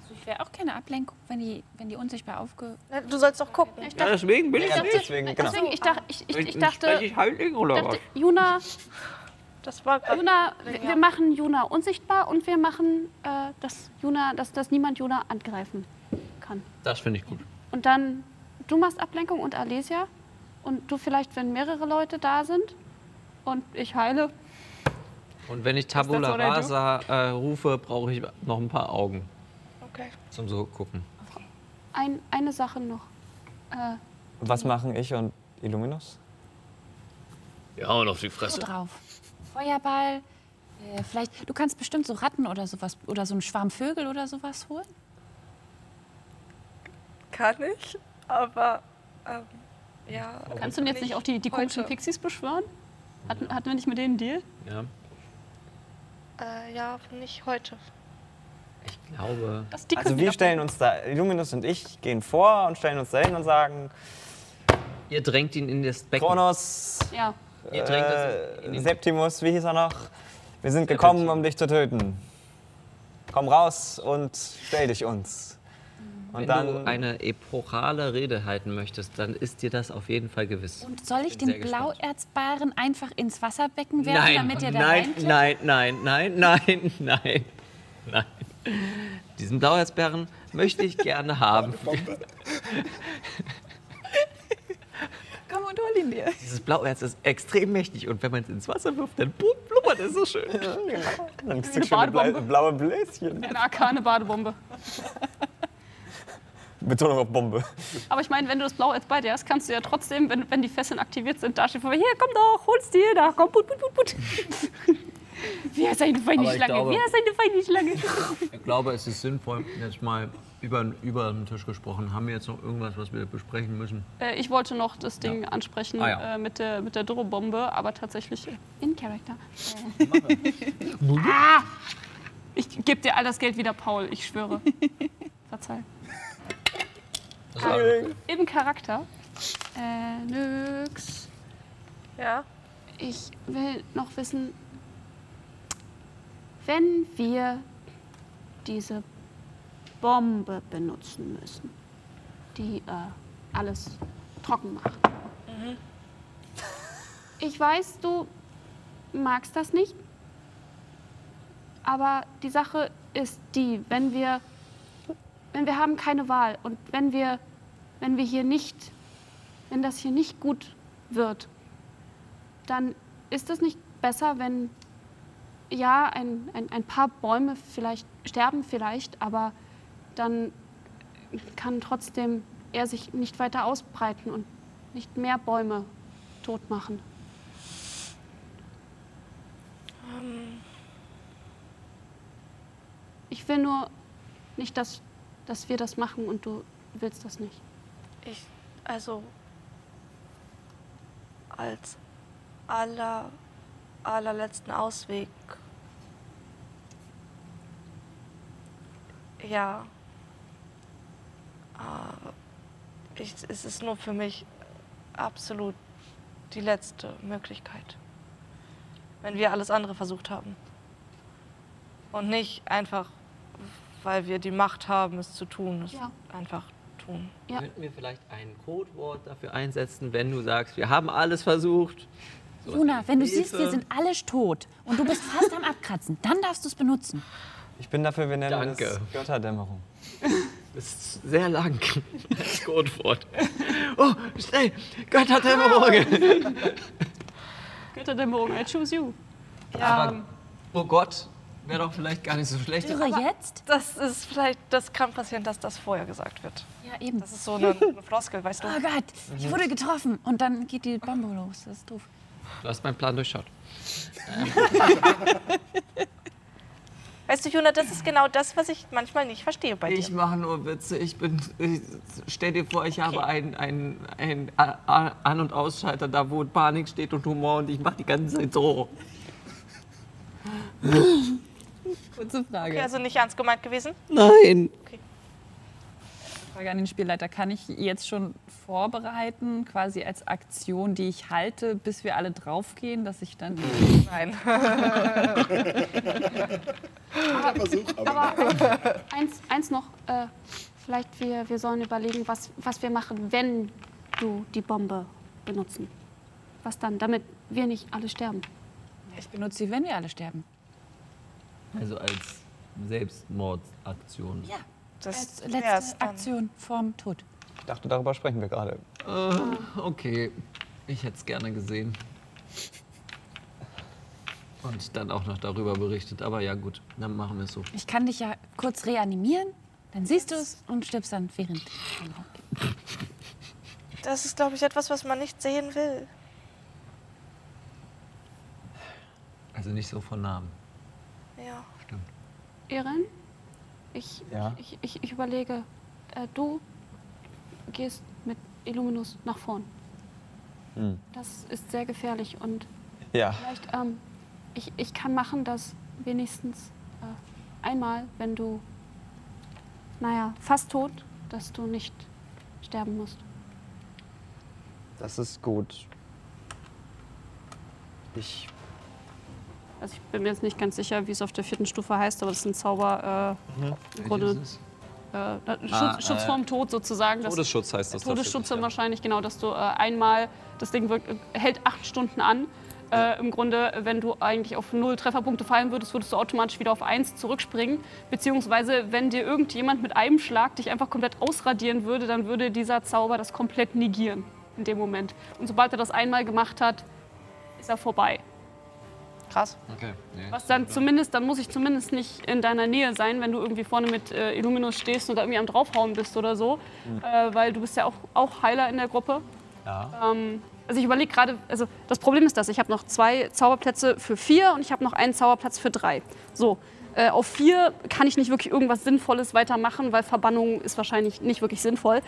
B: Also ich wäre auch keine Ablenkung, wenn die, wenn die unsichtbar aufge...
J: Du sollst doch gucken.
M: Ich
C: Ja, deswegen bin ich
M: dachte-
C: nicht.
E: Deswegen, genau.
M: Deswegen, ich, dach, ich, ich, ich
C: Spreche
M: dachte,
C: ich Heiligen oder
M: dachte Juna,
J: Das war
G: Äh,
J: grad-
M: Juna, wir wir machen Juna unsichtbar und wir machen, äh, dass, Juna, dass, dass niemand Juna angreifen kann.
C: Das finde ich gut.
M: Und dann, du machst Ablenkung und Alesia. Und du vielleicht, wenn mehrere Leute da sind. Und ich heile.
C: Und wenn ich
M: das
C: Tabula
M: what I do?
C: Rasa äh, rufe, brauche ich noch ein paar Augen
J: Okay.
C: zum so gucken.
M: Ein, eine Sache noch. Äh,
E: Was
J: Mhm.
E: machen ich und Illuminus?
H: Ja, und auf die
B: so
H: Fresse.
B: drauf. Feuerball, äh, vielleicht... Du kannst bestimmt so Ratten oder sowas oder so einen Schwarm Vögel oder sowas holen.
J: Kann ich, aber ähm, ja.
G: Kannst du denn jetzt nicht auch die, die komischen
J: heute.
G: Pixies beschwören? Hatten, hatten wir nicht mit denen einen Deal?
C: Ja.
J: Äh, ja, nicht heute.
C: Ich glaube.
G: Das, die
E: Also
G: können
E: wir stellen uns da, Illuminus und ich gehen vor und stellen uns da hin und sagen,
C: Ihr drängt ihn in das Becken.
E: Kronos,
G: Ja.
C: Ihr drängt es in
E: äh,
C: den-
E: Septimus, wie hieß er noch? Wir sind gekommen, um dich zu töten. Komm raus und stell dich uns. Und
C: Wenn du
E: dann,
C: eine epochale Rede halten möchtest, dann ist dir das auf jeden Fall gewiss.
B: Und soll ich
C: bin
B: den
C: sehr gespannt.
B: Blauerzbaren einfach ins Wasserbecken werfen,
C: Nein,
B: damit ihr da
C: nein,
B: reinklickt?
C: nein, nein, nein, nein, nein, nein. Diesen Blauerzbären möchte ich gerne haben.
B: Komm und hol ihn dir.
C: Dieses Blauerz ist extrem mächtig und wenn man es ins Wasser wirft, dann blub- blubbert es so schön.
E: dann kriegst du
G: eine
E: schöne bla
G: Badebombe.
E: blaue Bläschen.
G: Eine arkane Badebombe.
E: Betonung auf Bombe.
G: Aber ich meine, wenn du das Blau jetzt bei dir hast, kannst du ja trotzdem, wenn, wenn die Fesseln aktiviert sind, da steht vor mir, hier, komm doch, hol's dir, da, komm, put, put, put, put. Wer ist eine feine
C: Aber ich
G: Schlange?
C: glaube-
G: Wer ist eine feine Schlange?
C: Ich glaube, es ist sinnvoll, jetzt mal über, über den Tisch gesprochen. Haben wir jetzt noch irgendwas, was wir besprechen müssen?
G: Äh, ich wollte noch das Ding ansprechen
C: Ah, ja.
G: äh, mit der, mit der Dürrebombe, aber tatsächlich, äh,
M: in Character.
C: Äh,
G: Ah! ich gebe dir all das Geld wieder, Paul, ich schwöre. Verzeih. Im Charakter.
M: Äh, nix.
J: Ja.
M: Ich will noch wissen, wenn wir diese Bombe benutzen müssen, die äh, alles trocken macht. Ich weiß, du magst das nicht, aber die Sache ist die, wenn wir Denn wir haben keine Wahl. Und wenn wir, wenn wir hier nicht, wenn das hier nicht gut wird, dann ist es nicht besser, wenn ja, ein, ein, ein paar Bäume vielleicht sterben vielleicht, aber dann kann trotzdem er sich nicht weiter ausbreiten und nicht mehr Bäume tot machen.
J: Ähm,
M: Ich will nur nicht, dass, dass wir das machen und du willst das nicht.
J: ich, also, als aller, allerletzten Ausweg. Ja. Äh, Ich, es ist nur für mich absolut die letzte Möglichkeit. Wenn wir alles andere versucht haben. Und nicht einfach, weil wir die Macht haben, es zu tun. Es
M: Ja.
J: einfach tun.
H: Könnten wir vielleicht ein Codewort dafür einsetzen, wenn du sagst, wir haben alles versucht? Sowas
B: Luna,
H: wie
B: wenn du
H: Hilfe.
B: siehst, wir sind alle tot und du bist fast am Abkratzen, dann darfst du es benutzen.
E: Ich bin dafür, wir nennen
H: Danke.
E: das Götterdämmerung.
H: Das ist sehr lang. Das Codewort. Oh, schnell! Götterdämmerung!
G: Götterdämmerung, I choose you.
H: Aber, oh Gott, wäre doch vielleicht gar nicht so schlecht.
J: Aber
B: jetzt?
J: Das ist vielleicht, das kann passieren, dass das vorher gesagt wird.
B: Ja, eben.
J: Das ist so eine, eine Floskel, weißt du?
B: Oh Gott, ich wurde getroffen und dann geht die Bombe los. Das ist doof.
H: Du hast meinen Plan durchschaut.
J: Weißt du, Juna, das ist genau das, was ich manchmal nicht verstehe bei dir.
H: Ich mache nur Witze. Ich bin. Ich, stell dir vor, ich habe einen einen- einen A- A- An- und Ausschalter da, wo Panik steht und Humor und ich mache die ganze Zeit so.
K: Kurze Frage.
J: Okay, also nicht ernst gemeint gewesen?
H: Nein.
K: Frage an den Spielleiter. Kann ich jetzt schon vorbereiten, quasi als Aktion, die ich halte, bis wir alle draufgehen, dass ich dann.
J: Nein.
M: Aber eins, eins noch, äh, vielleicht wir, wir sollen überlegen, was, was wir machen, wenn du die Bombe benutzen. Was dann, damit wir nicht alle sterben.
B: Ich benutze sie, wenn wir alle sterben.
H: Also als Selbstmordaktion.
B: Ja.
J: Das
B: Als letzte Aktion vorm Tod.
E: Ich dachte, darüber sprechen wir gerade.
H: Äh, okay. Ich hätte es gerne gesehen. Und dann auch noch darüber berichtet. Aber ja, gut, dann machen wir es so.
B: Ich kann dich ja kurz reanimieren, dann siehst du es und stirbst dann während.
J: Das ist, glaube ich, etwas, was man nicht sehen will.
H: Also nicht so von Namen.
J: Ja.
M: Erin, ich,
H: Ja?
M: ich, ich, ich überlege, äh, du gehst mit Illuminus nach vorn.
E: Hm.
M: Das ist sehr gefährlich und
E: Ja.
M: vielleicht, ähm, ich, ich kann machen, dass wenigstens äh, einmal, wenn du, naja, fast tot, dass du nicht sterben musst.
E: Das ist gut. Ich.
G: Also ich bin mir jetzt nicht ganz sicher, wie es auf der vierten Stufe heißt, aber das ist ein Zauber äh, im Grunde.
E: ist es?
G: Äh, na, Schutz,
E: Ah,
G: Schutz
E: äh,
G: vorm Tod sozusagen. dass-
E: Todesschutz heißt das
G: Todesschutz
E: tatsächlich,
G: dann
E: ja.
G: wahrscheinlich, genau, dass du äh, einmal, das Ding wirkt, hält acht Stunden an. Äh, Im Grunde, wenn du eigentlich auf null Trefferpunkte fallen würdest, würdest du automatisch wieder auf eins zurückspringen. Beziehungsweise, wenn dir irgendjemand mit einem Schlag dich einfach komplett ausradieren würde, dann würde dieser Zauber das komplett negieren in dem Moment. Und sobald er das einmal gemacht hat, ist er vorbei.
J: Krass.
H: Okay.
G: Was dann zumindest, dann muss ich zumindest nicht in deiner Nähe sein, wenn du irgendwie vorne mit äh, Illuminus stehst und da irgendwie am draufhauen bist oder so.
H: Mhm.
G: Äh, weil du bist ja auch, auch Heiler in der Gruppe. Ähm, also ich überlege gerade, also das Problem ist das, ich habe noch zwei Zauberplätze für vier und ich habe noch einen Zauberplatz für drei. So, äh, auf vier kann ich nicht wirklich irgendwas Sinnvolles weitermachen, weil Verbannung ist wahrscheinlich nicht wirklich sinnvoll.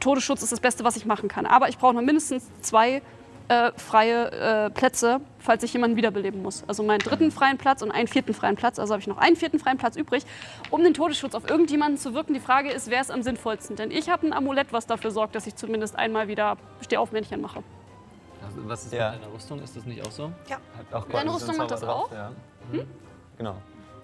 G: Todesschutz ist das Beste, was ich machen kann. Aber ich brauche noch mindestens zwei äh, freie äh, Plätze, falls ich jemanden wiederbeleben muss. Also meinen dritten freien Platz und einen vierten freien Platz. Also habe ich noch einen vierten freien Platz übrig, um den Todesschutz auf irgendjemanden zu wirken. Die Frage ist, wer ist am sinnvollsten? Denn ich habe ein Amulett, was dafür sorgt, dass ich zumindest einmal wieder Stehaufmännchen mache.
H: Also, was ist mit deiner Rüstung? Ist das nicht auch so?
J: Ja.
E: Auch
G: Deine Rüstung macht das auch? Mhm.
E: Ja.
H: Mhm.
E: Genau.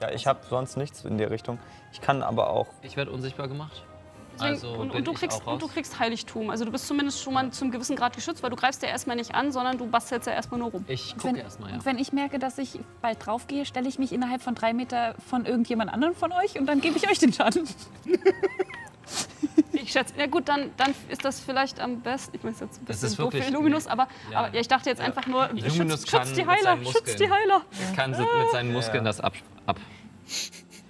E: Ja, ich habe sonst nichts in die Richtung. Ich kann aber auch.
H: Ich werde unsichtbar gemacht.
G: Deswegen,
E: Also
G: und,
E: bin
G: und, du
E: ich
G: kriegst,
E: auch raus?
G: und du kriegst Heiligtum. Also du bist zumindest schon mal zum gewissen Grad geschützt, weil du greifst ja erstmal nicht an, sondern du bastelst ja erstmal nur rum.
H: Ich
G: gucke
H: erstmal,
K: Und wenn ich merke, dass ich bald draufgehe, stelle ich mich innerhalb von drei Meter von irgendjemand anderem von euch und dann gebe ich euch den Schaden.
G: Ich schätze, ja gut, dann, dann ist das vielleicht am besten. Ich meine, es ist jetzt ein
H: Das
G: bisschen
H: ist
G: doof für
H: wirklich-
G: Illuminus, aber,
H: Ja.
G: aber ja, ich dachte jetzt einfach nur,
H: Illuminus
G: schützt, schützt die
H: kann mit
G: Heiler,
H: seinen
G: schützt die
H: Muskeln-
G: Heiler.
H: Er kann so mit seinen Muskeln das ab. ab.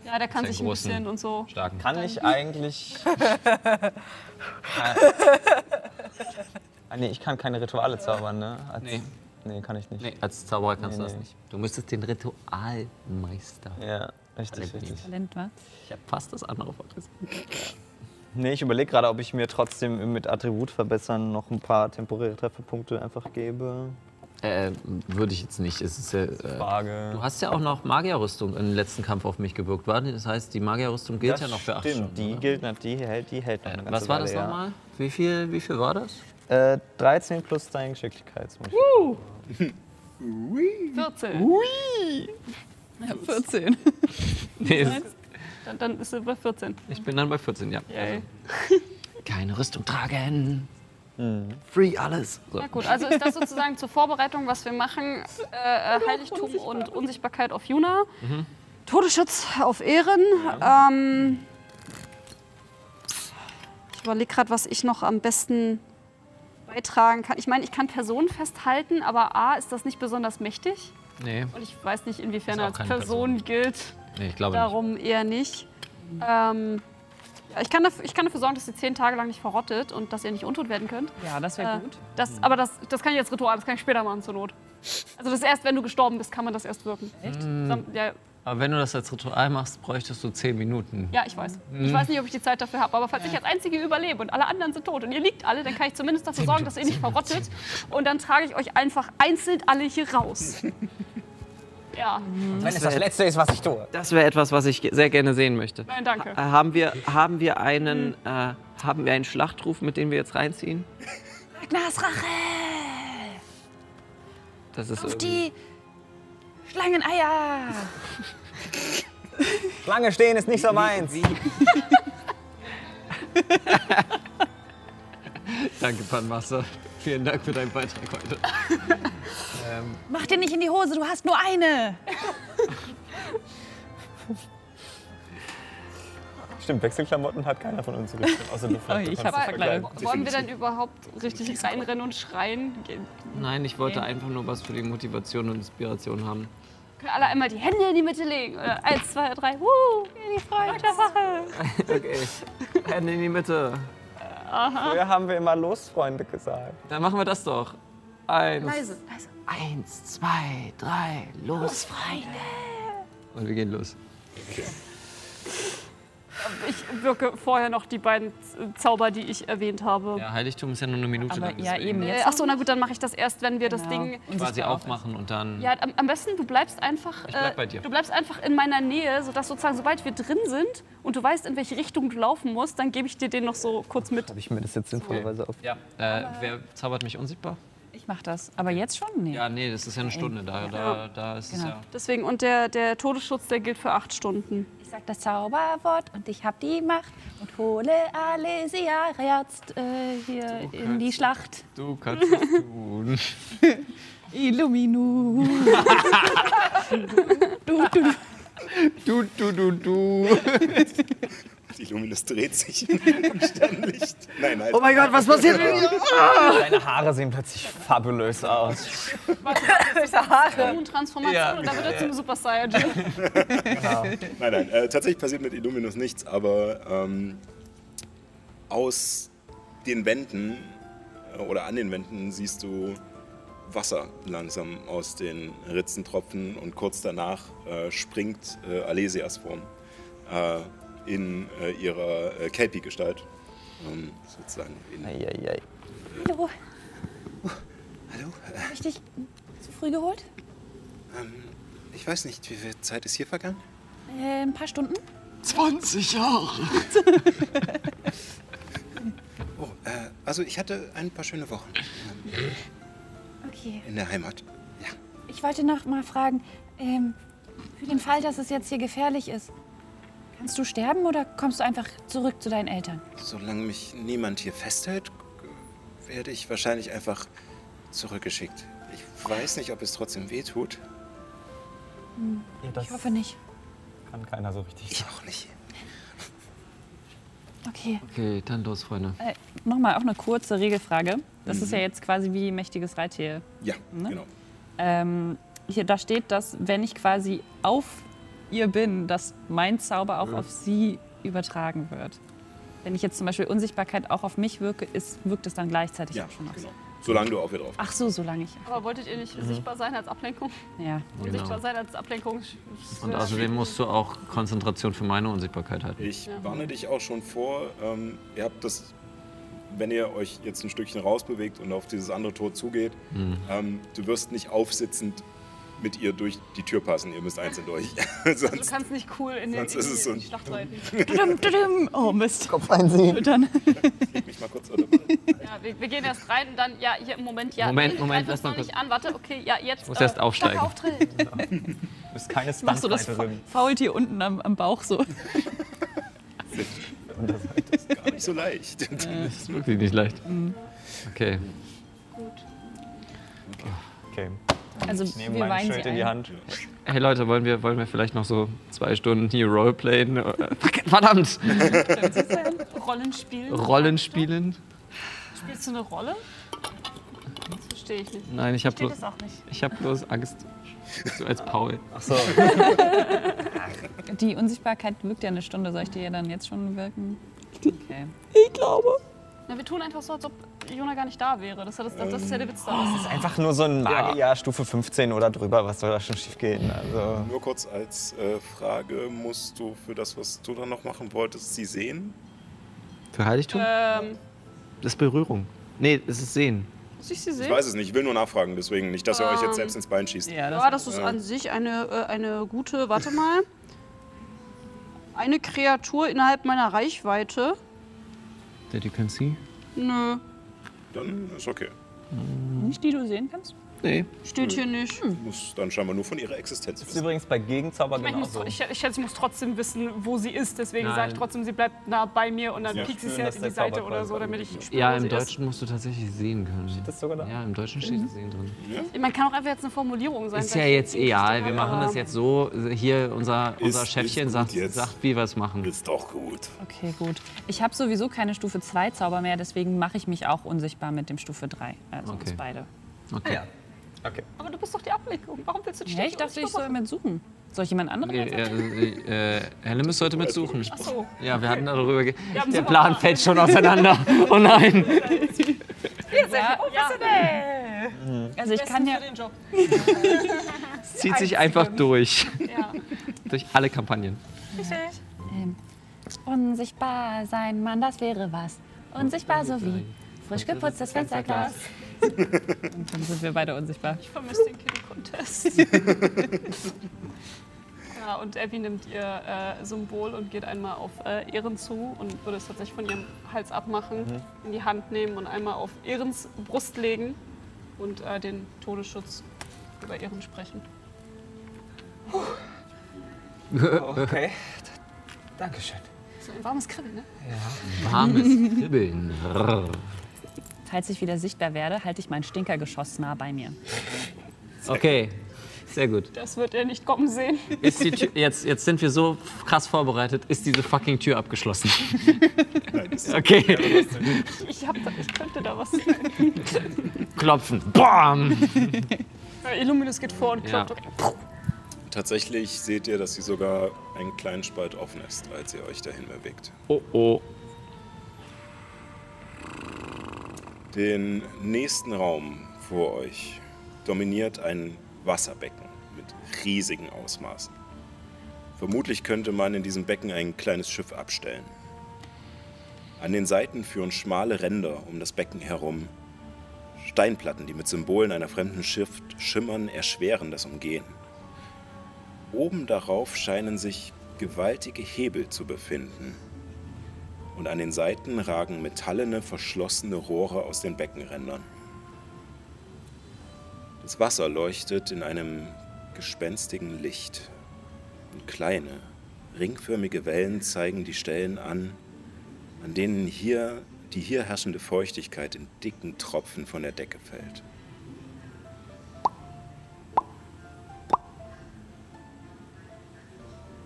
G: Ja, der kann
H: seinen
G: sich ein
H: großen,
G: bisschen und so.
H: Starken.
E: Kann ich eigentlich. ah, nee, ich kann keine Rituale zaubern, ne? Als, nee. Nee, kann ich nicht. Nee,
H: als Zauberer kannst du das
E: nee.
H: nicht. Du müsstest den Ritualmeister.
E: Ja, richtig,
H: Talent
E: richtig.
H: nehmen.
B: Talent, was?
H: Ich habe fast das andere vergessen.
E: Nee, ich überlege gerade, ob ich mir trotzdem mit Attribut verbessern noch ein paar temporäre Trefferpunkte einfach gebe.
H: Äh, würde ich jetzt nicht. Es ist ja, äh,
E: Frage.
H: Du hast ja auch noch Magierrüstung im letzten Kampf auf mich gewirkt, war? Das heißt, die Magierrüstung gilt ja noch für acht
E: stimmt,
H: Stunden. ne? Äh,
E: Die gilt noch, die hält, die hält noch eine ganze
H: was war das
E: Weile, ja.
H: nochmal? Wie viel, wie viel war das?
E: Äh, 13 plus dein Geschicklichkeitsmodus.
G: Uh,
E: Ui.
G: 14.
E: Ui.
G: Ja, 14.
H: Nee, es-
G: Dann, dann ist sie bei 14.
H: Ich bin dann bei 14, ja. Also.
G: Yay.
H: Keine Rüstung tragen. Free alles. So.
G: Na gut, also ist das sozusagen zur Vorbereitung, was wir machen? Äh, äh, Heiligtum und Unsichtbarkeit auf Juna.
H: Mhm.
G: Todesschutz auf Ehren. Ähm, ich überlege gerade, was ich noch am besten beitragen kann. Ich meine, ich kann Personen festhalten, aber A, ist das nicht besonders mächtig.
H: Nee.
G: Und ich weiß nicht, inwiefern
H: Ist auch
G: er als
H: keine
G: Person, gilt.
H: Nee, ich glaube
G: Darum eher nicht. Ähm, ja, ich, kann dafür, ich kann dafür sorgen, dass ihr zehn Tage lang nicht verrottet und dass ihr nicht untot werden könnt.
K: Ja, das
B: Äh,
K: wäre gut.
G: Äh, Das, aber das, das kann ich als Ritual, das kann ich später machen zur Not. Also das ist erst, wenn du gestorben bist, kann man das erst wirken. Echt? Ja,
H: Aber wenn du das als Ritual machst, bräuchtest du 10 Minuten.
G: ja, ich weiß. Ich
H: Mhm.
G: weiß nicht, ob ich die Zeit dafür habe, aber falls ich als Einzige überlebe und alle anderen sind tot und ihr liegt alle, dann kann ich zumindest dafür sorgen, dass ihr nicht verrottet. Und dann trage ich euch einfach einzeln alle hier raus. Ja.
E: Wenn es das Letzte ist, was ich tue.
C: Das wäre etwas, was ich ge- sehr gerne sehen möchte.
G: Nein, danke.
C: Ha haben, wir, haben, wir einen, äh, haben wir einen Schlachtruf, mit dem wir jetzt reinziehen?
M: Agnars Rache!
C: Das ist
M: Auf die
C: irgendwie-
M: Schlangeneier!
E: Schlange stehen ist nicht so meins.
H: Danke, Panmaster. Vielen Dank für deinen Beitrag heute. ähm,
M: Mach dir nicht in die Hose, du hast nur eine!
E: Stimmt, Wechselklamotten hat keiner von uns gekriegt, außer du vielleicht. Du kannst
G: Aber
E: es vergleichen.
G: wollen wir dann überhaupt richtig reinrennen und schreien? Gehen-
H: nein, ich wollte
G: Nee.
H: einfach nur was für die Motivation und Inspiration haben.
G: Können alle einmal die Hände in die Mitte legen? Oder eins, zwei, drei. Wuh, in die Freude der Wache.
H: Okay. Hände in die Äh, Mitte.
G: Aha.
E: Früher haben wir immer Losfreunde gesagt.
H: Dann machen wir das doch. Eins.
G: leise.
H: Eins, zwei, drei, los,
M: Freunde!
H: Und wir gehen los.
G: Ich wirke vorher noch die beiden Z- Zauber, die ich erwähnt habe.
H: Ja, Heiligtum ist ja nur eine Minute lang. deswegen.
G: Äh, Ach so, na gut, dann mache ich das erst, wenn wir das Ding.
H: Quasi aufmachen und dann.
G: Ja, am, am besten du bleibst einfach. äh,
H: Ich bleib bei dir.
G: Du bleibst einfach in meiner Nähe, sodass sozusagen, sobald wir drin sind und du weißt, in welche Richtung du laufen musst, dann gebe ich dir den noch so kurz mit.
E: Ich mir das jetzt sinnvollerweise auf.
H: Ja. Äh, wer zaubert mich unsichtbar?
K: Ich mach das. Aber jetzt schon? Nee.
H: Ja, Ah, nee, das ist ja eine Stunde. Da, da, da ist es
K: Genau.
H: ja.
G: Deswegen, und der, der Todesschutz, der gilt für acht Stunden.
M: Ich sag das Zauberwort und ich hab die Macht und hole Alesia jetzt äh, hier in die Schlacht.
H: Du kannst es tun.
K: Illuminu.
M: Du, du,
H: Du, du, du, du.
A: Die Luminus dreht sich ständig. Nein, halt.
E: Oh mein Gott, was passiert mit mir?
A: Ah!
E: Deine Haare sehen plötzlich fabulös aus.
G: Durch Haare. Transformation
E: Ja.
G: und dann wird
H: genau.
G: er
A: Ja.
G: zum Super Saiyan.
A: Nein, nein. Äh, tatsächlich passiert mit Illuminus nichts, aber ähm, aus den Wänden äh, oder an den Wänden siehst du Wasser langsam aus den Ritzen tropfen und kurz danach äh, springt äh, Alesias Form äh, in äh, ihrer äh, Kelpie-Gestalt. Ähm, sozusagen in.
M: Hallo,
A: Hallo?
M: Oh, hab ich dich zu früh geholt?
A: Ähm, ich weiß nicht, wie viel Zeit ist hier vergangen?
M: Äh, ein paar Stunden?
A: 20 Jahre. Oh, äh, also ich hatte ein paar schöne Wochen ähm,
M: Okay.
A: in der Heimat.
M: Ich wollte noch mal fragen, ähm, für den Fall, dass es jetzt hier gefährlich ist, kannst du sterben oder kommst du einfach zurück zu deinen Eltern?
A: Solange mich niemand hier festhält, g- werde ich wahrscheinlich einfach zurückgeschickt. Ich weiß nicht, ob es trotzdem weh tut.
M: Hm.
E: Ja,
M: ich hoffe nicht.
E: Kann keiner so richtig.
A: Ich auch nicht.
B: Okay.
H: Okay, dann los, Freunde.
K: Äh, Nochmal auch eine kurze Regelfrage. Das ist
H: Mhm.
K: ja jetzt quasi wie mächtiges Reittier.
A: Ja,
K: ne?
A: genau.
K: Ähm, hier, da steht, dass wenn ich quasi auf ihr bin, dass mein Zauber auch
H: Mhm.
K: auf sie übertragen wird. Wenn ich jetzt zum Beispiel Unsichtbarkeit auch auf mich wirke, ist, wirkt es dann gleichzeitig
A: Ja,
K: auch schon auf
A: genau.
K: sie.
A: Solange du auch wieder drauf
K: Ach so, solange ich.
G: Aber wolltet ihr nicht
H: Mhm.
G: sichtbar sein als Ablenkung?
K: Ja.
H: Genau.
G: Sichtbar sein als Ablenkung. sch-
H: Und außerdem musst du auch Konzentration für meine Unsichtbarkeit halten.
A: Ich warne dich auch schon vor. Ähm, ihr habt das, wenn ihr euch jetzt ein Stückchen rausbewegt und auf dieses andere Tor zugeht,
H: Mhm.
A: ähm, du wirst nicht aufsitzend mit ihr durch die Tür passen. Ihr müsst einzeln durch.
K: Also
G: Du
A: Sonst
G: kannst nicht cool in den
A: Sonst ist es so
G: in die
A: ein-
G: Schlacht reiten.
K: Tudum, tudum. Oh Mist. Kopf
P: einsehen.
K: Schultern.
A: leg mich mal kurz unter.
G: Ja, wir, wir gehen erst rein und dann, ja, hier, Moment, ja.
H: Moment,
G: nee,
H: Moment,
G: greif uns
H: lass mal
G: noch nicht
H: kurz-
G: an, warte, okay, ja, jetzt. äh,
H: Ich muss erst aufsteigen.
G: Kacke auftreten.
E: Du bist keine
K: Machst du das
E: Stuntreiterin.
K: Faultier unten am, am Bauch so?
A: Gar nicht so leicht.
H: Das ist wirklich nicht leicht.
K: Mhm.
H: Okay.
E: Okay.
K: Also,
E: ich nehme
K: wir
E: mein
K: weinen sie
E: Schild in die
K: ein.
E: Hand.
H: Hey Leute, wollen wir, wollen wir vielleicht noch so zwei Stunden hier Roleplayen? äh, fuck, Verdammt!
G: Rollenspiel.
H: Rollen spielen?
G: Spielst du eine Rolle? Das verstehe ich nicht.
H: Nein, ich habe
G: Verstehe
H: bloß,
G: das auch nicht.
H: ich hab bloß Angst. So als Paul. Ach
E: so.
K: Die Unsichtbarkeit wirkt ja eine Stunde. Soll ich dir ja dann jetzt schon wirken? Okay.
E: Ich glaube.
G: Na, wir tun einfach so, als ob Jona gar nicht da wäre. Das, ist- das, das ist ja der Witz da.
H: Oh.
E: Das ist einfach nur so ein Magier, Stufe 15 oder drüber. Was soll da schon schief gehen? Also.
A: Nur kurz als äh, Frage, musst du für das, was du dann noch machen wolltest, sie sehen?
H: Für Heiligtum?
G: Ähm,
H: Das ist Berührung. Nee, es ist Sehen.
G: muss ich sie
A: Ich
G: sehen?
A: weiß es nicht, ich will nur nachfragen, deswegen nicht, dass ihr euch jetzt selbst ins Bein schießt.
K: Ja,
G: Hm? Ja, Ah, das ist
A: Ähm,
G: an sich eine, äh, eine gute, warte mal. Eine Kreatur innerhalb meiner Reichweite?
H: That you can see?
G: Nö,
A: Dann ist okay.
K: Nicht die du sehen kannst?
H: Nee.
G: steht hier nicht. Ich,
A: Muss dann scheinbar nur von ihrer Existenz
E: Das ist übrigens bei Gegenzauber
G: meine, ich, muss,
E: genauso.
G: tro- ich, ich schätze, ich muss trotzdem wissen, wo sie ist. Deswegen
H: Nein.
G: sage ich trotzdem, sie bleibt nah bei mir und dann
E: Ja,
G: piekt sie es
E: schön,
G: halt
E: dass
G: in die
E: der
G: Seite
E: Zauber
G: oder so,
E: quasi
G: damit ich spüre,
H: Ja,
G: wo
H: im
G: sie Mhm.
H: Deutschen musst du tatsächlich sehen können. Steht
E: das sogar da?
H: Ja, im Deutschen steht Sehen drin.
G: ist. Man kann auch einfach jetzt eine Formulierung sein.
H: Ist ja
G: welche
H: jetzt
G: Geschichte
H: egal, wir
G: hat,
H: machen
G: aber-
H: das jetzt so. Hier, unser, unser
A: Ist-
H: Chefchen
A: ist
H: sagt,
A: gut jetzt.
H: sagt, wie wir es machen.
A: Ist doch gut.
K: Okay, gut. Ich habe sowieso keine Stufe 2 Zauber mehr, deswegen mache ich mich auch unsichtbar mit dem Stufe 3. Also
H: Okay.
K: uns beide.
H: Okay.
E: Ja. Okay.
G: Aber du bist doch die Ablenkung. Warum willst du dich
K: Ja, ich dachte, ich soll mit suchen. Soll ich jemand anderen?
H: Nee, äh, äh, Hellemis sollte mitsuchen.
G: Ach so.
H: Ja, wir hatten darüber ge
G: Wir haben
H: Der
G: super
H: Plan
G: Plan.
H: fällt schon auseinander. Oh nein.
G: Wir sind ja professionell.
K: Also ich kann ja.
G: Für den Job.
H: Es zieht sich einfach durch.
G: Ja.
H: Durch alle Kampagnen.
B: Mhm.
K: Ähm, unsichtbar sein, Mann, das wäre was. Unsichtbar so wie frisch geputztes Fensterglas. Und dann sind wir beide unsichtbar.
G: Ich vermisse den Kitty-Contest. ja, und Abby nimmt ihr äh, Symbol und geht einmal auf äh, Ehren zu und würde es tatsächlich von ihrem Hals abmachen,
E: Mhm.
G: in die Hand nehmen und einmal auf Ehrens Brust legen und äh, den Todesschutz über Ehren sprechen.
E: Okay. Dankeschön.
G: So ein warmes Kribbeln, ne?
H: Warmes Kribbeln.
K: Falls ich wieder sichtbar werde, halte ich mein Stinkergeschoss nah bei mir.
H: Okay, sehr gut.
G: Das wird er nicht kommen sehen.
H: Ist die Tür, jetzt, jetzt sind wir so krass vorbereitet, ist diese fucking Tür abgeschlossen. Okay,
G: Ich, hab da, ich könnte da was sehen.
H: klopfen. Bam!
G: Äh, Illuminus geht vor und
A: Ja.
G: klopft.
A: Tatsächlich seht ihr, dass sie sogar einen kleinen Spalt offen ist, als ihr euch dahin bewegt.
H: Oh oh.
A: Den nächsten Raum vor euch dominiert ein Wasserbecken mit riesigen Ausmaßen. Vermutlich könnte man in diesem Becken ein kleines Schiff abstellen. An den Seiten führen schmale Ränder um das Becken herum. Steinplatten, die mit Symbolen einer fremden Schrift schimmern, erschweren das Umgehen. Oben darauf scheinen sich gewaltige Hebel zu befinden und an den Seiten ragen metallene, verschlossene Rohre aus den Beckenrändern. Das Wasser leuchtet in einem gespenstigen Licht. Und kleine, ringförmige Wellen zeigen die Stellen an, an denen hier die hier herrschende Feuchtigkeit in dicken Tropfen von der Decke fällt.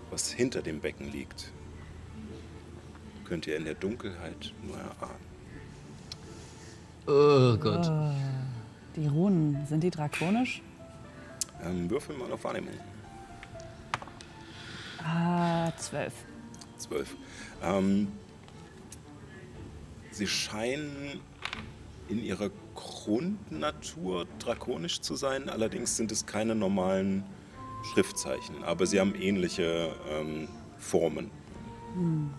A: Was hinter dem Becken liegt, könnt ihr in der Dunkelheit nur erahnen.
C: Oh Gott.
Q: die Runen, sind die drakonisch?
A: Ähm, würfel mal auf Wahrnehmung.
M: Äh,
Q: Ah, zwölf.
A: Zwölf. Ähm, sie scheinen in ihrer Grundnatur drakonisch zu sein, allerdings sind es keine normalen Schriftzeichen, aber sie haben ähnliche ähm, Formen.
B: Hm.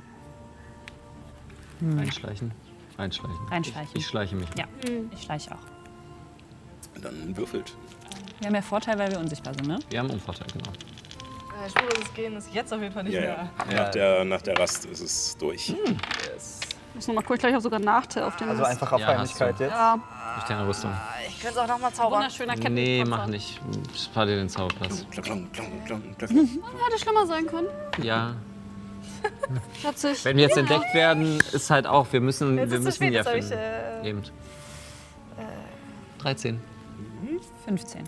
H: Einschleichen. Einschleichen.
B: Reinschleichen.
H: Ich, ich schleiche mich.
B: Ja, ich schleiche auch.
A: Dann würfelt.
B: Wir haben ja Vorteil, weil wir unsichtbar sind, ne?
H: Wir haben einen Vorteil, genau.
J: Äh, spurloses Gehen ist jetzt auf jeden Fall nicht
A: Ja,
J: mehr.
A: ja. Nach, der, nach der Rast ist es durch.
G: Ich muss nochmal gucken, ich habe sogar einen Nachteil auf den
A: Also
G: Mist.
A: einfach auf Ja, hast Heimlichkeit du. jetzt?
G: Ja.
H: Durch deine Rüstung.
J: Ich könnte es auch nochmal zaubern. Wunderschöner
H: Nee, mach nicht. Spar dir den Zauberplatz.
G: Hätte schlimmer sein können.
H: Ja.
G: Plötzlich.
H: Wenn wir jetzt
G: Ja.
H: entdeckt werden, ist halt auch, wir müssen,
G: Jetzt
H: wir
G: ist es
H: müssen
G: spät,
H: ja
G: jetzt hab ich,
H: finden.
G: äh,
H: Eben. 13.
B: 15.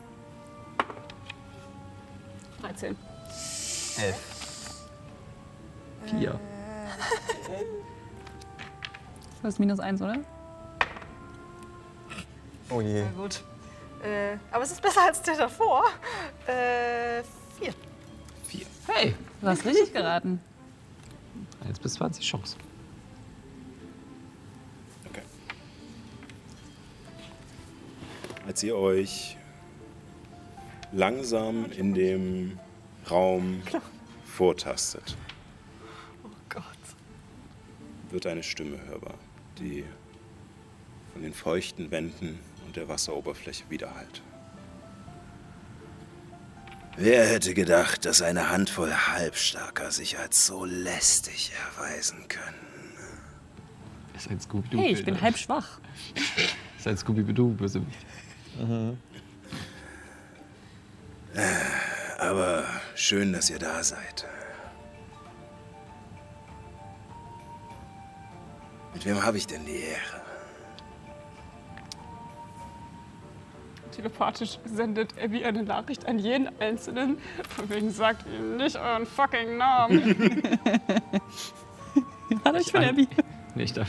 G: 13.
H: 11. 4.
B: Das ist minus eins, oder?
E: Oh je.
J: Na gut. Äh, aber es ist besser als der davor. Äh, vier.
H: Hey!
B: Du hast richtig geraten.
H: 1 bis 20 Chance.
A: Als ihr euch langsam in dem Raum vortastet,
J: Oh Gott.
A: wird eine Stimme hörbar, die von den feuchten Wänden und der Wasseroberfläche widerhallt.
F: Wer hätte gedacht, dass eine Handvoll Halbstarker sich als so lästig erweisen können?
H: Das ist ein Scooby-Doo.
B: Hey, ich bin halb schwach.
H: Das ist ein Scooby-Doo-Bösewicht.
F: Aber schön, dass ihr da seid. Mit wem habe ich denn die Ehre?
G: Telepathisch sendet Abby eine Nachricht an jeden Einzelnen, von wegen sagt ihr nicht euren fucking Namen.
B: Hallo, ich bin Abby.
H: Nee, ich darf.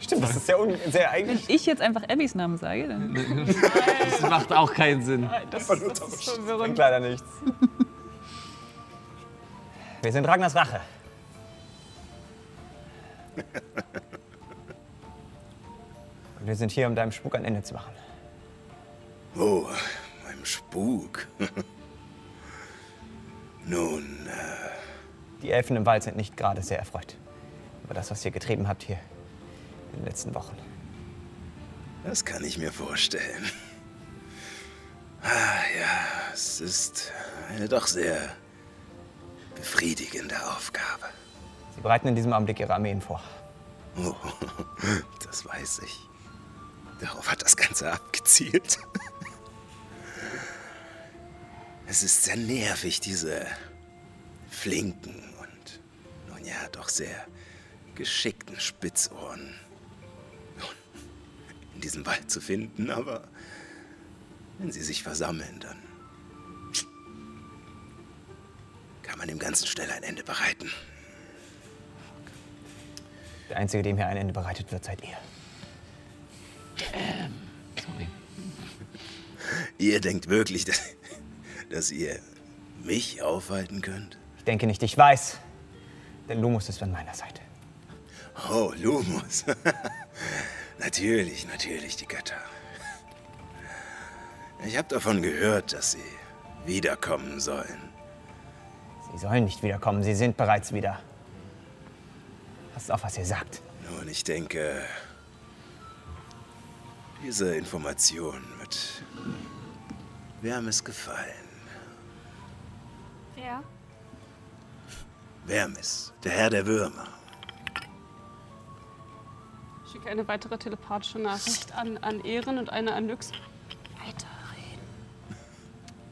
E: Stimmt, das ist sehr, un sehr
B: Wenn
E: eigentlich.
B: ich jetzt einfach Abbys Namen sage, dann.
H: Das macht auch keinen Sinn.
G: Das, das ist verwirrend.
E: Bringt leider nichts. Wir sind Ragnars Rache. Und wir sind hier, um deinem Spuk ein Ende zu machen.
F: Oh, mein Spuk. Nun,
E: Die Elfen im Wald sind nicht gerade sehr erfreut über das, was ihr getrieben habt hier in den letzten Wochen.
F: das kann ich mir vorstellen. Ah, ja, es ist eine doch sehr befriedigende Aufgabe.
E: Sie bereiten in diesem Augenblick ihre Armeen vor.
F: Oh, das weiß ich. Darauf hat das Ganze abgezielt. Es ist sehr nervig, diese flinken und nun ja doch sehr geschickten Spitzohren nun, in diesem Wald zu finden, aber wenn sie sich versammeln, dann kann man dem Ganzen schnell ein Ende bereiten.
E: Der Einzige, dem hier ein Ende bereitet wird, seid ihr.
F: Ihr denkt wirklich, dass, dass ihr mich aufhalten könnt?
E: Ich denke nicht, ich weiß, denn Lumus ist an meiner Seite.
F: Oh, Lumus. natürlich, natürlich, die Götter. Ich habe davon gehört, dass sie wiederkommen sollen.
E: Sie sollen nicht wiederkommen, sie sind bereits wieder. Passt auf, was ihr sagt.
F: Nun, ich denke, diese Information wird Wärmes gefallen.
G: Ja.
F: Wärmes, der Herr der Würmer.
G: Ich schicke eine weitere telepathische Nachricht an, an Ehren und eine an Nyx. Weiterreden.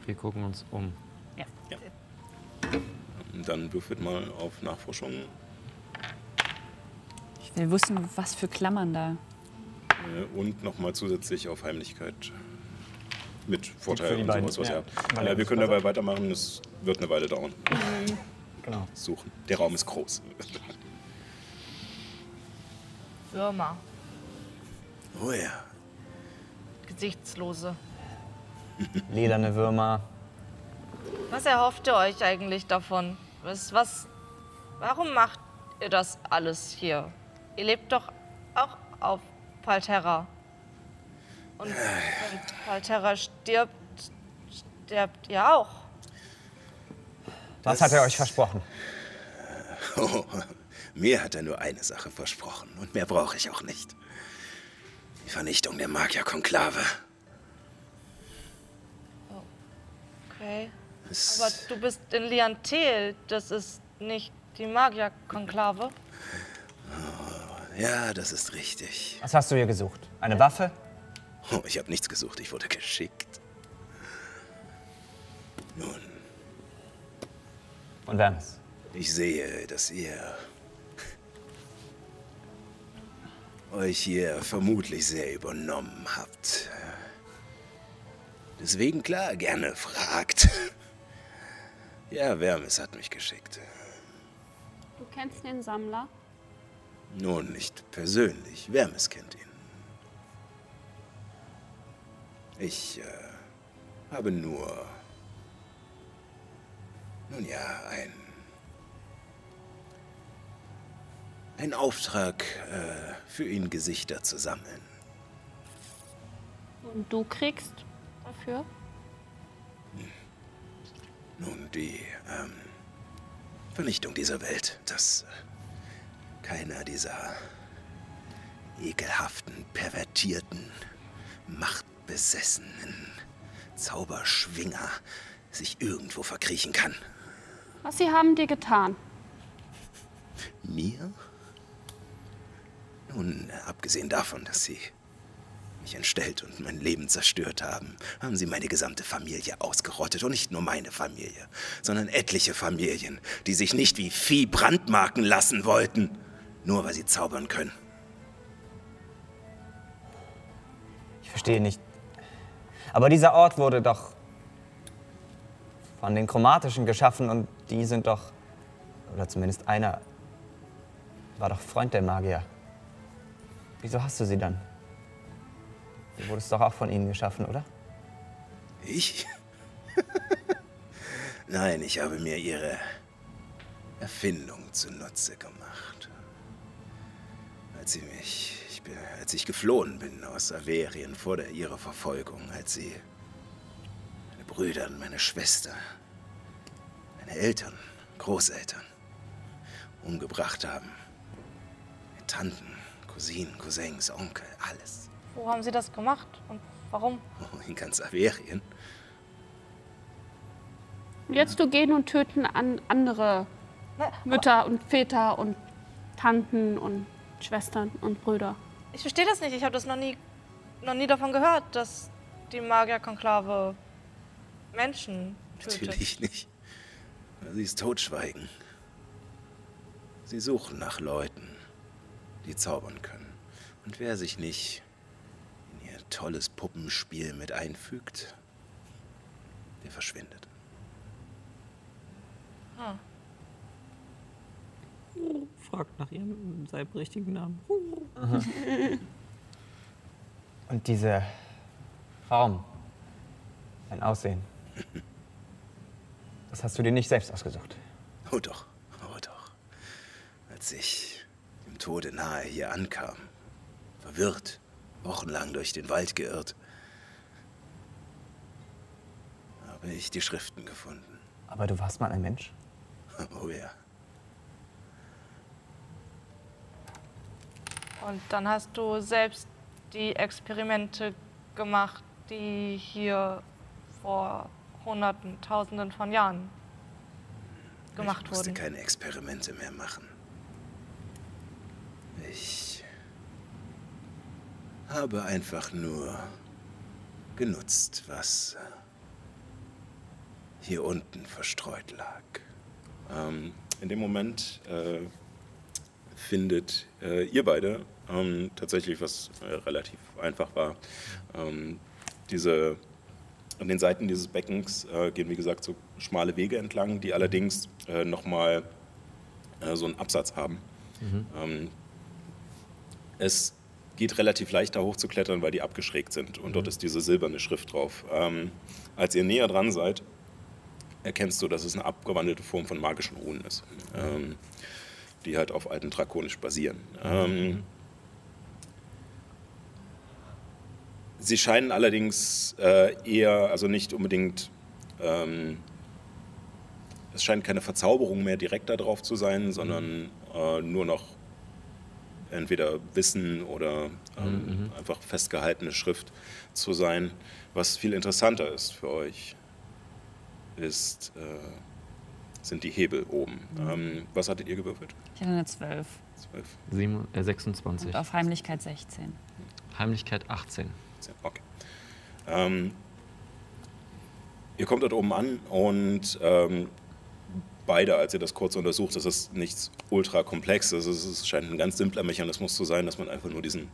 H: Wir gucken uns um.
G: Ja.
A: Und dann würfelt mal auf Nachforschung.
B: Ich will wissen, was für Klammern da.
A: Äh, Und nochmal zusätzlich auf Heimlichkeit. Mit
E: Für
A: Vorteil
E: die
A: und
E: beiden,
A: sowas, was
E: ja.
A: ihr habt.
E: Weil
A: Äh, wir können
E: das-
A: dabei weitermachen, es wird eine Weile dauern.
E: Mhm. Genau.
A: Suchen. Der Raum ist groß.
J: Würmer.
A: Oh ja.
J: Gesichtslose.
E: Lederne Würmer.
J: Was erhofft ihr euch eigentlich davon? Was, was, warum macht ihr das alles hier? Ihr lebt doch auch auf Palterra. Und wenn Palterra stirbt, stirbt ihr auch.
E: Was hat er euch versprochen?
A: Oh, mir hat er nur eine Sache versprochen und mehr brauche ich auch nicht. Die Vernichtung der Magierkonklave.
J: Okay.
A: Es-
J: Aber du bist in Liantel, das ist nicht die Magierkonklave.
A: Ja, das ist richtig.
E: Was hast du hier gesucht? Eine Waffe?
A: Oh, ich habe nichts gesucht, ich wurde geschickt. Nun.
E: Und Wernes?
A: Ich sehe, dass ihr euch hier vermutlich sehr übernommen habt. Deswegen klar, gerne fragt. Ja, Wermes hat mich geschickt.
G: Du kennst den Sammler.
A: Nun, nicht persönlich. Wermes kennt ihn. Ich äh, habe nur. Nun ja, ein. Ein Auftrag äh, für ihn, Gesichter zu sammeln.
G: Und du kriegst dafür.
A: Nun, die ähm, Vernichtung dieser Welt, dass äh, keiner dieser ekelhaften, pervertierten, machtbesessenen Zauberschwinger sich irgendwo verkriechen kann.
G: Was sie haben dir getan.
A: Mir? Nun, äh, abgesehen davon, dass sie mich entstellt und mein Leben zerstört haben, haben sie meine gesamte Familie ausgerottet. Und nicht nur meine Familie, sondern etliche Familien, die sich nicht wie Vieh brandmarken lassen wollten, nur weil sie zaubern können.
E: Ich verstehe nicht. Aber dieser Ort wurde doch von den Chromatischen geschaffen und die sind doch, oder zumindest einer, war doch Freund der Magier. Wieso hast du sie dann? Du wurdest doch auch von ihnen geschaffen, oder?
A: Ich? Nein, ich habe mir ihre Erfindung zunutze gemacht. Als sie mich, ich bin, als ich geflohen bin aus Averien vor der ihrer Verfolgung, als sie meine Brüder und meine Schwester, meine Eltern, Großeltern umgebracht haben. Meine Tanten, Cousinen, Cousins, Onkel, alles.
J: Wo haben sie das gemacht und warum?
A: In ganz Averien.
G: Und jetzt du gehen und töten an andere Mütter und Väter und Tanten und Schwestern und Brüder.
J: Ich verstehe das nicht. Ich habe das noch nie, noch nie davon gehört, dass die Magierkonklave Menschen tötet.
A: Natürlich nicht. Sie ist totschweigen. Sie suchen nach Leuten, die zaubern können. Und wer sich nicht in ihr tolles Puppenspiel mit einfügt, der verschwindet.
J: Hm.
C: Fragt nach ihrem seinem richtigen Namen.
E: Und dieser Raum, sein Aussehen, das hast du dir nicht selbst ausgesucht.
A: Oh doch, oh doch. Als ich dem Tode nahe hier ankam, verwirrt, wochenlang durch den Wald geirrt, habe ich die Schriften gefunden.
E: Aber du warst mal ein Mensch.
A: Oh ja.
J: Und dann hast du selbst die Experimente gemacht, die hier vor Hunderten, Tausenden von Jahren gemacht
A: ich musste
J: wurden.
A: keine Experimente mehr machen. Ich habe einfach nur genutzt, was hier unten verstreut lag.
R: Ähm, in dem Moment äh, findet äh, ihr beide ähm, tatsächlich, was äh, relativ einfach war, ähm, diese an den Seiten dieses Beckens äh, gehen, wie gesagt, so schmale Wege entlang, die allerdings äh, nochmal äh, so einen Absatz haben. Ähm,
A: Es geht relativ leicht da hochzuklettern, weil die abgeschrägt sind. Und dort ist diese silberne Schrift drauf. Ähm, als ihr näher dran seid, erkennst du, dass es eine abgewandelte Form von magischen Runen ist, ähm, die halt auf alten Drakonisch basieren. Ähm, sie scheinen allerdings äh, eher, also nicht unbedingt, ähm, es scheint keine Verzauberung mehr direkt da drauf zu sein, sondern äh, nur noch entweder Wissen oder ähm, einfach festgehaltene Schrift zu sein. Was viel interessanter ist für euch, ist, äh, sind die Hebel oben. Ähm, was hattet ihr gewürfelt?
B: Ich hatte eine 12.
A: Zwölf.
C: Sieben, äh, 26.
B: Und auf Heimlichkeit 16.
C: Heimlichkeit 18.
A: Okay. Ähm, ihr kommt dort oben an und ähm, beide, als ihr das kurz untersucht, das ist nichts ultra komplexes. Es ist- es scheint ein ganz simpler Mechanismus zu sein, dass man einfach nur diesen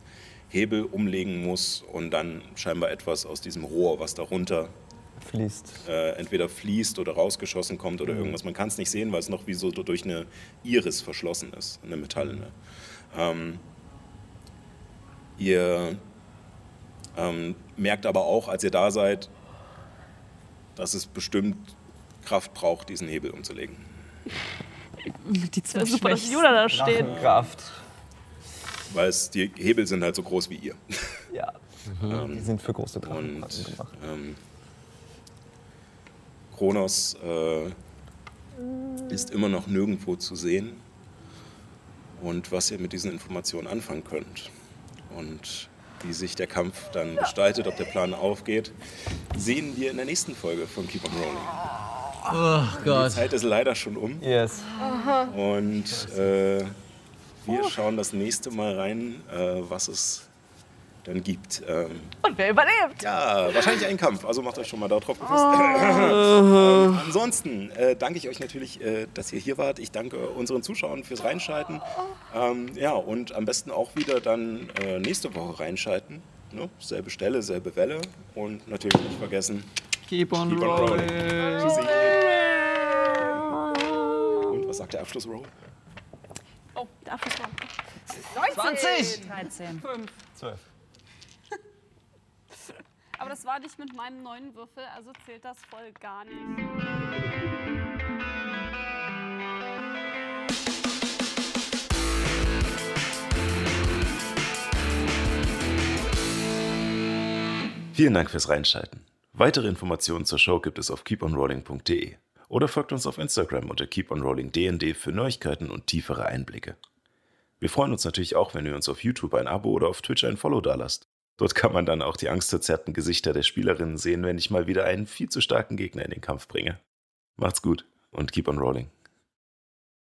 A: Hebel umlegen muss und dann scheinbar etwas aus diesem Rohr, was darunter
E: Fließt.
A: äh, entweder fließt oder rausgeschossen kommt oder
E: Mhm.
A: irgendwas. Man kann es nicht sehen, weil es noch wie so durch eine Iris verschlossen ist, eine metallene. Ähm, ihr ähm, merkt aber auch, als ihr da seid, dass es bestimmt Kraft braucht, diesen Hebel umzulegen.
B: Die zwei
G: super, dass
B: Schwächsten.
G: Juna da steht.
E: Kraft.
A: Weil es, die Hebel sind halt so groß wie ihr.
E: Ja. Ähm, Die sind für große Drachen gemacht.
A: Ähm, Kronos äh, ist immer noch nirgendwo zu sehen. Und was ihr mit diesen Informationen anfangen könnt und wie sich der Kampf dann gestaltet, ob der Plan aufgeht, sehen wir in der nächsten Folge von Keep on Rolling.
C: Oh
A: Die Zeit ist leider schon um.
E: Yes.
A: Und äh, wir schauen das nächste Mal rein, äh, was es dann gibt. Ähm,
J: Und wer überlebt?
A: ja, wahrscheinlich ein Kampf, also macht euch schon mal darauf gefasst.
J: Oh.
A: ähm, ansonsten äh, danke ich euch natürlich, äh, dass ihr hier wart. Ich danke unseren Zuschauern fürs Reinschalten. Ähm, ja, und am besten auch wieder dann äh, nächste Woche reinschalten. Ne? Selbe Stelle, selbe Welle. Und natürlich nicht vergessen,
C: Keep on
A: Keep on rolling. Tschüssi. Und was sagt der Abschlussroll?
G: Oh, der Abschluss war.
B: 20. 13.
G: 5.
A: 12.
G: Aber das war nicht mit meinem neuen Würfel, also zählt das voll gar nicht.
F: Vielen Dank fürs Reinschalten. Weitere Informationen zur Show gibt es auf keeponrolling.de oder folgt uns auf Instagram unter keeponrollingdnd für Neuigkeiten und tiefere Einblicke. Wir freuen uns natürlich auch, wenn ihr uns auf YouTube ein Abo oder auf Twitch ein Follow dalasst. Dort kann man dann auch die angstverzerrten Gesichter der Spielerinnen sehen, wenn ich mal wieder einen viel zu starken Gegner in den Kampf bringe. Macht's gut und keep on rolling.